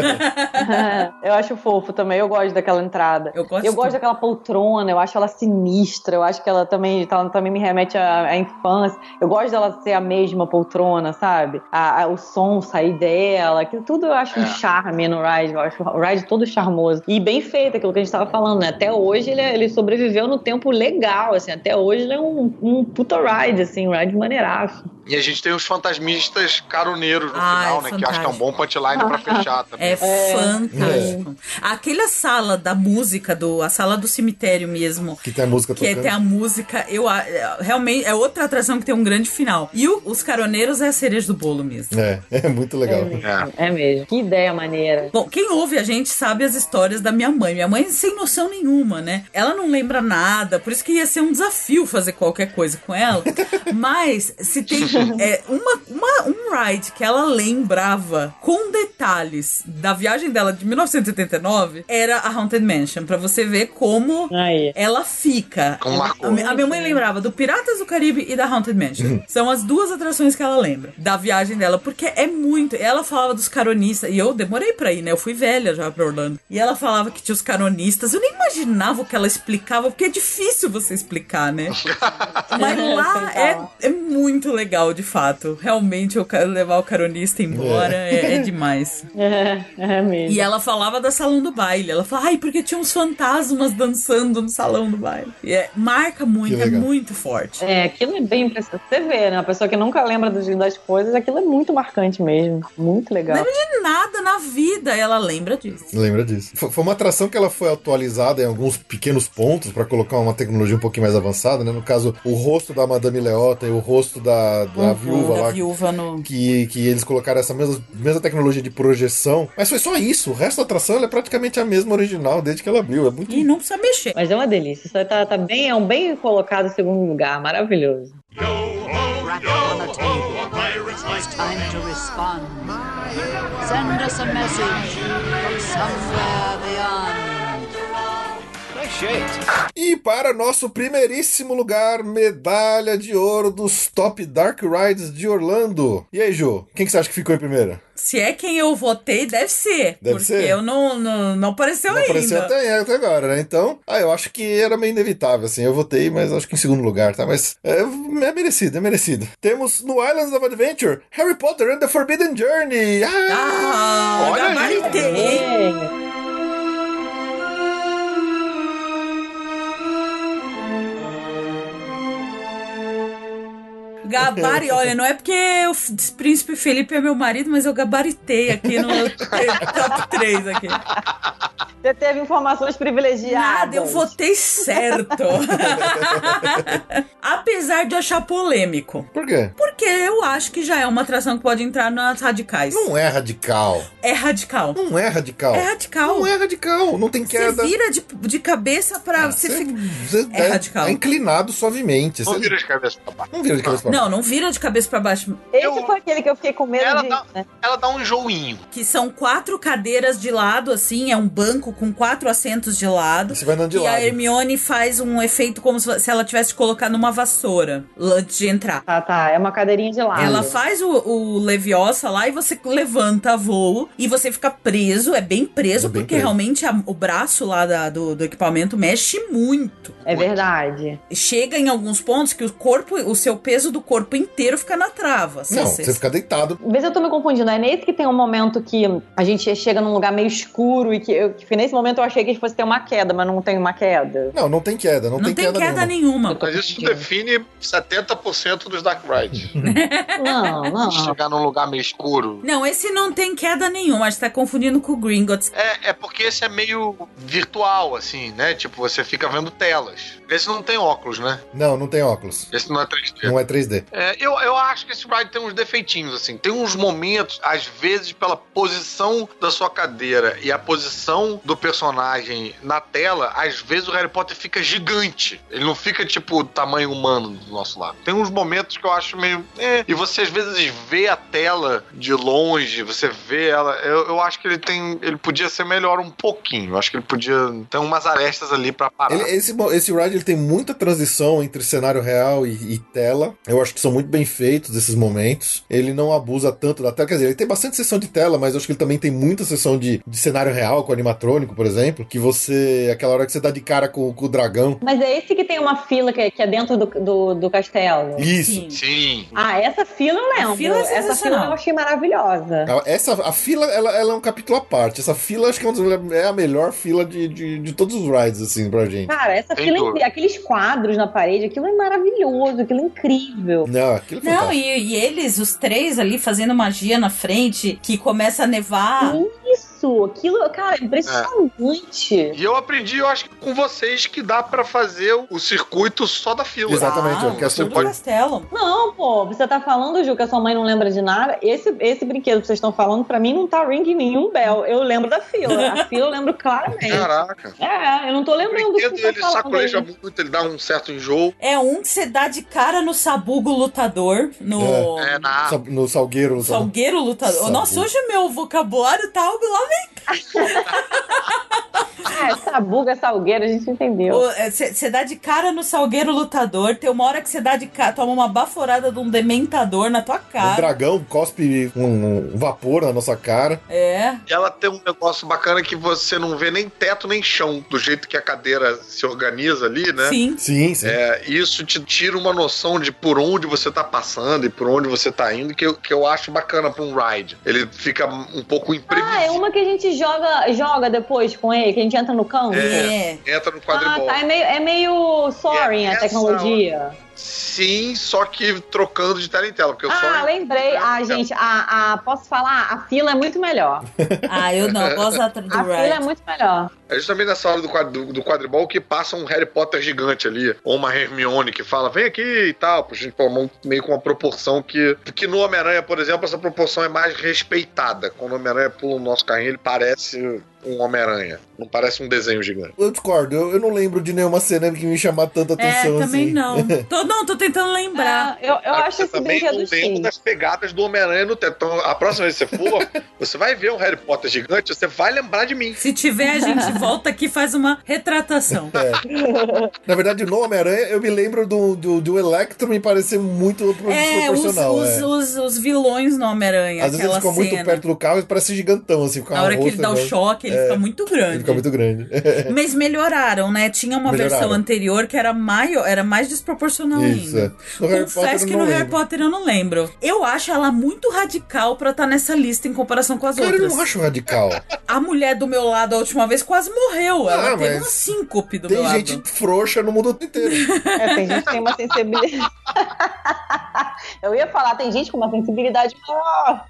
Speaker 5: eu acho fofo também, eu gosto daquela entrada.
Speaker 3: Eu gosto.
Speaker 5: Eu gosto daquela poltrona, eu acho ela sinistra, eu acho que ela também, ela também me remete à, à infância. Eu gosto dela ser a mesma poltrona, sabe? A- a- o som sair dela, aquilo tudo eu acho um
Speaker 4: É.
Speaker 5: charme no Ride, eu acho o Ride todo charmoso. E bem feito aquilo que a gente tava falando, né? Até hoje ele, ele sobreviveu no tempo legal, assim, até hoje ele é um, um puta Ride, assim, um Ride maneiraço.
Speaker 4: e a gente tem os fantasmistas caroneiros no
Speaker 3: Ah,
Speaker 4: final,
Speaker 3: é
Speaker 4: né? Que eu acho que é um
Speaker 3: fantástico.
Speaker 4: bom punchline pra fechar também.
Speaker 3: É, fantástico. Aquela sala da música, do, a sala do cemitério mesmo,
Speaker 1: Que tem a música
Speaker 3: que é
Speaker 1: tocando.
Speaker 3: até a música, eu a- é, realmente é outra atração que tem um grande final. E o- os caroneiros é a cereja do bolo mesmo.
Speaker 1: É, é muito legal.
Speaker 5: É mesmo. Que ideia maneira.
Speaker 3: Bom, quem ouve a gente sabe as histórias da minha mãe. Minha mãe é sem noção nenhuma, né? Ela não lembra nada, por isso que ia ser um desafio fazer qualquer coisa com ela. Mas se tem é, uma, uma- um ride que ela lembrava com detalhes da viagem dela de 1989, era a Haunted Mansion, pra você ver como
Speaker 5: Aí.
Speaker 3: ela fica.
Speaker 4: Como marcou.
Speaker 3: É,
Speaker 4: Uhum.
Speaker 3: A mi- a minha mãe lembrava do Piratas do Caribe e da Haunted Mansion. São as duas atrações que ela lembra da viagem dela, porque é muito. Ela falava dos caronistas, e eu demorei pra ir, né? Eu fui velha já pra Orlando. E ela falava que tinha os caronistas. Eu nem imaginava o que ela explicava, porque é difícil você explicar, né? Mas lá é, é muito legal, de fato. Realmente, eu quero levar o caronista embora é- é demais.
Speaker 5: É, é mesmo.
Speaker 3: E ela falava da salão do baile. Ela falava, ai, porque tinha uns fantasmas dançando no salão do baile. E é- marca muito,
Speaker 1: Que
Speaker 3: é
Speaker 1: legal.
Speaker 3: muito forte.
Speaker 5: É, aquilo é bem impressionante. Você vê, né? Uma pessoa que nunca lembra dos- das coisas, aquilo é muito marcante mesmo. Muito legal.
Speaker 3: De nada na vida ela lembra disso.
Speaker 1: Lembra disso. Fo- Foi uma atração que ela foi atualizada em alguns pequenos pontos pra colocar uma tecnologia um pouquinho mais avançada, né? No caso, o rosto da Madame Leota e o rosto da, da viúva
Speaker 3: Uhum. da
Speaker 1: lá.
Speaker 3: viúva no.
Speaker 1: Que, que eles colocaram essa mesma, mesma tecnologia de projeção. Mas foi só isso. O resto da atração ela é praticamente a mesma original desde que ela abriu. É muito
Speaker 3: E não precisa mexer.
Speaker 5: Mas é uma delícia. Isso aí tá, tá bem, é um bem colocado em segundo lugar. Maravilhoso.
Speaker 9: Yo ho,
Speaker 8: Rap
Speaker 9: yo
Speaker 8: on the
Speaker 9: ho,
Speaker 8: table.
Speaker 9: a pirate's
Speaker 8: It's
Speaker 9: life.
Speaker 8: time to respond. Send us a message from somewhere beyond.
Speaker 10: Nice
Speaker 1: E para nosso primeiríssimo lugar, medalha de ouro dos Top Dark Rides de Orlando. E aí, Ju, quem que você acha que ficou em primeiro?
Speaker 3: Se é quem eu votei, deve ser.
Speaker 1: Deve
Speaker 3: porque
Speaker 1: ser?
Speaker 3: eu não, não, não apareceu
Speaker 1: Não
Speaker 3: ainda.
Speaker 1: apareceu até, até agora, né? Então, ah, eu acho que era meio inevitável, assim. Eu votei, mas acho que em segundo lugar, tá? Mas é, é merecido, é merecido. Temos no Islands of Adventure, Harry Potter and the Forbidden Journey.
Speaker 3: Ah,
Speaker 1: Olha aí.
Speaker 3: gabaritei. Gabari, olha, não é porque o F- príncipe Felipe é meu marido, mas eu gabaritei aqui no top 3 aqui.
Speaker 5: Você teve informações privilegiadas.
Speaker 3: Nada, eu votei certo. Apesar de achar polêmico.
Speaker 1: Por quê?
Speaker 3: Porque eu acho que já é uma atração que pode entrar nas radicais.
Speaker 1: Não é radical.
Speaker 3: É radical.
Speaker 1: Não é radical.
Speaker 3: É radical.
Speaker 1: Não é radical. Não tem
Speaker 3: Você
Speaker 1: queda. Ah,
Speaker 3: vira de, de cabeça pra. você
Speaker 1: Você-
Speaker 3: fica-
Speaker 1: você
Speaker 3: É radical.
Speaker 1: é inclinado suavemente.
Speaker 4: Não
Speaker 1: Você-
Speaker 4: vira as cabeças pra baixo.
Speaker 1: não vira de cabeça pra
Speaker 3: Não, não vira de cabeça pra baixo.
Speaker 5: Esse
Speaker 12: Eu-
Speaker 5: foi aquele que eu fiquei com medo
Speaker 12: Ela
Speaker 5: de.
Speaker 12: dá-
Speaker 5: né?
Speaker 12: Ela dá um joinho.
Speaker 3: Que são quatro cadeiras de lado, assim, é um banco com quatro assentos de lado.
Speaker 1: Você vai andando de
Speaker 3: e a
Speaker 1: lado.
Speaker 3: Hermione faz um efeito como se se ela tivesse colocado numa vassoura antes de entrar.
Speaker 5: Ah, tá. É uma cadeirinha de lado. É
Speaker 3: Ela faz o, o leviosa lá e você levanta voo e você fica preso, é bem preso,
Speaker 1: É bem
Speaker 3: porque
Speaker 1: preso.
Speaker 3: realmente a- o braço lá da- do, do equipamento mexe muito.
Speaker 5: É verdade.
Speaker 3: Chega em alguns pontos que o corpo, o seu peso do corpo inteiro fica na trava. Se
Speaker 1: Não,
Speaker 3: você-
Speaker 1: você fica deitado.
Speaker 5: Às vezes eu tô me confundindo. É nesse que tem um momento que a gente chega num lugar meio escuro e que, eu, que nesse momento eu achei que fosse ter uma queda, mas não tem uma queda.
Speaker 1: Não, não tem queda. Não,
Speaker 3: Não tem queda,
Speaker 1: nenhuma.
Speaker 3: nenhuma.
Speaker 4: Mas isso define 70% dos Dark Rides.
Speaker 5: Não,
Speaker 3: Uhum.
Speaker 5: não.
Speaker 12: Chegar num lugar meio escuro.
Speaker 3: Não, esse não tem queda nenhuma, acho que tá confundindo com o Gringotts.
Speaker 12: É, é porque esse é meio virtual, assim, né? Tipo, você fica vendo telas. Esse não tem óculos, né?
Speaker 1: Não, não tem óculos.
Speaker 12: Esse não é 3D.
Speaker 1: Não é 3D.
Speaker 12: É, eu, eu acho que esse ride tem uns defeitinhos, assim. Tem uns momentos, às vezes, pela posição da sua cadeira e a posição do personagem na tela, às vezes o Harry Potter fica gigante. Ele não fica, tipo, tamanho humano do nosso lado. Tem uns momentos que eu acho meio. é, E você, às vezes, vê a tela de longe, você vê ela. Eu, eu acho que ele tem. Ele podia ser melhor um pouquinho. Eu acho que ele podia ter umas arestas ali pra
Speaker 4: Ah.
Speaker 12: parar.
Speaker 1: Ele- esse, mo- esse ride ele tem muita transição entre cenário real e, e tela. Eu acho que são muito bem feitos esses momentos. Ele não abusa tanto da tela. Quer dizer, ele tem bastante sessão de tela, mas eu acho que ele também tem muita sessão de, de cenário real com animatrônico, por exemplo. Que você. Aquela hora que você dá de cara com, com o dragão.
Speaker 5: Mas é esse que tem uma fila que, que é dentro do, do, do castelo.
Speaker 1: Isso.
Speaker 3: Sim.
Speaker 12: Sim.
Speaker 5: Ah, essa fila eu lembro.
Speaker 3: A fila é
Speaker 5: essa fila
Speaker 3: sensacional.
Speaker 5: eu achei maravilhosa.
Speaker 4: Ah,
Speaker 1: A- Essa, a fila, ela, ela é um capítulo à parte. Essa fila, acho que é, uma das- é a melhor fila de, de, de todos os rides, assim, pra gente.
Speaker 5: Cara, essa
Speaker 12: Sem
Speaker 5: fila,
Speaker 12: dúvida.
Speaker 5: incri- aqueles quadros na parede, aquilo é maravilhoso, aquilo é incrível.
Speaker 1: Não, aquilo é
Speaker 3: Tipo, Não,
Speaker 1: fantástico.
Speaker 3: e, e eles, os três ali, fazendo magia na frente, que começa a nevar.
Speaker 5: Isso, aquilo, cara, é impressionante.
Speaker 4: E eu aprendi, eu acho que com vocês, que dá pra fazer o circuito só da fila.
Speaker 1: Exatamente, é
Speaker 3: Ah,
Speaker 1: orquestra
Speaker 3: tudo
Speaker 1: pode-
Speaker 3: castelo.
Speaker 5: Não, pô, você tá falando, Ju, que a sua mãe não lembra de nada. Esse, esse brinquedo que vocês estão falando, pra mim, não tá ring nenhum bel. Eu lembro da fila. A fila eu lembro claramente.
Speaker 4: Caraca.
Speaker 5: É, eu não tô
Speaker 4: O
Speaker 5: lembrando do
Speaker 4: brinquedo
Speaker 5: que você
Speaker 4: ele
Speaker 5: tá falando. aí.
Speaker 4: sacoleja muito, ele dá um certo enjoo.
Speaker 3: É um que você dá de cara no sabugo lutador, no
Speaker 12: É,
Speaker 4: né,
Speaker 12: na
Speaker 4: Ah.
Speaker 1: Sa- No salgueiro, Um no salgueiro.
Speaker 3: salgueiro lutador.
Speaker 1: Sabugo.
Speaker 3: Nossa, hoje meu vocabulário tá lá
Speaker 5: Ah, essa buga, salgueira, a gente entendeu.
Speaker 3: Você É, dá de cara no salgueiro lutador, tem uma hora que você dá de cara, toma uma baforada de um dementador na tua
Speaker 1: Um
Speaker 3: cara.
Speaker 1: dragão cospe um um vapor na nossa cara.
Speaker 3: É.
Speaker 4: Ela tem um negócio bacana que você não vê nem teto nem chão, do jeito que a cadeira se organiza ali, né?
Speaker 3: Sim.
Speaker 1: Sim, sim.
Speaker 4: É, isso te tira uma noção de por onde você tá passando e por onde você tá indo, que eu, que eu acho bacana pra um ride. Ele fica um pouco
Speaker 5: Ah, é
Speaker 4: imprevisível.
Speaker 5: uma que a gente joga, joga depois com ele, que a gente entra no campo.
Speaker 3: É.
Speaker 4: Entra no
Speaker 5: Ah,
Speaker 4: quadribol.
Speaker 5: tá. É meio, é meio soaring
Speaker 4: É
Speaker 5: a
Speaker 4: essa
Speaker 5: tecnologia.
Speaker 4: Sim, só que trocando de tela em tela, porque eu
Speaker 5: Ah,
Speaker 4: só.
Speaker 5: lembrei. Ah,
Speaker 4: É.
Speaker 5: gente, a, a- posso falar? A fila é muito melhor.
Speaker 3: Ah, eu não, eu gosto da- do
Speaker 5: A fila é
Speaker 3: Ride.
Speaker 5: muito melhor.
Speaker 4: É justamente nessa hora do, quad- do, do quadribol que passa um Harry Potter gigante ali, ou uma Hermione que fala, vem aqui e tal, pra gente tomar um- meio com uma proporção que. Que no Homem-Aranha, por exemplo, essa proporção é mais respeitada. Quando o Homem-Aranha pula o nosso carrinho, ele parece um Homem-Aranha. Não parece um desenho gigante.
Speaker 1: Eu discordo, eu, eu não lembro de nenhuma cena que me chamar tanta
Speaker 3: É,
Speaker 1: atenção
Speaker 3: também
Speaker 1: assim.
Speaker 3: não. Tô, não, tô tentando lembrar.
Speaker 5: Ah, eu
Speaker 4: Ah, Você também não lembra das pegadas do Homem-Aranha no teto. Então, a próxima vez que você for, você vai ver um Harry Potter gigante, você vai lembrar de
Speaker 5: É.
Speaker 4: mim.
Speaker 3: Se tiver, a gente volta aqui e faz uma retratação.
Speaker 1: É. Na verdade, no Homem-Aranha, eu me lembro do, do, do Electro me parecer muito pro-
Speaker 3: É, os,
Speaker 1: proporcional.
Speaker 3: os,
Speaker 1: um é.
Speaker 3: os, os vilões no Homem-Aranha.
Speaker 1: Às vezes ele
Speaker 3: aquela
Speaker 1: fica
Speaker 3: cena.
Speaker 1: muito perto do carro e parece gigantão, assim. com
Speaker 3: Na hora que ele
Speaker 1: rosto,
Speaker 3: dá o
Speaker 1: né?
Speaker 3: choque, ele fica muito grande.
Speaker 1: Ele fica muito grande. É
Speaker 3: Mas melhoraram, né? Tinha uma
Speaker 1: Melhoraram.
Speaker 3: versão anterior que era maior, era mais desproporcional
Speaker 1: Isso,
Speaker 3: ainda.
Speaker 1: é. No Harry Potter,
Speaker 3: Confesso
Speaker 1: eu
Speaker 3: que
Speaker 1: não
Speaker 3: no Harry
Speaker 1: lembro.
Speaker 3: Potter eu não lembro. Eu acho ela muito radical pra estar nessa lista em comparação com as
Speaker 1: Cara, eu
Speaker 3: outras.
Speaker 1: não acho radical.
Speaker 3: A mulher do meu lado a última vez quase morreu. Ela
Speaker 1: Ah,
Speaker 3: teve
Speaker 1: mas
Speaker 3: uma síncope do
Speaker 1: Tem
Speaker 3: meu
Speaker 1: gente
Speaker 3: lado.
Speaker 1: frouxa no mundo inteiro.
Speaker 5: É, tem gente que tem uma sensibilidade. Eu ia falar, tem gente com uma sensibilidade maior.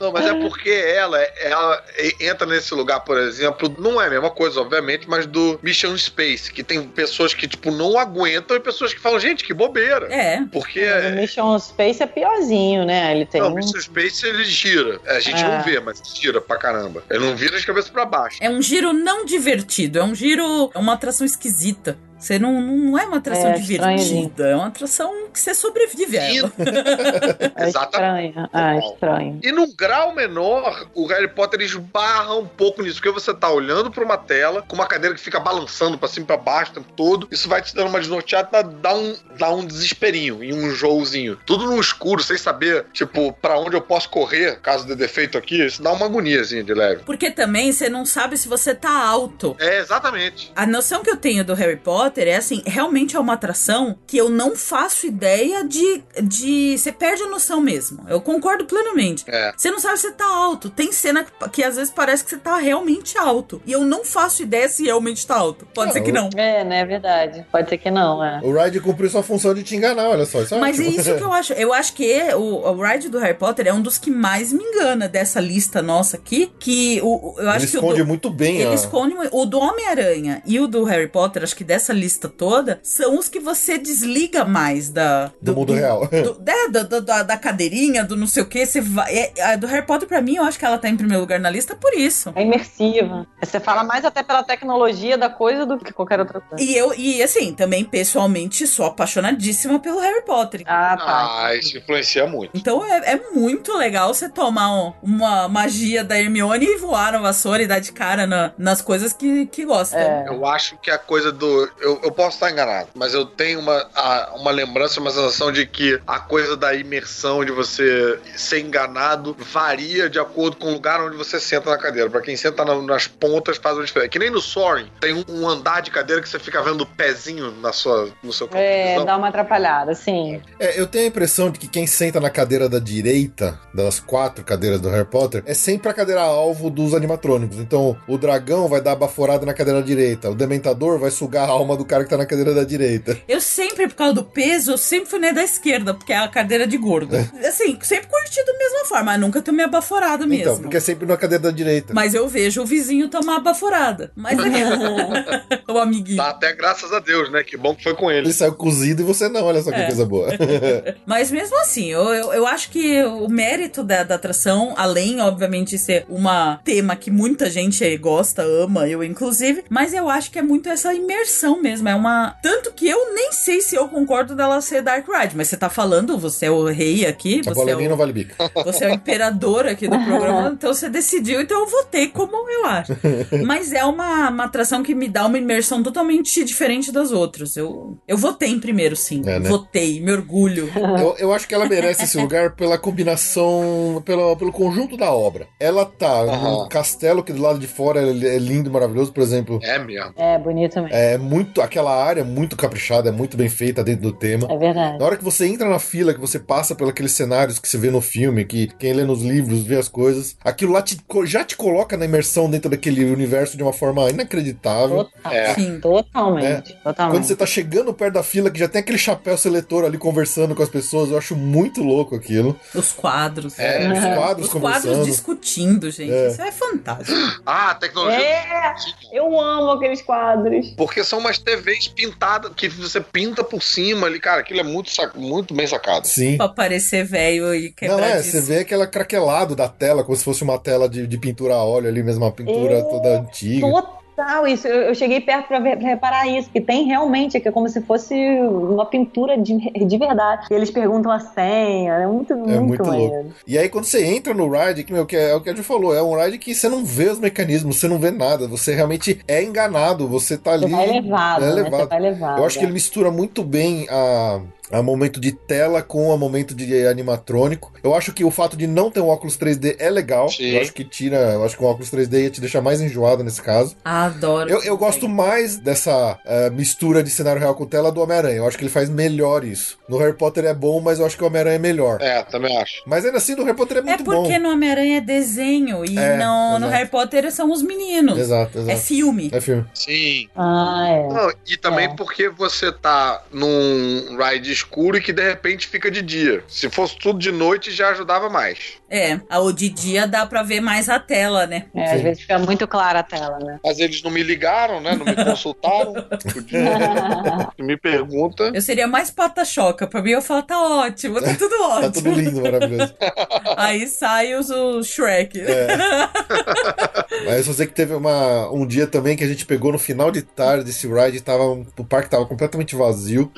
Speaker 4: Não, mas é porque ela, ela entra nesse lugar, por exemplo, não é a mesma coisa, obviamente, mas do Mission Space, que tem pessoas que, tipo, não aguentam e pessoas que falam, gente, que bobeira.
Speaker 3: É.
Speaker 4: Porque
Speaker 5: O Mission Space é piorzinho, né? Ele tem
Speaker 4: Não, o
Speaker 5: um-
Speaker 4: Mr. Space ele gira. A gente
Speaker 5: É.
Speaker 4: não vê, mas gira pra caramba. Ele não vira de cabeça pra baixo.
Speaker 3: É um giro não divertido, é um giro. É uma atração esquisita. Você não, não é uma atração
Speaker 5: É,
Speaker 3: divertida,
Speaker 5: estranho.
Speaker 3: é uma atração que você sobrevive a ela.
Speaker 5: É estranho. Ah, é estranho.
Speaker 4: E num grau menor, o Harry Potter esbarra um pouco nisso, porque você tá olhando pra uma tela com uma cadeira que fica balançando pra cima e pra baixo o tempo todo. Isso vai te dando uma desnorteada, dá um, dá um desesperinho e um enjoozinho. Tudo no escuro, sem saber, tipo, pra onde eu posso correr, caso dê defeito aqui. Isso dá uma agoniazinha de leve.
Speaker 3: Porque também você não sabe se você tá alto.
Speaker 4: É, exatamente.
Speaker 3: A noção que eu tenho do Harry Potter é assim, realmente é uma atração que eu não faço ideia de. de você perde a noção mesmo. Eu concordo plenamente.
Speaker 4: É.
Speaker 3: Você não sabe se você tá alto. Tem cena que, que às vezes parece que você tá realmente alto. E eu não faço ideia se realmente tá alto. Pode ser que não.
Speaker 5: É, né? É verdade. Pode ser que não, é.
Speaker 1: O Ride cumpriu sua função de te enganar, olha só. Isso é
Speaker 3: Mas é
Speaker 1: ótimo.
Speaker 3: isso que eu acho. Eu acho que o, o ride do Harry Potter é um dos que mais me engana dessa lista nossa aqui. Que o, o- eu acho
Speaker 1: Ele
Speaker 3: que o
Speaker 1: esconde
Speaker 3: do-
Speaker 1: muito bem
Speaker 3: Ele
Speaker 1: a-
Speaker 3: esconde muito. O do Homem-Aranha e o do Harry Potter, acho que dessa lista toda, são os que você desliga mais da.
Speaker 1: do mundo real.
Speaker 3: do- é, da, da- da- da cadeirinha, do não sei o que, você vai. é, a do Harry Potter, pra mim, eu acho que ela tá em primeiro lugar na lista por isso.
Speaker 5: É imersiva. Você fala mais até pela tecnologia da coisa do que qualquer outra coisa.
Speaker 3: E eu, e assim, também pessoalmente sou apaixonadíssima pelo Harry Potter.
Speaker 5: Ah,
Speaker 4: Ah, isso influencia muito.
Speaker 3: Então é, é muito legal você tomar um- uma magia da Hermione e voar na vassoura e dar de cara na- nas coisas que, que gosta.
Speaker 5: É.
Speaker 4: Eu acho que a coisa do. Eu, eu posso estar enganado, mas eu tenho uma, a- uma lembrança, uma sensação de que a coisa da imersão, de você ser enganado, varia de acordo com o lugar onde você senta na cadeira. Pra quem senta na- nas pontas, faz uma diferença. Que nem no Soaring, tem um, um andar de cadeira que você fica vendo o pezinho na sua, no seu campo de
Speaker 5: É,
Speaker 4: visão.
Speaker 5: dá uma atrapalhada, sim.
Speaker 1: É, eu tenho a impressão de que quem senta na cadeira da direita, das quatro cadeiras do Harry Potter, é sempre a cadeira alvo dos animatrônicos. Então, o dragão vai dar baforada na cadeira direita, o dementador vai sugar a alma do cara que tá na cadeira da direita.
Speaker 3: Eu sempre, por causa do peso, eu sempre fui na da esquerda, porque é a cadeira de gordo.
Speaker 1: É.
Speaker 3: Assim, sempre curti da mesma forma, mas nunca tomei abaforada mesmo.
Speaker 1: Então, porque é sempre na cadeira da direita.
Speaker 3: Mas eu vejo o vizinho tomar abaforada. Mas o amiguinho.
Speaker 4: Dá Tá até graças a Deus, né? Que bom que foi com ele.
Speaker 1: Ele saiu cozido e você não, olha só que
Speaker 3: É.
Speaker 1: coisa boa.
Speaker 3: Mas mesmo assim, eu, eu, eu acho que o mérito da, da atração, além, obviamente, de ser uma tema que muita gente gosta, ama, eu inclusive, mas eu acho que é muito essa imersão mesmo. É uma. Tanto que eu nem sei se eu concordo dela ser Dark Ride, mas você tá falando, você é o rei aqui,
Speaker 1: a
Speaker 3: você é
Speaker 1: bolinha
Speaker 3: o.
Speaker 1: não vale bico.
Speaker 3: Você é o imperador aqui do programa, então você decidiu, então eu votei como eu acho. Mas é uma, uma atração que me dá uma imersão totalmente diferente das outras. Eu, eu votei em primeiro, sim.
Speaker 1: É, né?
Speaker 3: Votei, me orgulho.
Speaker 1: Eu, eu acho que ela merece esse lugar pela combinação, pelo, pelo conjunto da obra. Ela tá num castelo que do lado de fora é é lindo e maravilhoso, por exemplo.
Speaker 4: É mesmo.
Speaker 5: É, bonito mesmo.
Speaker 1: É muito. Aquela área é muito caprichada, é muito bem feita dentro do tema.
Speaker 5: É verdade.
Speaker 1: Na hora que você entra na fila, que você passa pelos aqueles cenários que você vê no filme, que quem lê nos livros vê as coisas, aquilo lá te co- já te coloca na imersão dentro daquele universo de uma forma inacreditável.
Speaker 5: Total.
Speaker 4: É.
Speaker 3: Sim.
Speaker 5: Totalmente.
Speaker 1: Quando você
Speaker 5: Totalmente.
Speaker 1: tá chegando perto da fila, que já tem aquele chapéu seletor ali conversando com as pessoas, eu acho muito louco aquilo.
Speaker 3: Os quadros. Uhum.
Speaker 1: É, os quadros
Speaker 3: Os quadros
Speaker 1: conversando.
Speaker 3: discutindo, gente.
Speaker 1: É.
Speaker 3: Isso é fantástico.
Speaker 4: Ah, a tecnologia.
Speaker 5: É, eu amo aqueles quadros.
Speaker 4: Porque são umas
Speaker 12: TVs pintadas, que você pinta por cima ali, cara, aquilo é muito, sac- muito bem sacado.
Speaker 1: Sim.
Speaker 3: Pra parecer velho e
Speaker 1: Não, é,
Speaker 3: quebradiço.
Speaker 1: você vê aquela craquelado da tela, como se fosse uma tela de, de pintura a óleo ali, mesmo uma pintura
Speaker 5: É,
Speaker 1: toda antiga.
Speaker 5: Total, isso. Eu, eu cheguei perto pra, ver- pra reparar isso. E tem realmente, é que é como se fosse uma pintura de, de verdade. E eles perguntam a senha. É muito,
Speaker 1: É muito
Speaker 5: maneiro.
Speaker 1: louco. E aí, quando você entra no ride, que, meu, que é, é o que a Ju falou, é um ride que você não vê os mecanismos, você não vê nada, você realmente é enganado, você tá ali.
Speaker 5: Você vai levado,
Speaker 1: é
Speaker 5: né?
Speaker 1: levado.
Speaker 5: Você vai levado. é.
Speaker 1: Eu acho que ele mistura muito bem a, a momento de tela com a momento de animatrônico. Eu acho que o fato de não ter um óculos 3D é legal. Eu acho que tira. Eu acho que um óculos 3D ia te deixar mais enjoado nesse caso.
Speaker 3: Adoro.
Speaker 1: Eu, eu gosto mais dessa eh, mistura de cenário real com tela do Homem-Aranha. Eu acho que ele faz melhor isso. No Harry Potter é bom, mas eu acho que o Homem-Aranha é melhor.
Speaker 12: É, também acho.
Speaker 1: Mas ainda assim, no Harry Potter é
Speaker 3: É
Speaker 1: muito bom.
Speaker 3: porque no Homem-Aranha é desenho e
Speaker 1: É,
Speaker 3: não, no
Speaker 1: exato.
Speaker 3: Harry Potter são os meninos.
Speaker 1: Exato, exato.
Speaker 3: É filme.
Speaker 1: É filme.
Speaker 12: Sim.
Speaker 5: Ah, é.
Speaker 12: Não, e também porque você tá num ride escuro e que de repente fica de dia. Se fosse tudo de noite, já ajudava mais.
Speaker 3: É, a- o de dia dá pra ver mais a tela, né?
Speaker 5: É, às vezes fica muito clara a tela, né?
Speaker 12: Mas eles não me ligaram, né? Não me consultaram.
Speaker 1: É.
Speaker 12: Podia- me pergunta.
Speaker 3: Eu seria mais pata-choca. Pra mim, eu falo, tá ótimo, tá tudo ótimo.
Speaker 1: Tá tudo lindo, maravilhoso.
Speaker 3: Aí sai os, o Shrek.
Speaker 1: É. Mas eu só sei que teve uma, um dia também que a gente pegou no final de tarde esse ride, tava, um, o parque tava completamente vazio.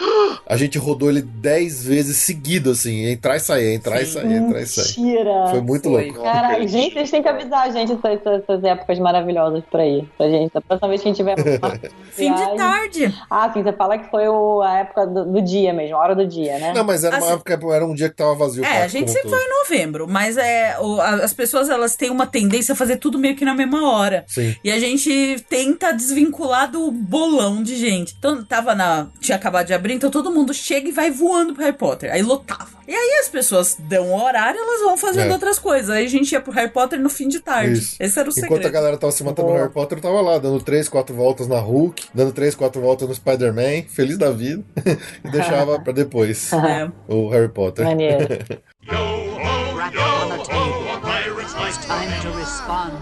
Speaker 1: A gente rodou ele 10 vezes seguido, assim, entrar e sair, entrar e sair, entrar e sair.
Speaker 5: Mentira!
Speaker 1: Foi muito louco.
Speaker 5: Caralho, gente, vocês têm que avisar a gente essas, essas- essas épocas maravilhosas por aí. Pra gente, da próxima vez que a gente tiver uma
Speaker 3: Fim de
Speaker 5: viagem.
Speaker 3: tarde.
Speaker 5: Ah, sim, você fala que foi o- a época do, do dia mesmo, a hora do dia, né?
Speaker 1: Não, mas era uma
Speaker 3: Assim-
Speaker 1: época, era um dia que tava vazio. o
Speaker 3: É,
Speaker 1: parque
Speaker 3: a gente
Speaker 1: como um
Speaker 3: sempre
Speaker 1: todo.
Speaker 3: vai em novembro, mas é, o- a- as pessoas elas têm uma tendência a fazer tudo meio que na mesma hora.
Speaker 1: Sim.
Speaker 3: E a gente tenta desvincular do bolão de gente. Então, tava na. Tinha acabado de abrir, então todo mundo chega e vai voando pro Harry Potter. Aí lotava. E aí as pessoas dão o horário elas vão fazendo
Speaker 1: É.
Speaker 3: outras coisas. Aí a gente ia pro Harry Potter no fim de tarde.
Speaker 1: Isso.
Speaker 3: Esse era o
Speaker 1: Enquanto a
Speaker 3: segredo.
Speaker 1: galera tava se matando no Harry Potter, eu tava lá, dando 3, 4 voltas na Hulk, dando 3, 4 voltas no Spider-Man, feliz da vida, e deixava pra depois
Speaker 3: É.
Speaker 1: o Harry Potter.
Speaker 5: Maneiro.
Speaker 8: A pirate's life. It's time to respond.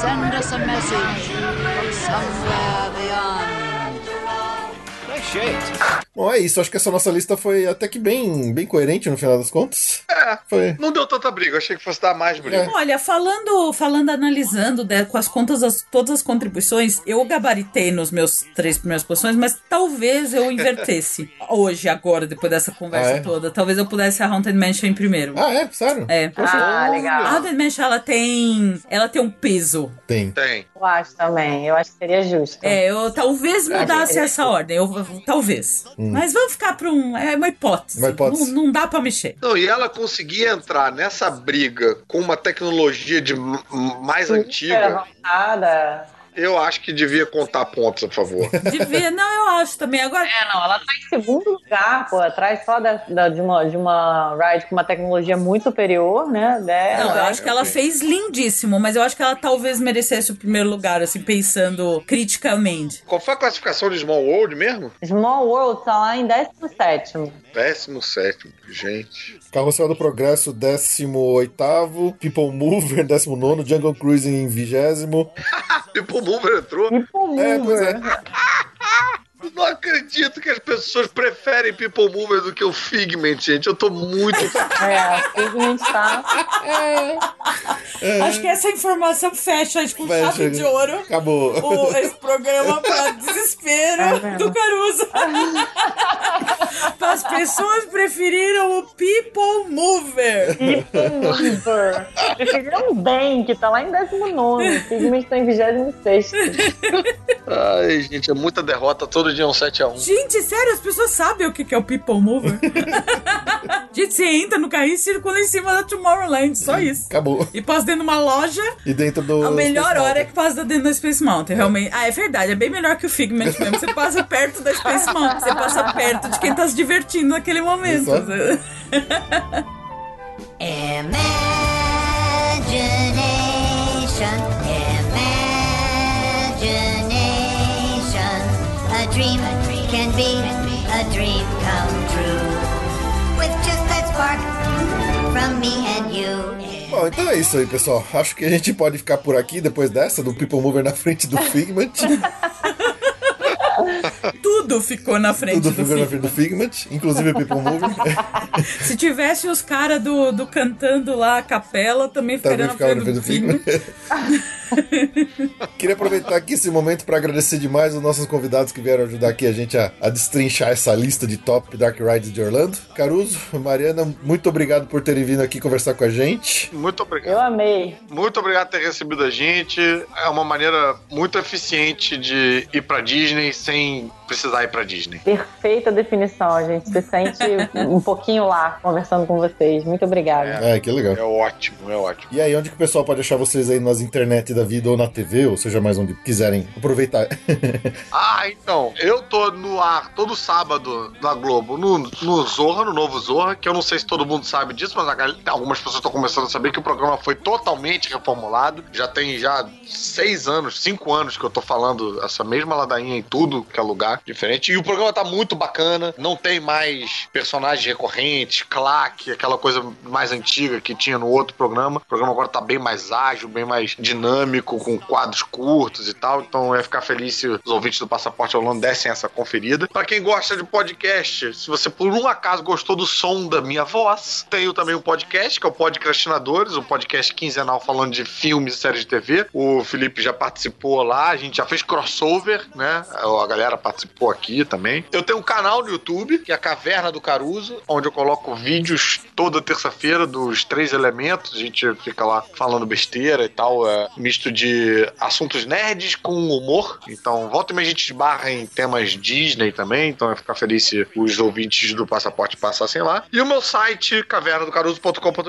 Speaker 8: Send us a message from somewhere beyond.
Speaker 10: Nice shades.
Speaker 1: Bom, é isso. Acho que essa nossa lista foi até que bem, bem coerente no final das contas.
Speaker 12: É,
Speaker 1: Foi.
Speaker 12: não deu tanta briga. Achei que fosse dar mais briga.
Speaker 3: Olha, falando, falando analisando né, com as contas, as- todas as contribuições, eu gabaritei nos meus três primeiras posições, mas talvez eu invertesse hoje, agora, depois dessa conversa
Speaker 1: Ah, é?
Speaker 3: toda. Talvez eu pudesse a Haunted Mansion em primeiro.
Speaker 1: Ah, é? Sério?
Speaker 3: É.
Speaker 5: Ah,
Speaker 3: A
Speaker 5: legal.
Speaker 3: Haunted Mansion, ela tem, ela tem um peso.
Speaker 1: Tem.
Speaker 12: Tem.
Speaker 5: Eu acho também, eu acho que seria justo.
Speaker 1: Ah.
Speaker 3: É, eu talvez mudasse essa ordem, eu, talvez. Mas vamos ficar para um, é uma hipótese.
Speaker 1: Hum. Uma hipótese.
Speaker 3: Não, não dá pra mexer.
Speaker 12: Não, e ela conseguia entrar nessa briga com uma tecnologia de m- m- mais
Speaker 5: Era
Speaker 12: antiga.
Speaker 5: avançada.
Speaker 12: Eu acho que devia contar pontos, por favor.
Speaker 3: Devia, não, eu acho também. Agora,
Speaker 5: É, não, ela tá em segundo lugar, pô, atrás só da, da- de, uma, de uma ride com uma tecnologia muito superior, né? dela.
Speaker 3: Não, eu acho que ela fez lindíssimo, mas eu acho que ela talvez merecesse o primeiro lugar, assim, pensando criticamente.
Speaker 12: Qual foi a classificação de Small World mesmo?
Speaker 5: Small World tá lá em 17.
Speaker 12: 17, gente.
Speaker 1: Carrossel do Progresso, 18. People Mover, 19. Jungle Cruise em 20.
Speaker 12: E o Mover entrou.
Speaker 1: É, pois é.
Speaker 12: Eu não acredito que as pessoas preferem People Mover do que o Figment, gente. Eu tô muito.
Speaker 5: É, Figment tá.
Speaker 3: Acho que essa informação fecha, tipo,
Speaker 1: Vai,
Speaker 3: chave
Speaker 1: chega.
Speaker 3: de ouro.
Speaker 1: É. Acabou. Tá
Speaker 3: o- esse programa para desespero do Caruso. As pessoas preferiram o People Mover.
Speaker 5: Mover. Preferiram o Ben, que tá lá em 19. Figment tá em 26.
Speaker 12: Ai, gente, é muita derrota. Todo dia é um 7x1.
Speaker 3: Gente, sério, as pessoas sabem o que que é o People Mover. Gente, você entra no carrinho e circula em cima da Tomorrowland, só isso.
Speaker 1: Acabou.
Speaker 3: E passa dentro de uma loja
Speaker 1: E dentro do.
Speaker 3: A melhor
Speaker 1: Space
Speaker 3: hora é
Speaker 1: Mountain.
Speaker 3: que passa dentro da Space Mountain, realmente. Ah, é verdade, é bem melhor que o Figment mesmo. Você passa perto da Space Mountain, você passa perto de quem tá se divertindo naquele momento.
Speaker 1: Exato.
Speaker 2: Imagination, imagination. A dream can be a dream come true. With just that spark from me and you.
Speaker 1: Bom, então é isso aí, pessoal. Acho que a gente pode ficar por aqui depois dessa, do People Mover na frente do Figment.
Speaker 3: Tudo ficou na frente
Speaker 1: Tudo
Speaker 3: do
Speaker 1: ficou na
Speaker 3: filme.
Speaker 1: frente do Figment, inclusive o People Mover.
Speaker 3: Se tivesse os caras do, do cantando lá a capela, também ficaria
Speaker 1: Também
Speaker 3: na
Speaker 1: ficava
Speaker 3: frente
Speaker 1: Tá na
Speaker 3: do
Speaker 1: frente do Figment. Queria aproveitar aqui esse momento para agradecer demais os nossos convidados que vieram ajudar aqui a gente a, a destrinchar essa lista de top Dark Rides de Orlando. Caruso, Mariana, muito obrigado por terem vindo aqui conversar com a gente.
Speaker 4: Muito obrigado.
Speaker 5: Eu amei.
Speaker 4: Muito obrigado por ter recebido a gente. É uma maneira muito eficiente de ir pra Disney sem precisar ir pra Disney.
Speaker 5: Perfeita definição, gente. Se sente um pouquinho lá conversando com vocês. Muito obrigada.
Speaker 1: É, que legal.
Speaker 4: É ótimo, é ótimo.
Speaker 1: E aí, onde que o pessoal pode achar vocês aí nas internet da vida ou na TV, ou seja, mais onde quiserem aproveitar.
Speaker 4: Ah, então, eu tô no ar todo sábado na Globo, no, no Zorra, no novo Zorra, que eu não sei se todo mundo sabe disso, mas a gal- algumas pessoas estão começando a saber que o programa foi totalmente reformulado. Já tem já seis anos, cinco anos que eu tô falando essa mesma ladainha em tudo que é lugar diferente. E o programa tá muito bacana, não tem mais personagens recorrentes, claque, aquela coisa mais antiga que tinha no outro programa. O programa agora tá bem mais ágil, bem mais dinâmico, com quadros curtos e tal. Então é ficar feliz se os ouvintes do Passaporte Holanda dessem essa conferida. Pra quem gosta de podcast, se você por um acaso gostou do som da minha voz, tenho também um podcast, que é o Podcastinadores, um podcast quinzenal falando de filmes e séries de TV. O Felipe já participou lá, a gente já fez crossover, né? A galera participou aqui também. Eu tenho um canal no YouTube, que é a Caverna do Caruso, onde eu coloco vídeos toda terça-feira dos três elementos. A gente fica lá falando besteira e tal. É misto de assuntos nerds com humor. Então, volta e meia a gente barra em temas Disney também. Então, eu ficar feliz se os ouvintes do Passaporte passassem lá. E o meu site, cavernadocaruso.com.br,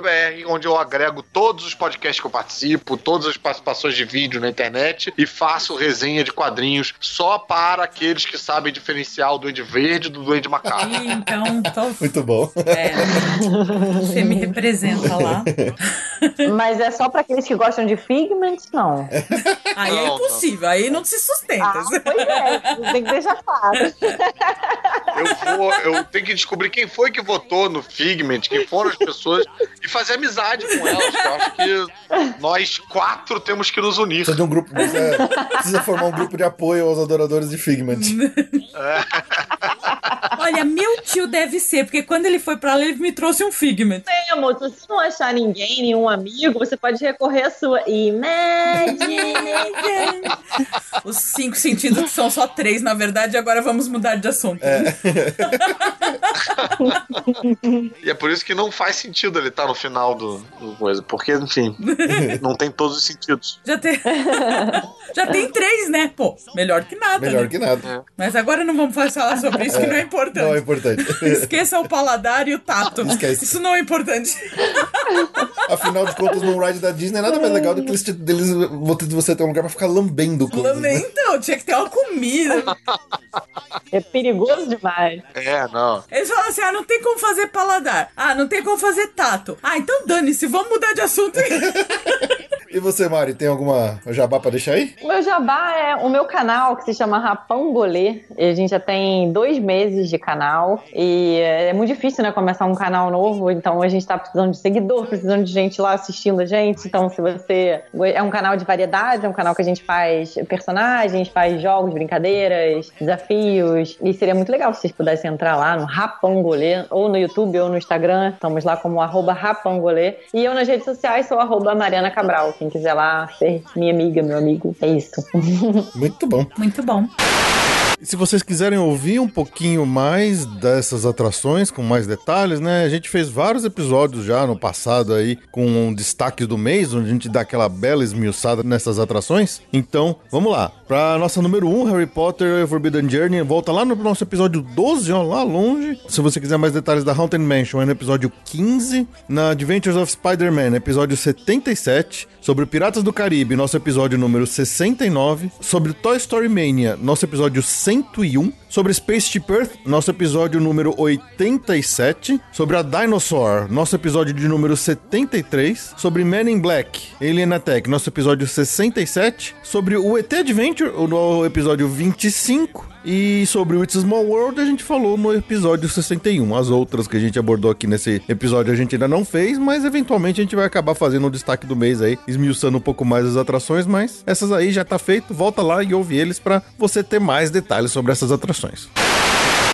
Speaker 4: onde eu agrego todos os podcasts que eu participo, todas as participações de vídeo na internet e faço resenha de quadrinhos só para aqueles que sabem diferenciar o Duende Verde do Duende Macaco.
Speaker 3: Ih, então, tô...
Speaker 1: Muito bom.
Speaker 3: é, você me representa lá.
Speaker 5: Mas é só pra aqueles que gostam de Figment? Não.
Speaker 3: Aí é
Speaker 5: Não,
Speaker 3: impossível, aí não se sustenta.
Speaker 5: Pois é, tem que deixar claro.
Speaker 4: Eu, vou, eu tenho que descobrir quem foi que votou no Figment, quem foram as pessoas, e fazer amizade com elas. que Eu acho que nós quatro temos que nos unir.
Speaker 1: Precisa de um grupo, precisa, precisa formar um grupo de apoio aos adoradores de Figment.
Speaker 3: Olha, meu tio deve ser, porque quando ele foi pra lá, ele me trouxe um Figment.
Speaker 5: É, amor, se você não achar ninguém, nenhum amigo, você pode recorrer à sua Imagination.
Speaker 3: Os cinco sentidos que são só três, na verdade, e agora vamos mudar de assunto.
Speaker 4: E é por isso que não faz sentido ele estar no final do, do coisa. Porque, enfim, não tem todos os sentidos.
Speaker 3: Já, tem... Já tem três, né? Pô, melhor que nada.
Speaker 1: Melhor
Speaker 3: né?
Speaker 1: que nada.
Speaker 3: Mas agora não vamos falar sobre isso, que não é importante.
Speaker 1: Não é importante.
Speaker 3: Esqueça o paladar e o tato.
Speaker 1: Esquece.
Speaker 3: Isso não é importante.
Speaker 1: Afinal de contas, no ride da Disney, nada mais legal do que eles, te- deles, você- você ter um lugar pra ficar lambendo coisas.
Speaker 3: Lambei,
Speaker 1: Né?
Speaker 3: Então, tinha que ter uma comida.
Speaker 5: É perigoso demais.
Speaker 4: É, não.
Speaker 3: Eles falam assim: ah, não tem como fazer paladar. Ah, não tem como fazer tato. Ah, então dane-se, vamos mudar de assunto.
Speaker 1: E você, Mari, tem alguma jabá pra deixar aí?
Speaker 5: O meu jabá é o meu canal que se chama Rapão Golê. E A gente já tem dois meses de canal e é muito difícil, né, começar um canal novo. Então a gente tá precisando de seguidor, precisando de gente lá assistindo a gente. Então se você é um canal de variedade, é um canal que a gente faz personagens, faz jogos, brincadeiras, desafios. E seria muito legal se vocês pudessem entrar lá no Rapangolê, ou no YouTube, ou no Instagram. Estamos lá como arroba Rapangolê. E eu nas redes sociais sou arroba Mariana Cabral. Quem quiser lá ser minha amiga, meu amigo, é isso.
Speaker 1: Muito bom.
Speaker 3: Muito bom.
Speaker 1: E Se vocês quiserem ouvir um pouquinho mais dessas atrações, com mais detalhes, né? A gente fez vários episódios já no passado aí, com um destaque do mês, onde a gente dá aquela bela esmiuçada nessas atrações. Então, vamos lá. Pra nossa número 1, um, Harry Potter e Forbidden Journey, volta lá no nosso episódio 12, ó, lá longe. Se você quiser mais detalhes da Haunted Mansion, é no episódio 15. Na Adventures of Spider-Man, episódio 77. Sobre Piratas do Caribe, nosso episódio número 69. Sobre Toy Story Mania, nosso episódio 101. sobre Spaceship Earth, nosso episódio número 87, sobre a Dinosaur, nosso episódio de número 73, sobre Men in Black, Alien Attack, nosso episódio 67, sobre o ET Adventure, o no episódio 25, e sobre o It's a Small World a gente falou no episódio 61. As outras que a gente abordou aqui nesse episódio a gente ainda não fez, mas eventualmente a gente vai acabar fazendo o destaque do mês aí, esmiuçando um pouco mais as atrações, mas essas aí já tá feito, volta lá e ouve eles pra você ter mais detalhes sobre essas atrações.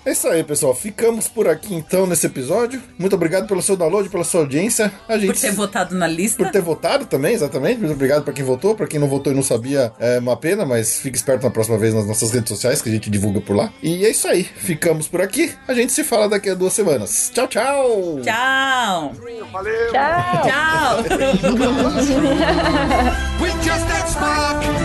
Speaker 1: É isso aí, pessoal. Ficamos por aqui então nesse episódio. Muito obrigado pelo seu download, pela sua audiência. A gente
Speaker 3: Por ter votado na lista.
Speaker 1: por ter votado também, exatamente. Muito obrigado pra quem votou, pra quem não votou e não sabia, é uma pena, mas fique esperto na próxima vez nas nossas redes sociais que a gente divulga por lá. E é isso aí. Ficamos por aqui. A gente se fala daqui a duas semanas. Tchau, tchau.
Speaker 3: Tchau!
Speaker 12: Valeu!
Speaker 3: Tchau!
Speaker 12: With just that spark.